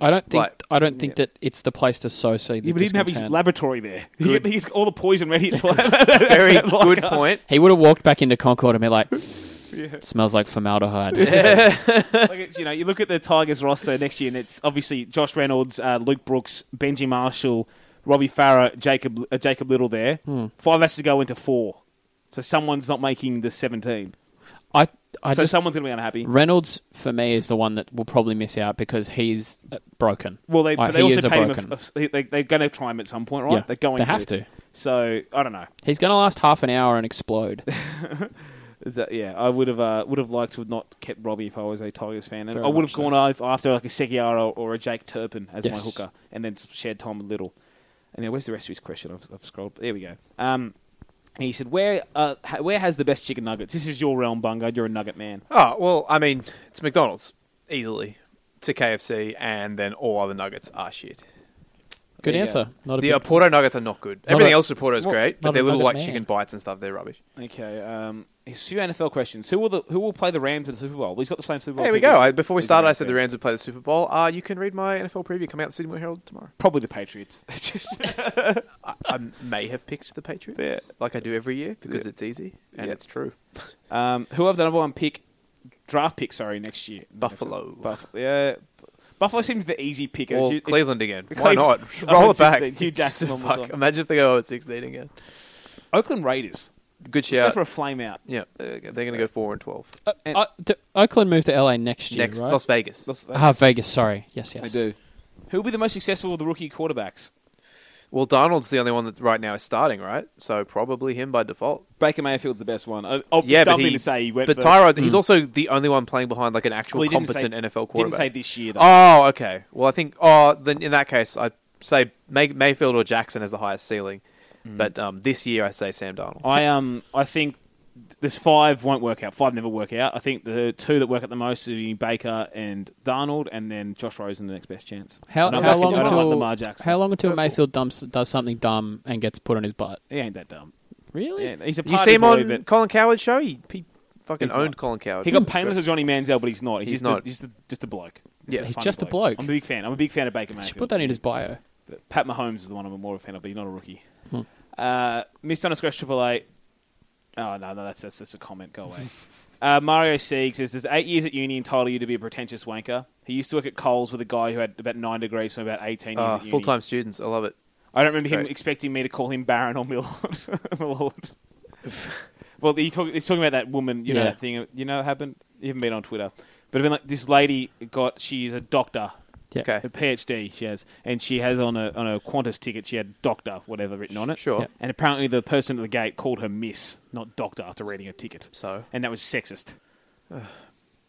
I don't think like- I don't think that it's the place to sow seeds. Yeah, of but he didn't have his discontent. laboratory there. He, Good. he's got all the poison ready at the lab. Very good point. He would have walked back into Concord and be like, "Smells like formaldehyde." like it's, you know, you look at the Tigers roster next year, and it's obviously Josh Reynolds, uh, Luke Brooks, Benji Marshall, Robbie Farah, Jacob uh, Jacob Little. There, Hmm. five has to go into four, so someone's not making the seventeen. I I so just someone's going to be unhappy. Reynolds for me is the one that will probably miss out because he's uh, broken. Well, they, Like, but they he also is a paid him. broken. A, f- a- they, they're going to try him at some point, right? Yeah, they're going. they have to. So I don't know. He's going to last half an hour and explode. Is that, yeah, I would have uh, would have liked to have not kept Robbie if I was a Tigers fan, and Very I would much have gone af- after like a Sekiara or a Jake Turpin as my Yes. hooker, and then shared time with Little. And now, where's the rest of his question? I've, I've scrolled. There we go. Um, and he said, "Where uh, ha- where has the best chicken nuggets? This is your realm, Bungo. You're a nugget man. Oh well, I mean, it's McDonald's easily to KFC, and then all other nuggets are shit. Good Yeah. answer. Not a The big, uh, Porto nuggets are not good. Everything a- else with Porto is not- great, not but a their little nugget like man. chicken bites and stuff, they're rubbish. Okay. Um, his few NFL questions. Who will the, who will play the Rams in the Super Bowl? Well, he's got the same Super Bowl. There we pick go. as- I, before we as started, I Rams said the fan. Rams would play the Super Bowl. Uh, you can read my NFL preview coming out in the Sydney Herald tomorrow. probably the Patriots. Just, I, I may have picked the Patriots, Yeah. like I do every year, because Yeah. it's easy and Yeah. it's true. Um, who have the number one pick, draft pick? Sorry, next year. Buffalo. Buff- yeah, Buffalo seems the easy pick. Or It's- Cleveland again. Cle- Why not? I'm Roll on it back. 16. Hugh Jackson one more Fuck. time. Imagine if they go 16 again. Oakland Raiders. Good Let's shout. go for a flame out. yeah, they're going to go 4 and 12. uh, uh, d- Oakland moved to LA next year, Next, right? Las Vegas. Let's- ah, Vegas. Sorry. Yes, yes. They do. Who will be the most successful of the rookie quarterbacks? Well, Donald's the only one that right now is starting, right? So probably him by default. Baker Mayfield's the best one. Oh, oh, Yeah, dumb but thing he, to say. He went but for- Tyrod, he's also the only one playing behind like an actual Hmm. Well, he didn't say- competent NFL quarterback. Didn't say this year though. Oh, okay. Well, I think. Oh, then in that case, I would say May- Mayfield or Jackson has the highest ceiling. Mm-hmm. But um, this year, I say Sam Darnold. I um I think there's five won't work out. Five never work out. I think the two that work out the most would be Baker and Darnold, and then Josh Rosen the next best chance. How, And I how reckon- long I don't like until Lamar Jackson. how long until Mayfield dumps, does something dumb and gets put on his butt? He ain't that dumb. Really? Yeah, he's a you party see him boy, on but Colin Coward's show. He, he fucking He's owned not. Colin Coward. he got painless as Johnny Manziel, but he's not. He's, He's just A, not. just, a, just a bloke. Yeah. He's funny just a bloke. I'm a big fan. I'm a big fan of Baker You should Mayfield. put that in his bio. But Pat Mahomes is the one I'm more of a fan of, but he's not a rookie. Hmm. Uh, Missed underscore triple eight. Oh no, no, that's that's just a comment. Go away. uh, Mario Sieg says, "Does eight years at uni entitle you to be a pretentious wanker?" He used to work at Coles with a guy who had about nine degrees from about eighteen years. Uh, at uni. Full time students. I love it. I don't remember him Great. expecting me to call him Baron or Milord. Milord. well, he talk, he's talking about that woman, you know, Yeah. that thing. You know, what happened. You haven't been on Twitter, but I mean, like this lady got. She's a doctor, Yeah. Okay. a PhD. She has, and she has on a on a Qantas ticket. She had doctor, whatever, written on it. Sure. Yeah. And apparently, the person at the gate called her Miss, not Doctor, after reading her ticket. So And that was sexist.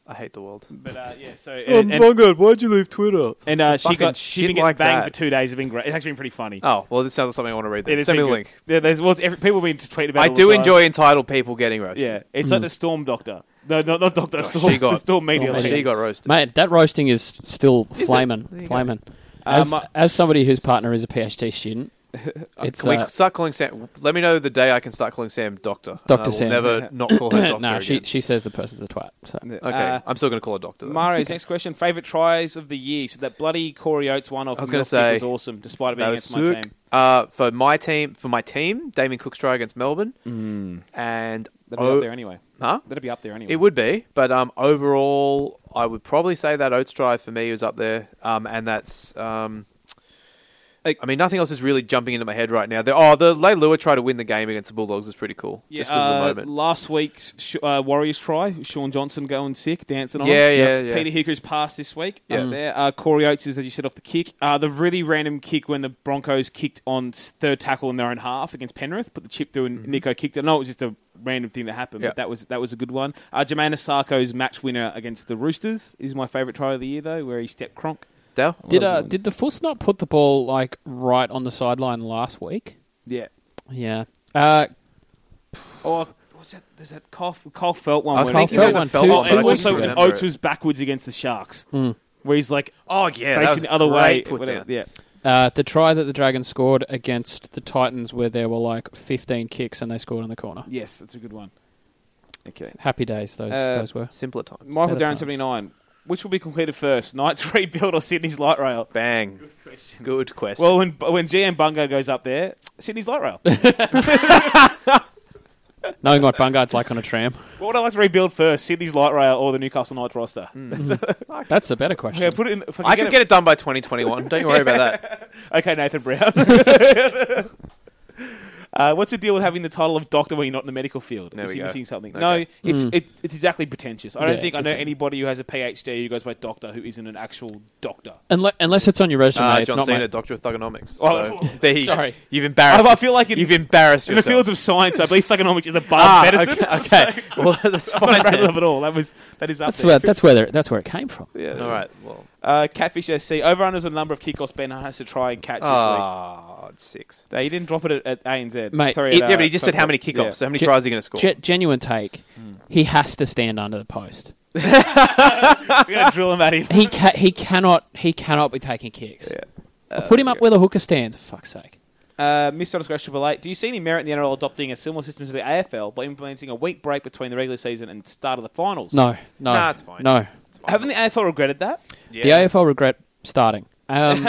I hate the world. But uh, yeah, so and, and, God, why'd you leave Twitter? and, uh, she Oh, Fucking got she shit been getting like banged that. for two days. It's been great. It's actually been pretty funny. Oh well, this sounds like something I want to read. It Then. has Send me been the good. link. Yeah, there's well, it's every, people have been tweeting about. I it all the do time. enjoy entitled people getting roasted. Yeah, it's like the Storm Doctor. No, no, not Oh, Doctor. Storm, she got- Storm Media. Storm Lady. She got roasted. Mate, that roasting is still flaming, flaming. As, Um, I- as somebody whose partner is a PhD student, it's Can uh, we start calling Sam? Let me know the day I can start calling Sam Doctor. Dr. I will Sam. Never not call her Doctor. nah. She again. she says the person's a twat. So. Okay, Uh, I'm still going to call her Doctor. Though. Mario's next question: favorite tries of the year. So that bloody Corey Oates one off. I was going gonna to say, was awesome, despite it being That was against my sick. team. Uh, for my team, for my team, Damien Cook's try against Melbourne, Mm. and That'd be o- up there anyway. huh? That'd be up there anyway. Oh, It would be, but um, overall, I would probably say that Oates try for me was up there, um, and that's um, I mean, nothing else is really jumping into my head right now. There, oh, the Leilua try to win the game against the Bulldogs was pretty cool, Yeah, just 'cause uh, of the moment. last week's sh- uh, Warriors try, Sean Johnson going sick, dancing on. Yeah, him. yeah, yeah. Peter Hickory's pass this week. Yeah, Yeah. there. Uh, Corey Oates is, as you said, off the kick. Uh, the really random kick when the Broncos kicked on s- third tackle in their own half against Penrith, put the chip through, and Nico kicked it. No, it was just a random thing that happened, Mm-hmm. Yeah. but that was that was a good one. Uh, Jermaine Sarko's match winner against the Roosters is my favourite try of the year, though, where he stepped cronk. Dale? Did uh, did the Fuss not put the ball like right on the sideline last week? Yeah. Yeah. Uh, Or Oh, uh, what's that? There's that Cole, Cole Felt one. I was where- thinking there's Felt a one felt too. one, Oh, but I and couldn't also also, remember Hmm. when Oates was backwards against the Sharks. where he's like Oh yeah, that was facing the other great way. put whatever. down. Yeah, Uh, the try that the Dragons scored against the Titans, where there were like 15 kicks and they scored in the corner. yes, that's a good one. Okay, Happy days, those Uh, those were. Simpler times. Michael Better Darren times. seventy nine. Which will be completed first, Knights rebuild or Sydney's light rail? Bang. Good question. Good question. Well, when when GM Bungo goes up there, Sydney's light rail. what Knowing what Bungard's like on a tram, would I like to rebuild first, Sydney's light rail or the Newcastle Knights roster? that's the better question. Okay, put it in. if I can get it done by 2021. Don't you worry about that. Okay, Nathan Brown. Uh, what's the deal with having the title of doctor when you're not in the medical field? There Is we he go. missing something? Okay. No, it's it, it's exactly pretentious. I don't Yeah, think I it's a know thing. anybody who has a PhD who goes by doctor who isn't an actual doctor. Unle- unless it's on your resume, Uh, it's John not Cena, my- Doctor of Thugonomics. Oh, So, there you go. sorry. You've embarrassed. I- I feel like in- you've embarrassed In the yourself. field of science, I believe psychonomics is above ah, medicine. Okay. okay. well, that's I fine. don't then. love it all. That was that is up That's there. where that's where that's where it came from. Yeah. All right. Well, Uh, Catfish SC over unders the number of kickoffs Ben has to try and catch this week. ah, it's six. They- He didn't drop it at, at ANZ. Mate, Sorry, it- at, yeah, uh, but he just said how many Suncorp. kickoffs. So how many Ge- tries are you going to score? Ge- genuine take. Hmm. He has to stand under the post. Yeah. We're gonna drill him at him. He ca- he cannot he cannot be taking kicks. put him up where the hooker stands. For fuck's sake. Uh, Miss Underscore Triple Eight. Do you see any merit in the NRL adopting a similar system to the AFL by implementing a week break between the regular season and start of the finals? No, no, Nah, it's fine. no. It's fine. Haven't the AFL regretted that? yeah. The AFL regret starting. Um,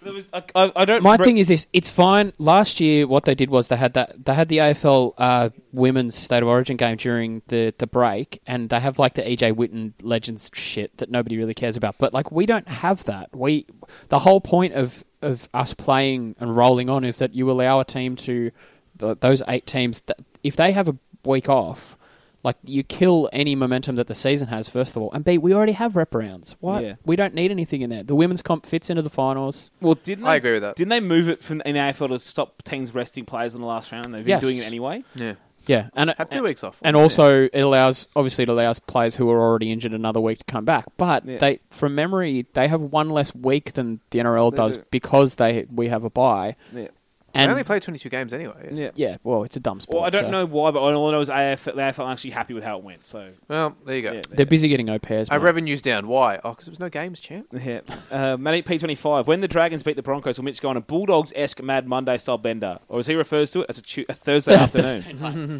There was, I, I, I don't. my re- thing is this: it's fine. Last year, what they did was they had that they had the AFL uh, women's state of origin game during the the break, and they have like the EJ Witten legends shit that nobody really cares about. But like, we don't have that. We the whole point of of us playing and rolling on is that you allow a team to th- those eight teams that if they have a week off. Like you kill any momentum that the season has, first of all, and B, we already have rep rounds. Why Yeah. we don't need anything in there. The women's comp fits into the finals. Well, didn't I they- agree with that. Didn't they move it from in the AFL to stop teams resting players in the last round? They've been Yes. doing it anyway. Yeah. Yeah, and Have two weeks off. and also it allows obviously it allows players who are already injured another week to come back. But Yeah. they, from memory, they have one less week than the NRL They does do. because they we have a bye. Yeah. I And only play 22 games anyway. Yeah. yeah, well, it's a dumb sport. Well, I don't so- know why, but uh, all I know is AFL, the AFL are actually happy with how it went. So Well, there you go. yeah, They're busy getting au pairs. Our mate. revenue's down. Why? Oh, because there was no games, champ. Yeah. Uh, Manic P25. When the Dragons beat the Broncos, will Mitch go on a Bulldogs esque Mad Monday style bender? Or as he refers to it, as a, tu- a Thursday afternoon?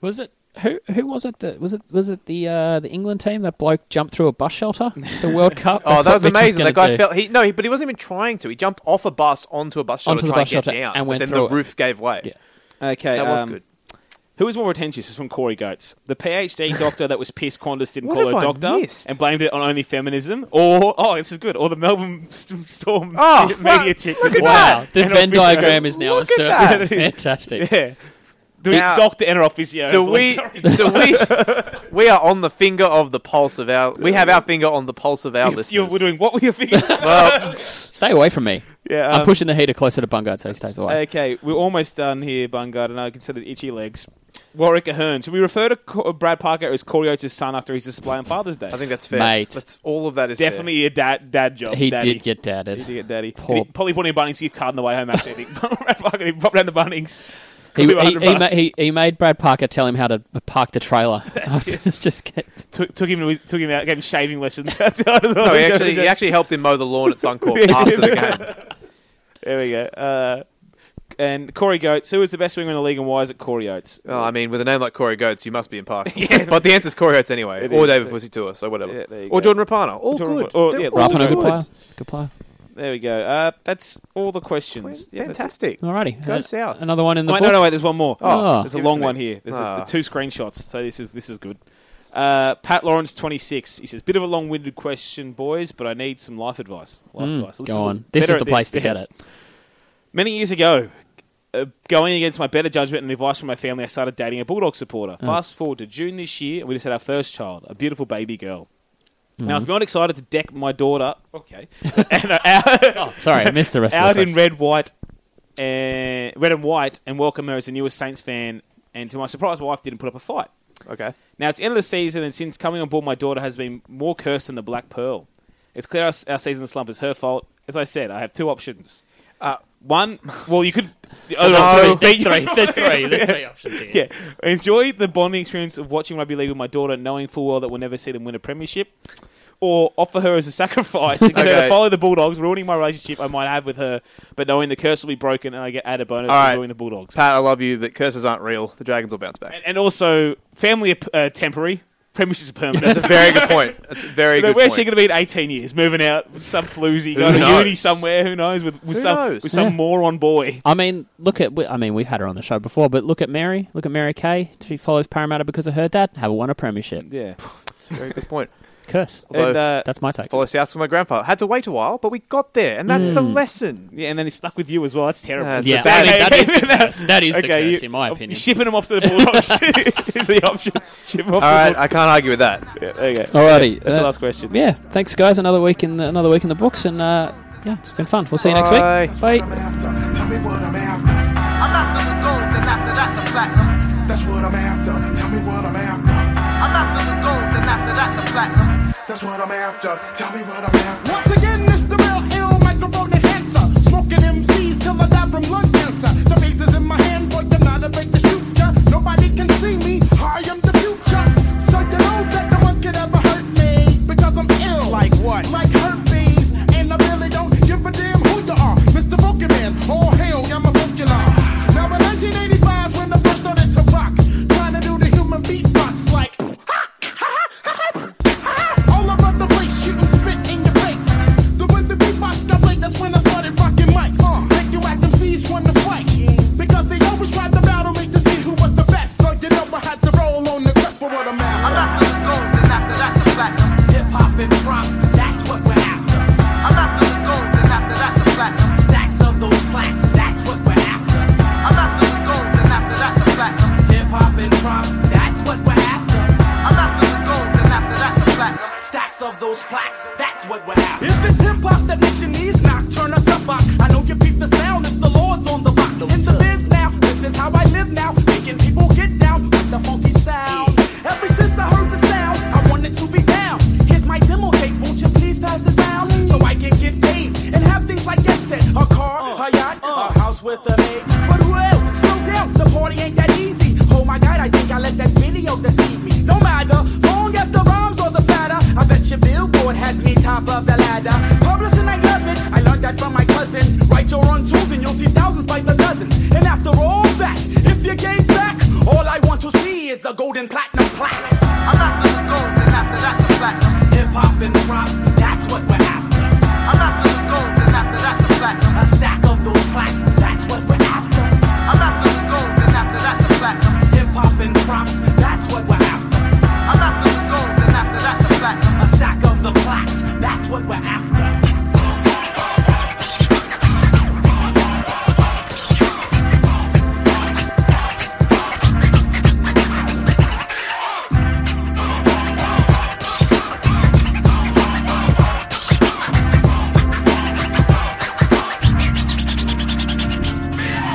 was it who who was it? The, was it was it the uh, the England team that bloke jumped through a bus shelter? The World Cup. Oh, That's that what was Mitch amazing. gonna That guy do. fell. He, no, he, but he wasn't even trying to. He jumped off a bus onto a bus shelter Onto to the try bus and get shelter down. and but went then through the it. roof gave way. Yeah. Okay. That was um, good. Who was more pretentious? It's from Corey Goats. The PhD doctor that was pissed Qantas didn't What call have her I doctor missed? and blamed it on only feminism. Or, oh, this is good. Or the Melbourne St- Storm Oh, media wow. chick. Look at Wow, the And Venn physio. diagram is now a Look at circle. that. Fantastic. Yeah. Do we Now- doctor and our physio? do we do we we are on the finger of the pulse of our we have our finger on the pulse of our If you listeners. were doing what with your fingers? well, Stay away from me. yeah, I'm um, pushing the heater closer to Bungard so he stays away. Okay, we're almost done here, Bungard, and I consider the itchy legs. Warwick Ahern. Should we refer to Co- Brad Parker as Coriotis' son after his display on Father's Day? I think that's fair. Mate. That's all of that is fair. Definitely a dad, dad job. He daddy. did get dadded. He did get daddy. Poor- Did he- Probably bought him a Bunnings gift card on the way home, actually. I think. Brad Parker, he popped round the Bunnings. He, Could be he, 100 he, ma- bucks. he, he made Brad Parker tell him how to park the trailer. It's just get- Took, took, him, to his- took him out, gave him shaving lessons. no, No, he actually he actually helped him mow the lawn at Suncorp Yeah. after the game. There we go. Uh, and Corey Goats. Who is the best winger in the league and why is it Corey Oates? Well, I mean, with a name like Corey Goats, you must be impartial. But the answer's Corey Goats anyway, It or is. David Fusitua, so whatever, Yeah, there you or go. Jordan Rapana. All Jordan good. Rapana. Or- They're yeah, all Rapana, good player. good. Good player. There we go. Uh, that's all the questions. Yeah, that's it. Fantastic. Alrighty. Go Uh, south. Another one in the Wait, book. no, no, wait. There's one more. Oh. there's a Give it long to me. one here. There's a- Ah. two screenshots, so this is this is good. Uh, Pat Lawrence, 26. He says, "Bit of a long-winded question, boys, but I need some life advice. Life Mm, advice. Let's go look on. This better is the at place to Dan. get it. Many years ago, uh, going against my better judgment and advice from my family, I started dating a Bulldog supporter. Hmm. Fast forward to June this year, and we just had our first child, a beautiful baby girl. Hmm. Now I was beyond excited to deck my daughter. Okay, and uh, our, Sorry, I missed the rest of out the question. in red, white, and red and white, and welcome her as the newest Saints fan. And to my surprise, my wife didn't put up a fight. Okay. Now it's the end of the season, and since coming on board, my daughter has been more cursed than the Black Pearl. It's clear our, our season slump is her fault. As I said, I have two options. Uh, One, well, you could. Oh, There's no. three, there's three, there's three, there's three options here. Yeah, enjoy the bonding experience of watching rugby league with my daughter, knowing full well that we'll never see them win a premiership. or offer her as a sacrifice to get her Okay. to follow the Bulldogs, ruining my relationship I might have with her, but knowing the curse will be broken and I get added bonus All for right. doing the Bulldogs. Pat, I love you, but curses aren't real. The dragons will bounce back. And, and also, family are uh, temporary, premises are permanent. That's a very good point. That's a very But good where's point. she going to be in 18 years? Moving out with some floozy, Who going to knows? uni somewhere, who knows, with, with Who some, knows? With some Yeah. moron boy. I mean, look at. I mean, we've had her on the show before, but look at Mary. Look at Mary Kay. She follows Parramatta because of her dad. Haven't won a premiership. Yeah. That's a very good point. Curse. Although, And, uh, That's my take. follow south with my grandpa. Had to wait a while, but we got there, and that's the lesson. yeah, and then it's stuck with you as well. That's terrible. Uh, Yeah, the bad- I mean, that is the Okay, curse. That is the Okay, curse, you- in my You're opinion. shipping them off to the Bulldogs is the option. Ship 'em off All to right, the I can't argue with that. Bulldogs. Yeah, okay. Alrighty, That's uh, the last question. yeah, thanks guys. Another week in the, another week in the books, and uh, yeah, it's been fun. We'll see you next Bye. week. Bye. Tell me what I'm after. I'm after the gold, and after that the platinum. That's what I'm after. Tell me what I'm after. I'm after the gold, and after that the platinum. That's what I'm after. Tell me what I'm after. Once again, it's the real ill microphone enhancer. Smoking MCs till I die from lung cancer. The bass is in my hand, but I'm not about to shoot ya. Nobody can see me. I am the future. So you know that no one could ever hurt me. Because I'm ill. Like what? Like herpes. And I really don't give a damn who you are. Mr. Pokemon, all hail, I'm a Pokemon. Now in 1985 's when I first started to rock. Trying to do the human beatbox like. All over the place, shooting spit in your face. The way the beatbox got late, that's when I started rocking mics. Make you act MCs wanna fight. Because they always tried to battle me to see who was the best. So you know I had to roll on the quest for what I'm after. I'm after the gold and after that the platinum. Hip hop and props, that's what we're after. I'm after the gold and after that the platinum. Stacks of those plaques, that's what we're after. I'm after the gold and after that the platinum. Hip hop and props, that's what we're after. I'm after the gold and after that the platinum. Stacks of those plaques, that's what we're after. If it's hip hop that nation needs, knock, turn us up. I I know you beat the sound, it's the Lord's on the box. In the biz now, this is how I live now. Making people get down with the funky sound. Ever since I heard the sound, I wanted to be down. Here's my demo tape, won't you please pass it round? So I can get paid and have things like that set. A car, a yacht, a house with a maid. But well, slow down, the party ain't that easy. Oh my god, I think I let that video deceive me. No matter, long as the rhymes or the batter. I bet your billboard has me top of the ladder. Publishing, I love it. I learned that from my cousin. Write your own tunes and you'll see thousands by the dozens. And after all that, if you gave back, all I want to see is the golden platinum plaque. I'm after the gold and after that the platinum. Hip hop and props, that's what we're after. I'm after the gold and after that the platinum. A stack of those plaques, that's what we're after. I'm after the gold and after that the platinum. Hip hop and props, that's what we're after. I'm after the gold and after that the platinum. A stack of the plaques, that's what we're after.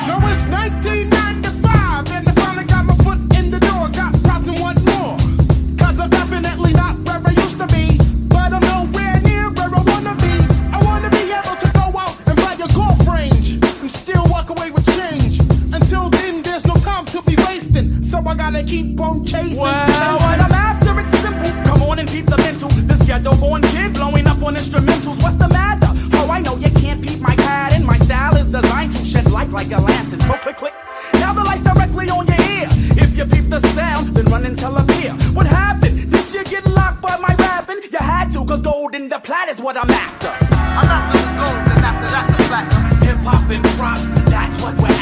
Now it's 1995, and I finally got my foot in the door. Got props and want more. Cause I'm definitely not where I used to be. But I'm nowhere near where I wanna be. I wanna be able to go out and buy a golf range and still walk away with change. Until then, there's no time to be wasting. So I gotta keep on chasing. Wow. chasing. What I'm after, it's simple. Come on and peep the mental. This ghetto born kid blowing up on instrumentals. What's the matter? Oh, I know you can't peep my pattern. My style is designed to shed light like a lantern. So click, click. Now the light's directly on your ear. If you peep the sound, then run and tell a peer. What happened? Did you get locked by my rapping? You had to, cause gold in the plat is what I'm after. I'm after the gold, and after that, the platinum. Hip hop and props, that's what we're